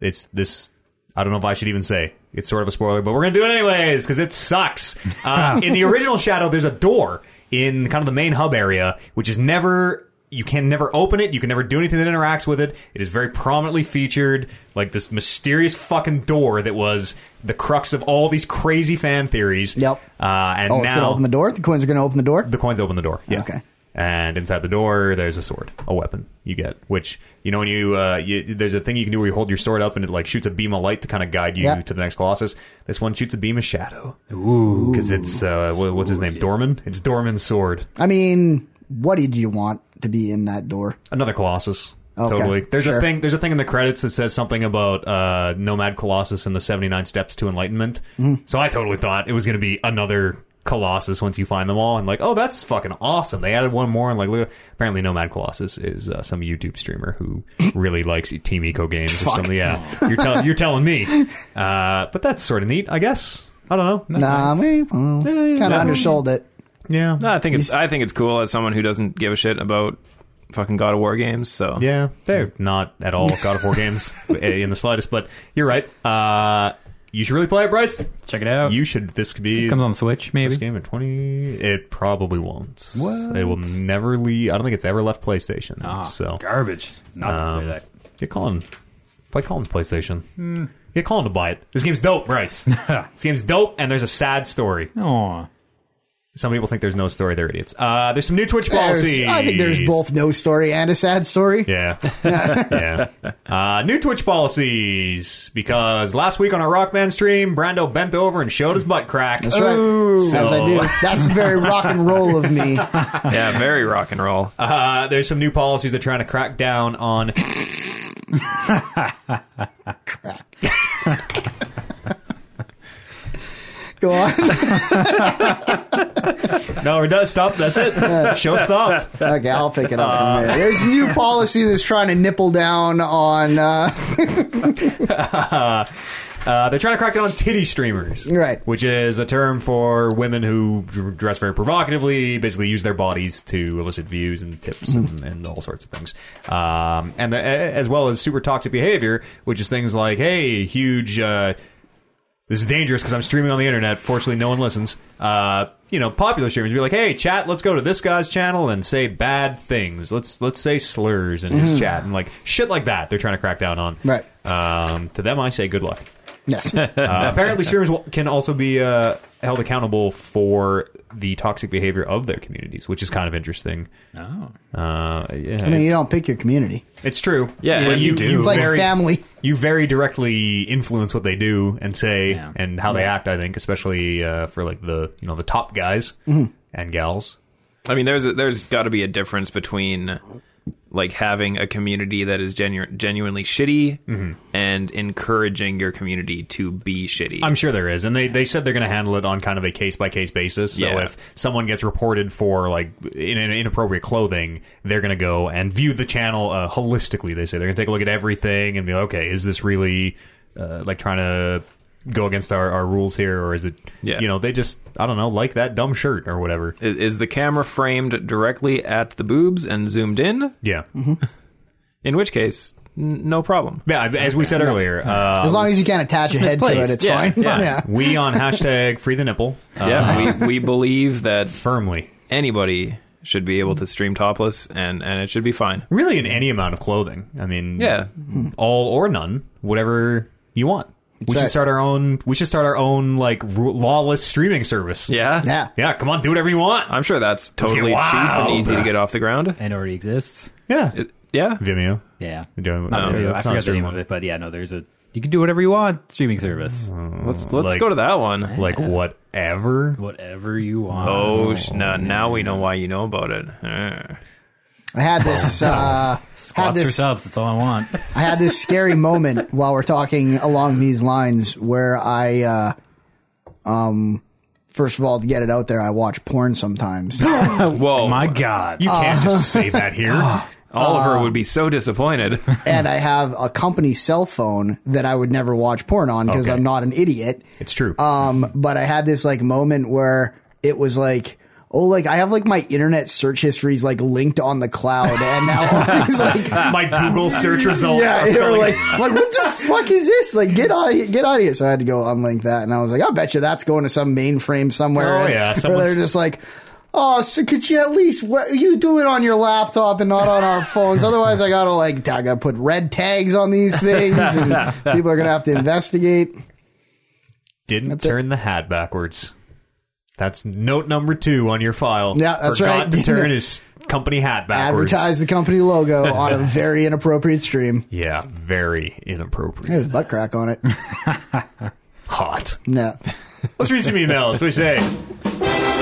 Speaker 1: it's this. I don't know if I should even say it's sort of a spoiler, but we're gonna do it anyways because it sucks. Uh, in the original Shadow, there's a door in kind of the main hub area, which is never. You can never open it. You can never do anything that interacts with it. It is very prominently featured, like this mysterious fucking door that was the crux of all these crazy fan theories.
Speaker 2: Yep.
Speaker 1: Uh, and
Speaker 2: oh, it's gonna
Speaker 1: now
Speaker 2: open the door. The coins are gonna open the door.
Speaker 1: the coins open the door. Yeah.
Speaker 2: Okay.
Speaker 1: And inside the door, there's a sword, a weapon you get, which you know when you, uh, you there's a thing you can do where you hold your sword up and it like shoots a beam of light to kind of guide you
Speaker 2: Yeah.
Speaker 1: to the next colossus. This one shoots a beam of shadow. Ooh. Because it's uh, wha- what's his name, Dorman. It's Dorman's sword.
Speaker 2: I mean, what did you want to be in that door?
Speaker 1: Another colossus.
Speaker 2: Okay,
Speaker 1: Totally. There's a
Speaker 2: sure.
Speaker 1: thing. There's a thing in the credits that says something about uh, Nomad Colossus and the 79 Steps to Enlightenment.
Speaker 2: Mm-hmm.
Speaker 1: So I totally thought it was going to be another Colossus once you find them all, and like, oh, that's fucking awesome. They added one more, and like, look- apparently Nomad Colossus is uh, some YouTube streamer who really likes Team Eco games or something. Yeah, you're telling you're telling me. Uh, but that's sort of neat, I guess. I don't know.
Speaker 2: Nah, kind
Speaker 1: Yeah,
Speaker 2: of
Speaker 1: yeah.
Speaker 2: undersold it.
Speaker 1: Yeah.
Speaker 4: No, I think it's I think it's cool as someone who doesn't give a shit about fucking God of War games. So
Speaker 1: Yeah, they're not at all God of War games eh, in the slightest. But you're right. Uh, you should really play it, Bryce.
Speaker 3: Check it out.
Speaker 1: You should. This could be
Speaker 3: comes on Switch,
Speaker 1: this
Speaker 3: maybe.
Speaker 1: game at twenty. It probably won't. It will never leave. I don't think it's ever left PlayStation.
Speaker 2: Ah,
Speaker 1: so
Speaker 3: garbage. Not
Speaker 1: um,
Speaker 3: play that.
Speaker 1: get Colin. Play Colin's PlayStation.
Speaker 2: Hmm.
Speaker 1: Get Colin to buy it. This game's dope, Bryce. this game's dope, and there's a sad story.
Speaker 3: Aw.
Speaker 1: Some people think there's no story. They're idiots. Uh, there's some new Twitch
Speaker 2: There's-
Speaker 1: policies.
Speaker 2: I think there's both no story and a sad story.
Speaker 1: Yeah. yeah. Uh, new Twitch policies because last week on our Rockman stream, Brando bent over and showed his butt crack.
Speaker 2: That's right. As I do.
Speaker 1: So-
Speaker 2: That's very rock and roll of me.
Speaker 4: yeah, very rock and roll.
Speaker 1: Uh, there's some new policies they're trying to crack down on.
Speaker 2: Go on.
Speaker 1: No, we're done. Stop. That's it. Show stopped.
Speaker 2: Okay, I'll pick it up from there. There's a new policy that's trying to nipple down on. Uh,
Speaker 1: Uh, they're trying to crack down on titty streamers.
Speaker 2: Right.
Speaker 1: Which is a term for women who dr- dress very provocatively, basically use their bodies to elicit views and tips
Speaker 2: Mm-hmm.
Speaker 1: and, and all sorts of things. Um, and the, as well as super toxic behavior, which is things like, hey, huge. Uh, this is dangerous because I'm streaming on the internet. Fortunately, no one listens. Uh, you know, popular streamers be like, "Hey, chat, let's go to this guy's channel and say bad things. Let's let's say slurs in his chat and like shit like that." They're trying to crack down on.
Speaker 2: Mm-hmm. Right.
Speaker 1: Um, to them, I say good luck.
Speaker 2: yes.
Speaker 1: Uh, apparently, streamers will- can also be uh, held accountable for the toxic behavior of their communities, which is kind of interesting.
Speaker 3: Oh.
Speaker 1: Uh, yeah,
Speaker 2: I mean, you
Speaker 1: it's,
Speaker 2: don't pick your community.
Speaker 1: it's true.
Speaker 4: Yeah,
Speaker 1: But
Speaker 4: and
Speaker 1: you,
Speaker 4: you do.
Speaker 1: you
Speaker 2: It's like
Speaker 1: very,
Speaker 2: family.
Speaker 1: You very directly influence what they do and say
Speaker 3: Yeah.
Speaker 1: and how they act. I think, especially uh, for like the you know the top guys
Speaker 2: Mm-hmm.
Speaker 1: and gals.
Speaker 4: I mean, there's a, there's got to be a difference between like having a community that is genu- genuinely shitty
Speaker 1: Mm-hmm.
Speaker 4: and encouraging your community to be shitty.
Speaker 1: I'm sure there is, and they they said they're going to handle it on kind of a case by case basis. So
Speaker 4: Yeah.
Speaker 1: if someone gets reported for like in, in inappropriate clothing, they're going to go and view the channel uh, holistically. They say they're going to take a look at everything and be like, okay, is this really uh, like trying to go against our, our rules here, or is it
Speaker 4: Yeah.
Speaker 1: you know they just I don't know like that dumb shirt or whatever.
Speaker 4: I- is the camera framed directly at the boobs and zoomed in?
Speaker 1: Yeah,
Speaker 4: In which case, n- no problem.
Speaker 1: yeah. As we said earlier, uh,
Speaker 2: As long as you can't attach a head to it,
Speaker 3: misplaced.
Speaker 2: it's
Speaker 4: Yeah,
Speaker 2: fine.
Speaker 4: yeah.
Speaker 1: we on hashtag free the nipple uh,
Speaker 4: yeah, we, we believe that
Speaker 1: firmly.
Speaker 4: anybody should be able to stream topless and, and it should be fine.
Speaker 1: Really, in any amount of clothing. I mean,
Speaker 4: Yeah.
Speaker 1: Hmm. all or none, whatever you want. we should
Speaker 2: right.
Speaker 1: start our own. We should start our own like ru- lawless streaming service.
Speaker 4: Yeah.
Speaker 2: Yeah. Uh,
Speaker 1: yeah. Come on, do whatever you want.
Speaker 4: I'm sure that's totally cheap
Speaker 1: wild.
Speaker 4: and easy to get off the ground.
Speaker 3: And already exists.
Speaker 1: Yeah,
Speaker 4: It- yeah.
Speaker 1: Vimeo.
Speaker 3: Yeah.
Speaker 1: You're doing-
Speaker 3: Not
Speaker 1: yeah,
Speaker 3: really. I
Speaker 1: that's not a
Speaker 3: forgot the
Speaker 1: streaming
Speaker 3: name of it, but yeah, no, there's a. You can do whatever you want, streaming service.
Speaker 4: Let's let's
Speaker 1: Like-
Speaker 4: go to that one.
Speaker 1: Like whatever.
Speaker 3: Whatever you want.
Speaker 4: Oh, sh- now, now we know why you know about it. Eh.
Speaker 2: I had this uh, had
Speaker 3: Squats or
Speaker 2: this
Speaker 3: subs, that's all I want.
Speaker 2: I had this scary moment while we're talking along these lines where I, uh, um, first of all, to get it out there, I watch porn sometimes.
Speaker 1: Oh,
Speaker 4: Whoa.
Speaker 3: My God.
Speaker 1: You
Speaker 2: Uh.
Speaker 1: can't just say that here.
Speaker 4: Oliver would be so disappointed.
Speaker 2: and I have a company cell phone that I would never watch porn on because
Speaker 1: Okay.
Speaker 2: I'm not an idiot.
Speaker 1: It's true.
Speaker 2: Um, but I had this like moment where it was like, oh, like I have like my internet search histories like linked on the cloud, and now all these like.
Speaker 1: My Google search results.
Speaker 2: Yeah, they
Speaker 1: are
Speaker 2: were
Speaker 1: filling-
Speaker 2: like, I'm like, what the fuck is this? Like, get out, of here, get out of here! So I had to go unlink that, and I was like, I bet you that's going to some mainframe somewhere.
Speaker 1: Oh,
Speaker 2: And-
Speaker 1: yeah,
Speaker 2: where
Speaker 1: someone's-
Speaker 2: they're just like, oh, so could you at least what, you do it on your laptop and not on our phones? Otherwise, I gotta like, I gotta put red tags on these things, and people are gonna have to investigate.
Speaker 1: didn't
Speaker 2: it.
Speaker 1: turn the hat backwards. That's note number two on your file.
Speaker 2: Yeah, that's
Speaker 1: Forgot
Speaker 2: right.
Speaker 1: to turn his company hat backwards.
Speaker 2: Advertise the company logo on a very inappropriate stream.
Speaker 1: Yeah, very inappropriate.
Speaker 2: There's butt crack on it.
Speaker 1: Hot.
Speaker 2: No.
Speaker 1: Let's read some emails. What do you say?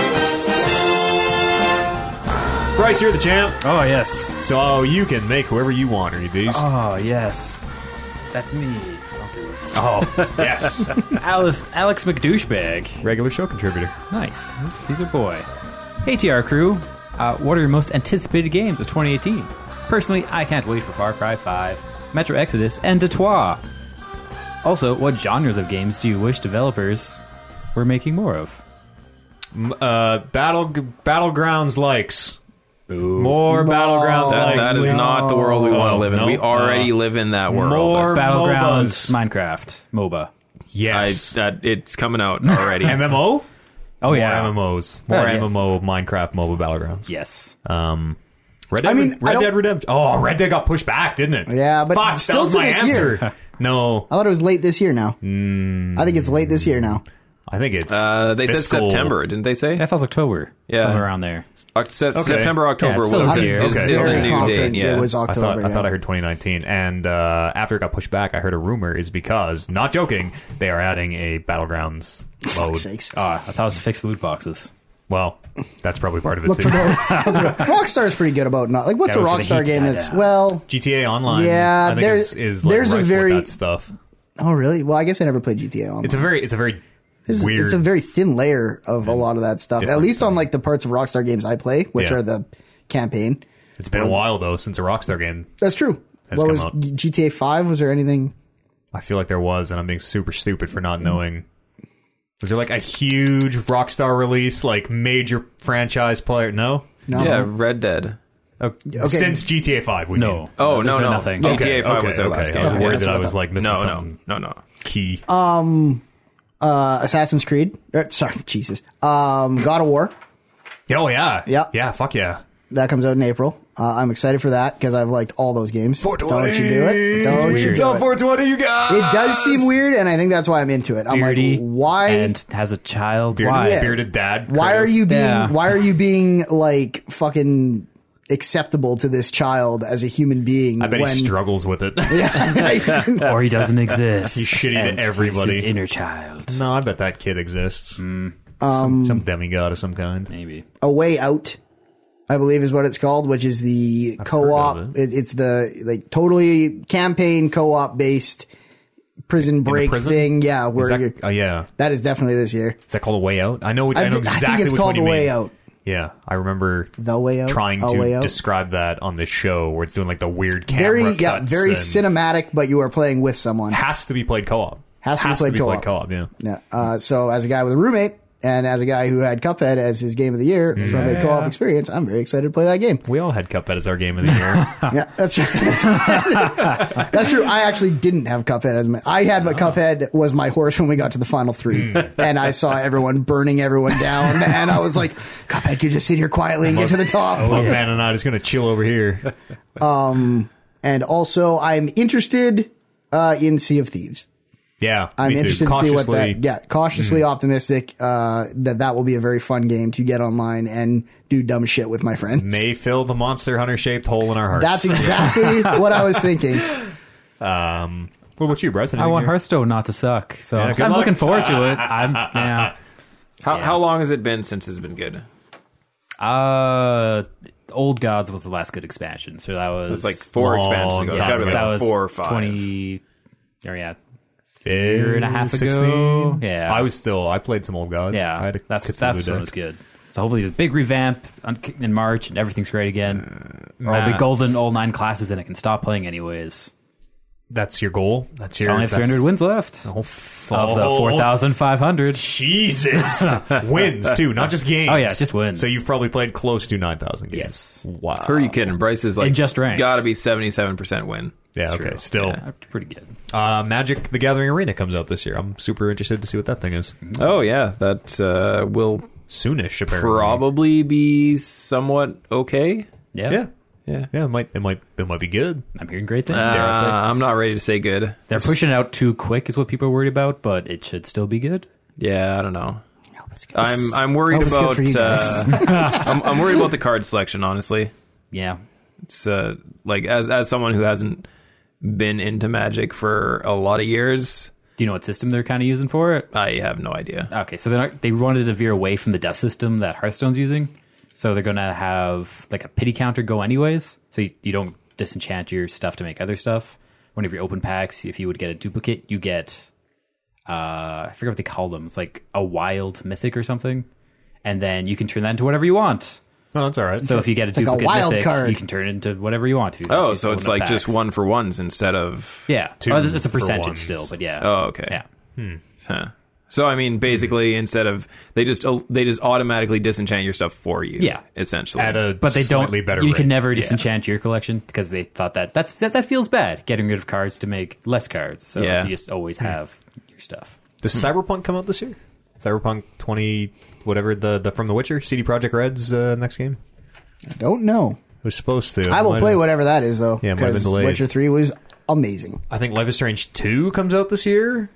Speaker 1: Bryce, you're the champ,
Speaker 3: Oh, yes.
Speaker 1: so you can make whoever you want read these.
Speaker 3: Oh, yes. That's me. I'll do it.
Speaker 1: oh, yes.
Speaker 3: Hmm, Alice, Alex McDouchebag.
Speaker 1: Regular show contributor.
Speaker 3: Nice. He's- He's a boy. Hey, TR crew. Uh, what are your most anticipated games of 2018? Personally, I can't wait for Far Cry 5, Metro Exodus, and Detroit. Also, what genres of games do you wish developers were making more of?
Speaker 1: Uh, battle battlegrounds likes more battlegrounds
Speaker 4: That,
Speaker 1: likes.
Speaker 4: that is
Speaker 1: please.
Speaker 4: not the world we want to live in.
Speaker 1: No.
Speaker 4: we already
Speaker 1: Uh,
Speaker 4: live in that world.
Speaker 1: More
Speaker 3: Battlegrounds,
Speaker 1: MOBAs.
Speaker 3: Minecraft, MOBA.
Speaker 4: I,
Speaker 1: yes.
Speaker 4: that, it's coming out already.
Speaker 1: MMO.
Speaker 3: Oh, yeah.
Speaker 1: More MMOs. More
Speaker 3: yeah.
Speaker 1: MMO Minecraft mobile battlegrounds.
Speaker 3: Yes.
Speaker 1: Red Dead,
Speaker 2: I mean, I
Speaker 1: Red
Speaker 2: don't-
Speaker 1: Dead Redemption. Oh, Red Dead got pushed back, didn't it?
Speaker 2: Yeah, but
Speaker 1: Fuck,
Speaker 2: still
Speaker 1: that was
Speaker 2: to
Speaker 1: my
Speaker 2: this
Speaker 1: answer. no,
Speaker 2: I thought it was late this year now. I think it's late this year now.
Speaker 1: I think it's
Speaker 4: Uh, they said
Speaker 1: fiscal-
Speaker 4: September, didn't they say?
Speaker 3: I thought it was October.
Speaker 4: Yeah.
Speaker 3: Somewhere around there.
Speaker 4: Oct- Sep- September, October
Speaker 3: Yeah, it's still
Speaker 4: was
Speaker 3: this year.
Speaker 4: is,
Speaker 1: Okay.
Speaker 4: is the
Speaker 1: Very
Speaker 4: new date.
Speaker 2: confident
Speaker 4: Yeah.
Speaker 2: It was
Speaker 1: I
Speaker 2: October.
Speaker 1: thought I
Speaker 2: yeah.
Speaker 1: thought I heard 2019, and uh, after it got pushed back, I heard a rumor is because, not joking, they are adding a battlegrounds mode.
Speaker 2: sakes.
Speaker 3: Ah, I thought it was to fix the loot boxes.
Speaker 1: Well, that's probably part of it
Speaker 2: Look
Speaker 1: too.
Speaker 2: for those. Rockstar's pretty good about not like what's a
Speaker 1: Gotta look for the
Speaker 2: Rockstar
Speaker 3: heat.
Speaker 2: game
Speaker 3: Yeah,
Speaker 2: that's
Speaker 3: yeah.
Speaker 2: well.
Speaker 1: GTA Online,
Speaker 2: Yeah,
Speaker 1: I think
Speaker 2: there's-
Speaker 1: is, is like
Speaker 2: there's a
Speaker 1: rife with
Speaker 2: very-
Speaker 1: that stuff.
Speaker 2: Oh really? Well, I guess I never played GTA Online.
Speaker 1: It's a very, it's a very
Speaker 2: It's-
Speaker 1: weird.
Speaker 2: It's a very thin layer of a lot of that stuff. At
Speaker 1: different
Speaker 2: least on
Speaker 1: thing.
Speaker 2: like the parts of Rockstar games I play, which
Speaker 1: Yeah.
Speaker 2: are the campaign.
Speaker 1: it's been a while though since a Rockstar game.
Speaker 2: That's true.
Speaker 1: Has
Speaker 2: what
Speaker 1: come
Speaker 2: was
Speaker 1: out.
Speaker 2: GTA Five? Was there anything?
Speaker 1: I feel like there was, and I'm being super stupid for not knowing. Was there like a huge Rockstar release, like major franchise player? No,
Speaker 2: No.
Speaker 4: Yeah, Red Dead.
Speaker 2: Okay.
Speaker 1: since GTA Five, we mean.
Speaker 3: No.
Speaker 4: Oh,
Speaker 3: There's
Speaker 4: no,
Speaker 3: been
Speaker 4: no.
Speaker 3: Nothing.
Speaker 4: GTA
Speaker 1: Okay,
Speaker 4: 5
Speaker 1: okay,
Speaker 4: was their
Speaker 1: okay.
Speaker 4: last
Speaker 1: I was
Speaker 4: game.
Speaker 1: worried
Speaker 2: that's
Speaker 1: that
Speaker 2: what
Speaker 1: I
Speaker 2: I
Speaker 1: was
Speaker 2: thought.
Speaker 1: like missing
Speaker 4: No, no,
Speaker 1: something
Speaker 4: no, no.
Speaker 1: key.
Speaker 2: uh, Assassin's Creed. er, sorry, Jesus. Um, God of War.
Speaker 1: oh yeah,
Speaker 2: yeah.
Speaker 1: yeah. Fuck yeah.
Speaker 2: That comes out in April. Uh, I'm excited for that because I've liked all those games. Don't you do it? Don't you do it?
Speaker 1: 420, you guys.
Speaker 2: It does seem weird, and I think that's why I'm into it. I'm
Speaker 3: Beardy
Speaker 2: like, why?
Speaker 3: And has a child.
Speaker 1: Bearded,
Speaker 3: Why?
Speaker 2: Yeah.
Speaker 1: bearded dad.
Speaker 2: why are
Speaker 1: Kratos.
Speaker 2: you being
Speaker 3: Yeah.
Speaker 2: why are you being like fucking acceptable to this child as a human being
Speaker 1: I bet
Speaker 2: when
Speaker 1: he struggles with it.
Speaker 2: yeah,
Speaker 3: Or he doesn't exist.
Speaker 1: He's shitty to
Speaker 3: And he's
Speaker 1: everybody.
Speaker 3: his inner child.
Speaker 1: No, I bet that kid exists.
Speaker 4: Hmm.
Speaker 2: Um,
Speaker 1: some, some demigod of some kind.
Speaker 3: Maybe.
Speaker 2: a way out i believe is what it's called which is the co-op
Speaker 1: heard of
Speaker 2: it- it's the like totally campaign co-op based prison
Speaker 1: In the
Speaker 2: break
Speaker 1: prison?
Speaker 2: thing yeah where
Speaker 1: Is that-
Speaker 2: you're,
Speaker 1: oh yeah,
Speaker 2: that is definitely this year
Speaker 1: is that called a way out? I know. Which, I, know
Speaker 2: thi-
Speaker 1: exactly
Speaker 2: think it's
Speaker 1: which
Speaker 2: called
Speaker 1: one you
Speaker 2: the way
Speaker 1: mean.
Speaker 2: out
Speaker 1: Yeah, I remember
Speaker 2: the way out
Speaker 1: trying
Speaker 2: A way
Speaker 1: to
Speaker 2: out.
Speaker 1: describe that on this show where it's doing like the weird camera
Speaker 2: very yeah
Speaker 1: cuts
Speaker 2: very
Speaker 1: and
Speaker 2: cinematic but you are playing with someone
Speaker 1: Has to be played co-op.
Speaker 2: Has to be played co-op.
Speaker 1: Yeah.
Speaker 2: Yeah. Uh, so as a guy with a roommate and as a guy who had Cuphead as his game of the year from a co-op experience, I'm very excited to play that game.
Speaker 1: We all had Cuphead as our game of the year.
Speaker 2: Yeah, that's true. that's true. I actually didn't have Cuphead as my. I had my Cuphead was my horse when we got to the final three, and I saw everyone burning everyone down, and I was like, Cuphead, could you just sit here quietly and get to the top.
Speaker 1: Love Man and I just gonna chill over here.
Speaker 2: And also, I'm interested uh, in Sea of Thieves.
Speaker 1: Yeah,
Speaker 2: I'm
Speaker 1: me too.
Speaker 2: interested to see what
Speaker 1: Cautiously- Mm-hmm.
Speaker 2: that. Yeah, cautiously optimistic uh, that that will be a very fun game to get online and do dumb shit with my friends.
Speaker 1: May fill the Monster Hunter shaped hole in our hearts.
Speaker 2: That's exactly what I was thinking.
Speaker 1: what about you, Bryce?
Speaker 3: I
Speaker 1: Anything
Speaker 3: want
Speaker 1: here?
Speaker 3: Hearthstone not to suck, so
Speaker 1: Yeah,
Speaker 3: I'm,
Speaker 1: good
Speaker 3: I'm
Speaker 1: luck.
Speaker 3: looking forward to it. I'm yeah.
Speaker 4: How, how long has it been since it's been good?
Speaker 3: Uh, Old Gods was the last good expansion, so that was
Speaker 4: It's like four expansions ago. It's
Speaker 1: time
Speaker 4: gotta be
Speaker 1: ago.
Speaker 4: like
Speaker 3: that was
Speaker 4: four or five.
Speaker 3: twenty. Or yeah,
Speaker 1: year
Speaker 3: and a half ago. Yeah.
Speaker 1: I was still. I played some old gods.
Speaker 3: yeah.
Speaker 1: I had a
Speaker 3: that's
Speaker 1: Cthulhu
Speaker 3: that's what
Speaker 1: deck.
Speaker 3: was good. So hopefully there's a big revamp on- in March and everything's great again. or I'll
Speaker 1: Uh,
Speaker 3: be
Speaker 1: nah.
Speaker 3: golden all nine classes and I can stop playing anyways.
Speaker 1: That's your goal. That's your.
Speaker 3: Only
Speaker 1: that's-
Speaker 3: 300 wins left
Speaker 1: Oh, f-
Speaker 3: of the
Speaker 1: oh,
Speaker 3: 4,500.
Speaker 1: Jesus, wins too, not just games.
Speaker 3: Oh, yeah, just wins.
Speaker 1: So you've probably played close to nine thousand games.
Speaker 3: Yes.
Speaker 1: Wow.
Speaker 4: Who are you kidding? Bryce is like
Speaker 3: In just ranks.
Speaker 4: Gotta be seventy seven percent win.
Speaker 1: Yeah. Okay.
Speaker 3: True.
Speaker 1: Still,
Speaker 3: Yeah, pretty good.
Speaker 1: uh, Magic: The Gathering Arena comes out this year. I'm super interested to see what that thing is.
Speaker 4: Oh yeah, that uh, will
Speaker 1: Soonish, apparently.
Speaker 4: probably be somewhat okay.
Speaker 3: Yeah.
Speaker 1: Yeah.
Speaker 4: Yeah.
Speaker 1: Yeah. It might. It might. It might be good.
Speaker 3: I'm hearing great things.
Speaker 4: Uh, I'm not ready to say good.
Speaker 3: They're pushing it out too quick, is what people are worried about, but it should still be good.
Speaker 4: Yeah, I don't know.
Speaker 2: it's good.
Speaker 4: I'm I'm worried
Speaker 2: Hope it's good
Speaker 4: about
Speaker 2: for you
Speaker 4: uh, I'm, I'm worried about the card selection. Honestly,
Speaker 3: Yeah.
Speaker 4: it's uh, like as as someone who hasn't been into Magic for a lot of years,
Speaker 3: Do you know what system they're kind of using for it?
Speaker 4: I have no idea.
Speaker 3: Okay, so they're not, they wanted to veer away from the death system that Hearthstone's using. So they're going to have like a pity counter go anyways. So you, you don't disenchant your stuff to make other stuff. One of your open packs, if you would get a duplicate, you get uh I forget what they call them. It's like a wild mythic or something. And then you can turn that into whatever you want.
Speaker 1: Oh, that's all right.
Speaker 3: So if you get a
Speaker 2: like a
Speaker 3: duplicate
Speaker 2: wild
Speaker 3: mythic,
Speaker 2: card.
Speaker 3: you can turn it into whatever you want to.
Speaker 4: Oh,
Speaker 3: Just
Speaker 4: so
Speaker 3: open
Speaker 4: it's
Speaker 3: up
Speaker 4: like just
Speaker 3: packs.
Speaker 4: one for ones instead of
Speaker 3: Yeah.
Speaker 1: Two
Speaker 3: oh, it's- it's a
Speaker 1: for
Speaker 3: percentage
Speaker 1: ones.
Speaker 3: still, but yeah.
Speaker 4: Oh, okay.
Speaker 3: Yeah.
Speaker 4: Huh. So I mean, basically, instead of they just they just automatically disenchant your stuff for you.
Speaker 3: Yeah.
Speaker 4: essentially.
Speaker 1: at a
Speaker 3: but they
Speaker 1: slightly
Speaker 3: don't.
Speaker 1: better.
Speaker 3: you can
Speaker 1: rate.
Speaker 3: never disenchant your collection because they thought that that's that, that feels bad getting rid of cards to make less cards. So
Speaker 4: Yeah.
Speaker 3: you just
Speaker 1: Hmm.
Speaker 3: always have your stuff.
Speaker 1: Does Cyberpunk come out this year? Cyberpunk twenty whatever the the from The Witcher CD Project Red's uh, next game.
Speaker 2: Don't know.
Speaker 1: It was supposed to.
Speaker 2: I will
Speaker 1: Might
Speaker 2: play
Speaker 1: have-
Speaker 2: whatever that is though.
Speaker 1: Yeah, it might have been
Speaker 2: because
Speaker 1: delayed.
Speaker 2: Witcher Three was amazing.
Speaker 1: I think Life is Strange two comes out this year.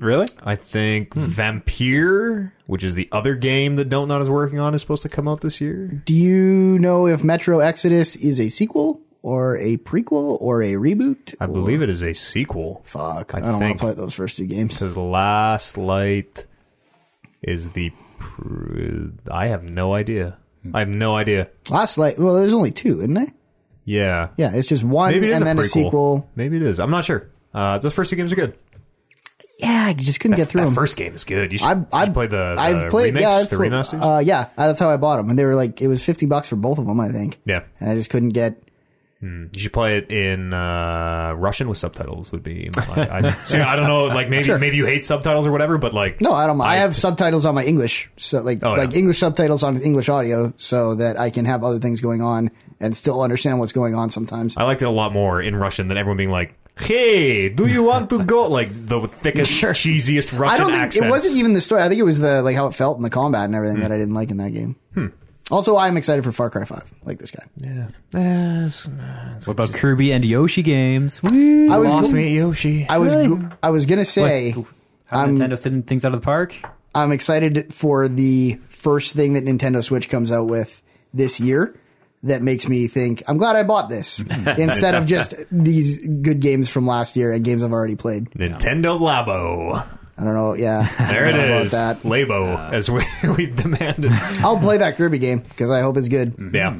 Speaker 4: really?
Speaker 1: I think
Speaker 3: Hmm.
Speaker 1: Vampire, which is the other game that Don't Not is working on, is supposed to come out this year.
Speaker 2: Do you know if Metro Exodus is a sequel or a prequel or a reboot?
Speaker 1: I believe it is a sequel.
Speaker 2: Fuck,
Speaker 1: I
Speaker 2: I, don't want
Speaker 1: think-
Speaker 2: to play those first two games.
Speaker 1: Says Last Light is the. Pr- I have no idea. I have no idea.
Speaker 2: Last Light. Well, there's only two, isn't there?
Speaker 1: Yeah.
Speaker 2: Yeah, it's just one
Speaker 1: Maybe it is
Speaker 2: and
Speaker 1: a
Speaker 2: then
Speaker 1: prequel.
Speaker 2: a sequel.
Speaker 1: Maybe it is. I'm not sure. Uh, those first two games are good.
Speaker 2: Yeah, I just couldn't get through
Speaker 1: that
Speaker 2: them.
Speaker 1: first game is good. You should,
Speaker 2: I've, I've
Speaker 1: you should play the, the
Speaker 2: I've played
Speaker 1: remakes,
Speaker 2: yeah, I've
Speaker 1: the
Speaker 2: played-
Speaker 1: remasters.
Speaker 2: Uh, yeah, that's how I bought them, and they were like it was fifty bucks for both of them, I think.
Speaker 1: yeah.
Speaker 2: and I just couldn't get.
Speaker 1: You should play it in uh, Russian with subtitles. Would be. I, I, see, I don't know. Like maybe maybe you hate subtitles or whatever, but like
Speaker 2: No, I don't. I, have subtitles on my English, so like
Speaker 1: Oh, yeah.
Speaker 2: like English subtitles on English audio, so that I can have other things going on and still understand what's going on sometimes.
Speaker 1: I liked it a lot more in Russian than everyone being like, "Hey, do you want to go?" Like the thickest,
Speaker 2: Sure.
Speaker 1: cheesiest Russian
Speaker 2: I don't think
Speaker 1: accents.
Speaker 2: it
Speaker 1: Hmm.
Speaker 2: wasn't even the story. I think it was the like how it felt in the combat and everything that I didn't like in that game. Also, I'm excited for Far Cry Five, like this guy.
Speaker 1: Eh, it's-
Speaker 3: What about Kirby and Yoshi games? Woo!
Speaker 2: I was go-
Speaker 1: Yoshi.
Speaker 2: I was go- I was gonna say
Speaker 3: How Nintendo's hitting things out of the park.
Speaker 2: I'm excited for the first thing that Nintendo Switch comes out with this year that makes me think I'm glad I bought this instead of just these good games from last year and games I've already played.
Speaker 1: Nintendo Labo.
Speaker 2: I don't know. Yeah,
Speaker 1: There
Speaker 2: I
Speaker 1: it
Speaker 2: don't know
Speaker 1: is.
Speaker 2: About that.
Speaker 1: Labo, as we we've demanded.
Speaker 2: I'll play that Kirby game because I hope it's good.
Speaker 1: yeah.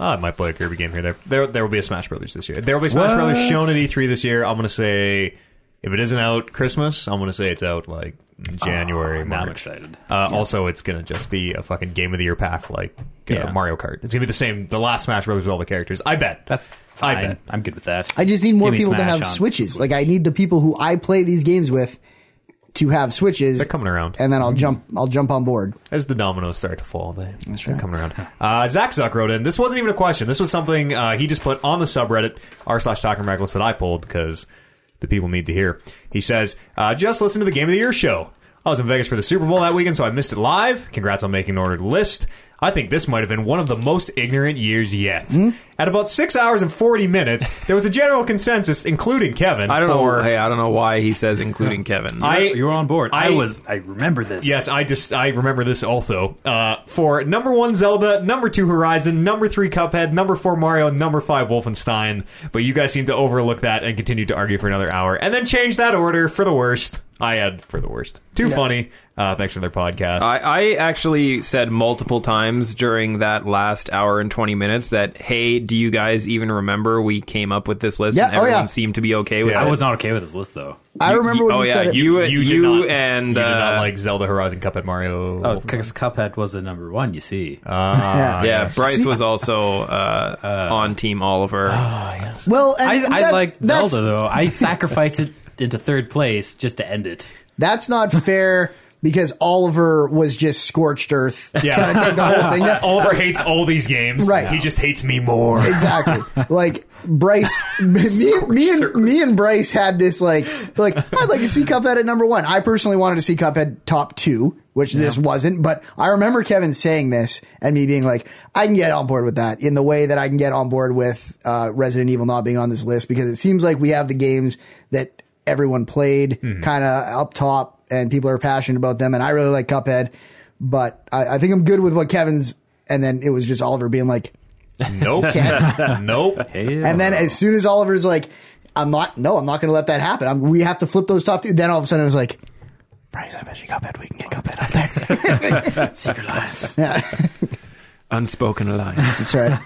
Speaker 1: Oh, I might play a Kirby game here. There, there, there will be a Smash Brothers this year. There will be Smash
Speaker 3: What?
Speaker 1: Brothers shown at E3 this year. I'm gonna say, if it isn't out Christmas, I'm gonna say it's out like January.
Speaker 3: now I'm
Speaker 1: March.
Speaker 3: excited.
Speaker 1: Uh, Also, it's gonna just be a fucking game of the year pack like uh,
Speaker 3: Yeah.
Speaker 1: Mario Kart. It's gonna be the same. The last Smash Brothers with all the characters. I bet.
Speaker 3: That's
Speaker 1: I
Speaker 3: fine.
Speaker 1: bet.
Speaker 3: I'm good with that.
Speaker 2: I just need more
Speaker 3: Give me
Speaker 2: people to
Speaker 3: Smash
Speaker 2: have
Speaker 3: on
Speaker 2: Switches. Like I need the people who I play these games with to have Switches.
Speaker 1: They're coming around.
Speaker 2: and then
Speaker 3: Mm-hmm.
Speaker 2: I'll jump. I'll jump on board.
Speaker 1: As the dominoes start to fall, they, they're
Speaker 2: right.
Speaker 1: coming around. Uh, Zach Zuck wrote in. This wasn't even a question. This was something uh, he just put on the subreddit r slash talking reckless that I pulled because the people need to hear. He says, uh, "Just listen to the game of the year show. I was in Vegas for the Super Bowl that weekend, so I missed it live. Congrats on making an ordered list. I think this might have been one of the most ignorant years yet.
Speaker 4: Hmm?
Speaker 1: At about six hours and forty minutes, there was a general consensus, including Kevin.
Speaker 4: I don't
Speaker 1: for,
Speaker 4: know. Hey, I don't know why he says including Kevin.
Speaker 1: I-
Speaker 3: you were on board. I,
Speaker 1: I-
Speaker 3: was. I remember this.
Speaker 1: Yes, I just I remember this also. Uh, for number one Zelda, number two Horizon, number three Cuphead, number four Mario, and number five Wolfenstein. But you guys seem to overlook that and continue to argue for another hour, and then change that order for the worst. I had for the worst. Too
Speaker 2: Yeah.
Speaker 1: funny. Uh, thanks for their podcast.
Speaker 4: I, I actually said multiple times during that last hour and 20 minutes that, hey, do you guys even remember we came up with this list
Speaker 2: Yeah,
Speaker 4: and
Speaker 2: oh, yeah.
Speaker 4: everyone seemed to be okay with
Speaker 1: Yeah.
Speaker 4: it?
Speaker 1: I
Speaker 3: I was not okay with this list though.
Speaker 2: I remember
Speaker 4: you-
Speaker 2: when
Speaker 4: oh,
Speaker 2: you
Speaker 4: yeah,
Speaker 2: said it.
Speaker 4: you-
Speaker 1: did
Speaker 4: you
Speaker 1: not-
Speaker 4: and,
Speaker 1: you did not
Speaker 4: uh,
Speaker 1: like Zelda Horizon Cuphead Mario.
Speaker 3: Oh, because Cuphead was the number one. You see,
Speaker 2: Uh, yeah.
Speaker 4: uh, yeah, Bryce was also uh, on Team Oliver.
Speaker 2: Well, and
Speaker 3: I, I
Speaker 2: that's-
Speaker 3: like
Speaker 2: that's-
Speaker 3: Zelda though. I sacrificed it into third place just to end it.
Speaker 2: That's not fair because Oliver was just scorched earth
Speaker 1: Yeah.
Speaker 2: trying to take the whole thing down.
Speaker 1: Oliver hates all these games.
Speaker 2: Right.
Speaker 1: He just hates me more.
Speaker 2: Exactly. Like Bryce, me, me and me and Bryce had this like like I'd like to see Cuphead at number one. I personally wanted to see Cuphead top two, which this wasn't. But I remember Kevin saying this and me being like, I can get on board with that in the way that I can get on board with uh, Resident Evil not being on this list because it seems like we have the games that everyone played kind of up top and people are passionate about them. And I really like Cuphead, but I, I think I'm good with what Kevin's. And then it was just Oliver being like,
Speaker 1: Nope. nope.
Speaker 2: and then as soon as Oliver's like, I'm not, no, I'm not going to let that happen. I'm, we have to flip those top two. Then all of a sudden it was like, Bryce, I bet you Cuphead. We can get Cuphead up there.
Speaker 3: Secret Alliance.
Speaker 4: Unspoken Alliance.
Speaker 2: That's right.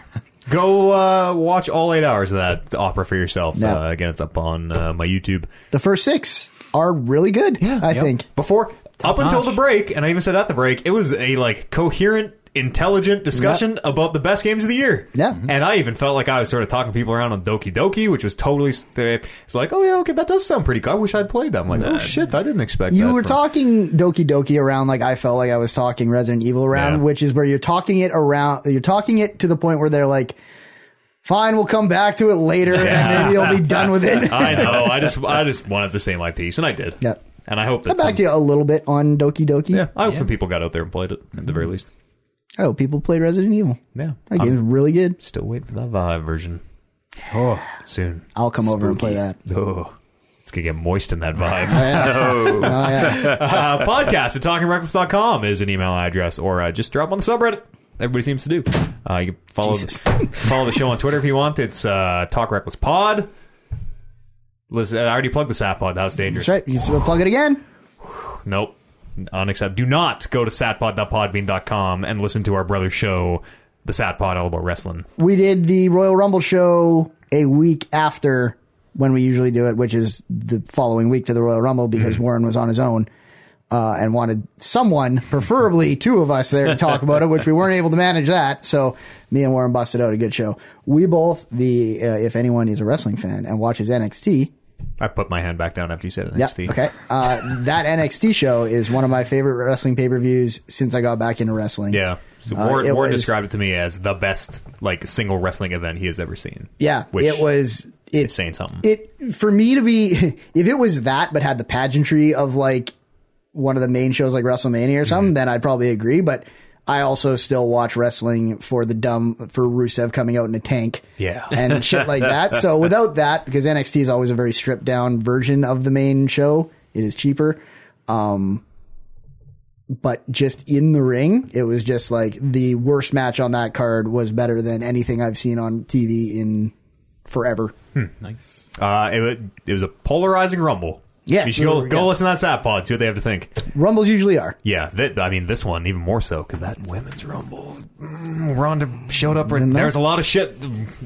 Speaker 1: Go uh, watch all eight hours of that opera for yourself.
Speaker 2: Yeah.
Speaker 1: Uh, again, it's up on uh, my YouTube.
Speaker 2: The first six are really good, I
Speaker 3: yep.
Speaker 2: think.
Speaker 1: Before, up until
Speaker 3: notch.
Speaker 1: the break, and I even said at the break, it was a like coherent, intelligent discussion about the best games of the year.
Speaker 2: Yeah. Mhm.
Speaker 1: and I even felt like I was sort of talking people around on Doki Doki, which was totally. st- It's like, oh yeah, okay, that does sound pretty good. I wish I'd played that. I'm like, oh shit, I didn't expect.
Speaker 2: You
Speaker 1: that
Speaker 2: were
Speaker 1: from-
Speaker 2: talking Doki Doki around like I felt like I was talking Resident Evil around,
Speaker 1: Yeah.
Speaker 2: which is where you're talking it around. You're talking it to the point where they're like, fine, we'll come back to it later and maybe they'll be done with it.
Speaker 1: I know. I just, I just wanted the same IPs, and I did.
Speaker 2: Yeah.
Speaker 1: and I hope that
Speaker 2: Come back
Speaker 1: some,
Speaker 2: to you a little bit on Doki Doki.
Speaker 1: yeah, I hope some people got out there and played it at the
Speaker 2: Mm-hmm.
Speaker 1: very least.
Speaker 2: Oh, people played Resident Evil.
Speaker 1: Yeah,
Speaker 2: That
Speaker 1: I'm
Speaker 2: game's really good.
Speaker 1: still waiting for that Valheim version
Speaker 3: Oh,
Speaker 1: soon.
Speaker 2: I'll come over and play that.
Speaker 1: Oh, it's gonna get moist in that vibe.
Speaker 2: Oh, yeah.
Speaker 1: uh, podcast at talkingreckless.com is an email address or uh, just drop on the subreddit everybody seems to do uh, you can follow
Speaker 2: Jesus.
Speaker 1: follow the show on twitter if you want it's uh, talk reckless pod Listen, I already plugged the Sat Pod. That was dangerous.
Speaker 2: That's right. You just go plug it again.
Speaker 1: Nope. Unacceptable. Do not go to satpod.podbean.com and listen to our brother show, The Sat Pod, all about wrestling.
Speaker 2: We did the Royal Rumble show a week after when we usually do it, which is the following week to the Royal Rumble because Warren was on his own uh, and wanted someone, preferably two of us, there to talk about it, which we weren't able to manage that. So me and Warren busted out a good show. We both, the uh, if anyone is a wrestling fan and watches NXT,
Speaker 1: I put my hand back down after you said
Speaker 2: Yeah.
Speaker 1: NXT.
Speaker 2: Okay. Uh, that NXT show is one of my favorite wrestling pay per views since I got back into wrestling.
Speaker 1: Yeah. So
Speaker 2: Uh,
Speaker 1: Warren,
Speaker 2: it
Speaker 1: Warren
Speaker 2: was-
Speaker 1: described it to me as the best like single wrestling event he has ever seen.
Speaker 2: Yeah.
Speaker 1: Which
Speaker 2: it was. It,
Speaker 1: is saying something.
Speaker 2: It for me to be if it was that, but had the pageantry of like one of the main shows like WrestleMania or something, then I'd probably agree. But I also still watch wrestling for the dumb for Rusev coming out in a tank,
Speaker 1: Yeah.
Speaker 2: and shit like that. So without that, because NXT is always a very stripped down version of the main show, it is cheaper. Um, but just in the ring, it was just like the worst match on that card was better than anything I've seen on TV in forever.
Speaker 3: nice.
Speaker 1: Uh, it, wa- it was a polarizing rumble.
Speaker 2: Yes,
Speaker 1: you should go
Speaker 2: yeah.
Speaker 1: go listen to that sat pod. See what they have to think.
Speaker 2: Rumbles usually are.
Speaker 1: Yeah, that, I mean this one even more so because that women's rumble, mm, Ronda showed up. Right, there was a lot of shit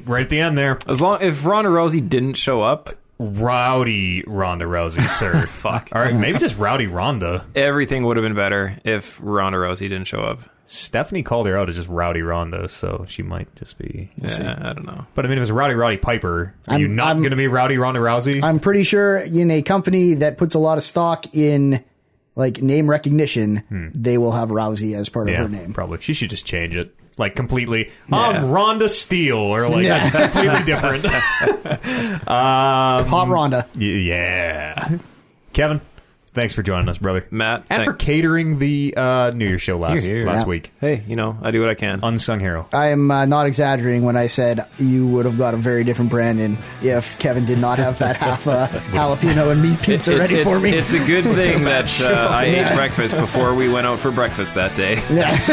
Speaker 1: right at the end there.
Speaker 4: As long if Ronda Rousey didn't show up,
Speaker 1: Rowdy Ronda Rousey, sir. Fuck. All right, maybe just rowdy Ronda.
Speaker 4: everything would have been better if Ronda Rousey didn't show up.
Speaker 1: Stephanie called her out as just rowdy Ronda, so she might just be.
Speaker 4: Yeah, I don't know.
Speaker 1: But I mean, if it's rowdy Roddy Piper, are you
Speaker 2: I'm-
Speaker 1: not
Speaker 2: I'm-
Speaker 1: going to be rowdy Ronda Rousey?
Speaker 2: I'm pretty sure in a company that puts a lot of stock in like name recognition,
Speaker 4: Hmm.
Speaker 2: they will have Rousey as part
Speaker 1: yeah,
Speaker 2: of her name.
Speaker 1: probably. She should just change it. Like completely, I'm Ronda Steele, or like just completely different.
Speaker 2: Hot
Speaker 4: Um,
Speaker 2: Ronda.
Speaker 1: Y- Yeah. Kevin, thanks for joining us, brother.
Speaker 4: Matt,
Speaker 1: And
Speaker 4: thank-
Speaker 1: for catering the uh, New Year's show last,
Speaker 3: Here, here.
Speaker 1: last
Speaker 2: Yeah.
Speaker 1: week.
Speaker 4: Hey, you know, I do what I can.
Speaker 1: Unsung hero.
Speaker 2: I am uh, not exaggerating when I said you would have got a very different Brandon if Kevin did not have that half a jalapeno and meat pizza ready
Speaker 4: It- it-
Speaker 2: for me.
Speaker 4: It's a good thing that uh, I ate breakfast before we went out for breakfast that day.
Speaker 2: yes.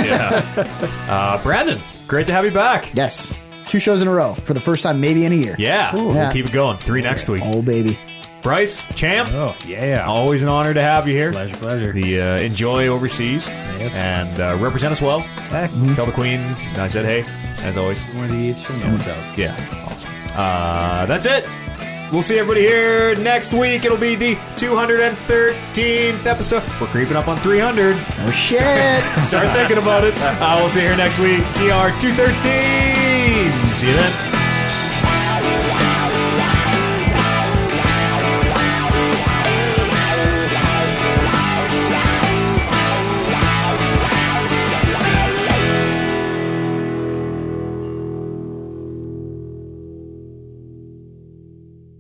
Speaker 1: Uh, Brandon, great to have you back.
Speaker 2: yes. Two shows in a row for the first time, maybe in a year.
Speaker 1: Yeah. We'll
Speaker 2: Yeah.
Speaker 1: keep it going. Three next week.
Speaker 2: Oh, baby.
Speaker 1: Bryce, champ,
Speaker 3: Oh, yeah.
Speaker 1: always an honor to have you here.
Speaker 3: pleasure, pleasure.
Speaker 1: The uh, enjoy overseas
Speaker 3: Yes.
Speaker 1: and uh, represent us well.
Speaker 3: Heck,
Speaker 1: Tell the queen I said hey, as always.
Speaker 3: One of these, she'll know what's up.
Speaker 1: Yeah, awesome. Uh, that's it. We'll see everybody here next week. It'll be the 213th episode. We're creeping up on 300.
Speaker 2: Oh, shit.
Speaker 1: Start thinking about it. Uh, we'll see you here next week. TR 213. See you then.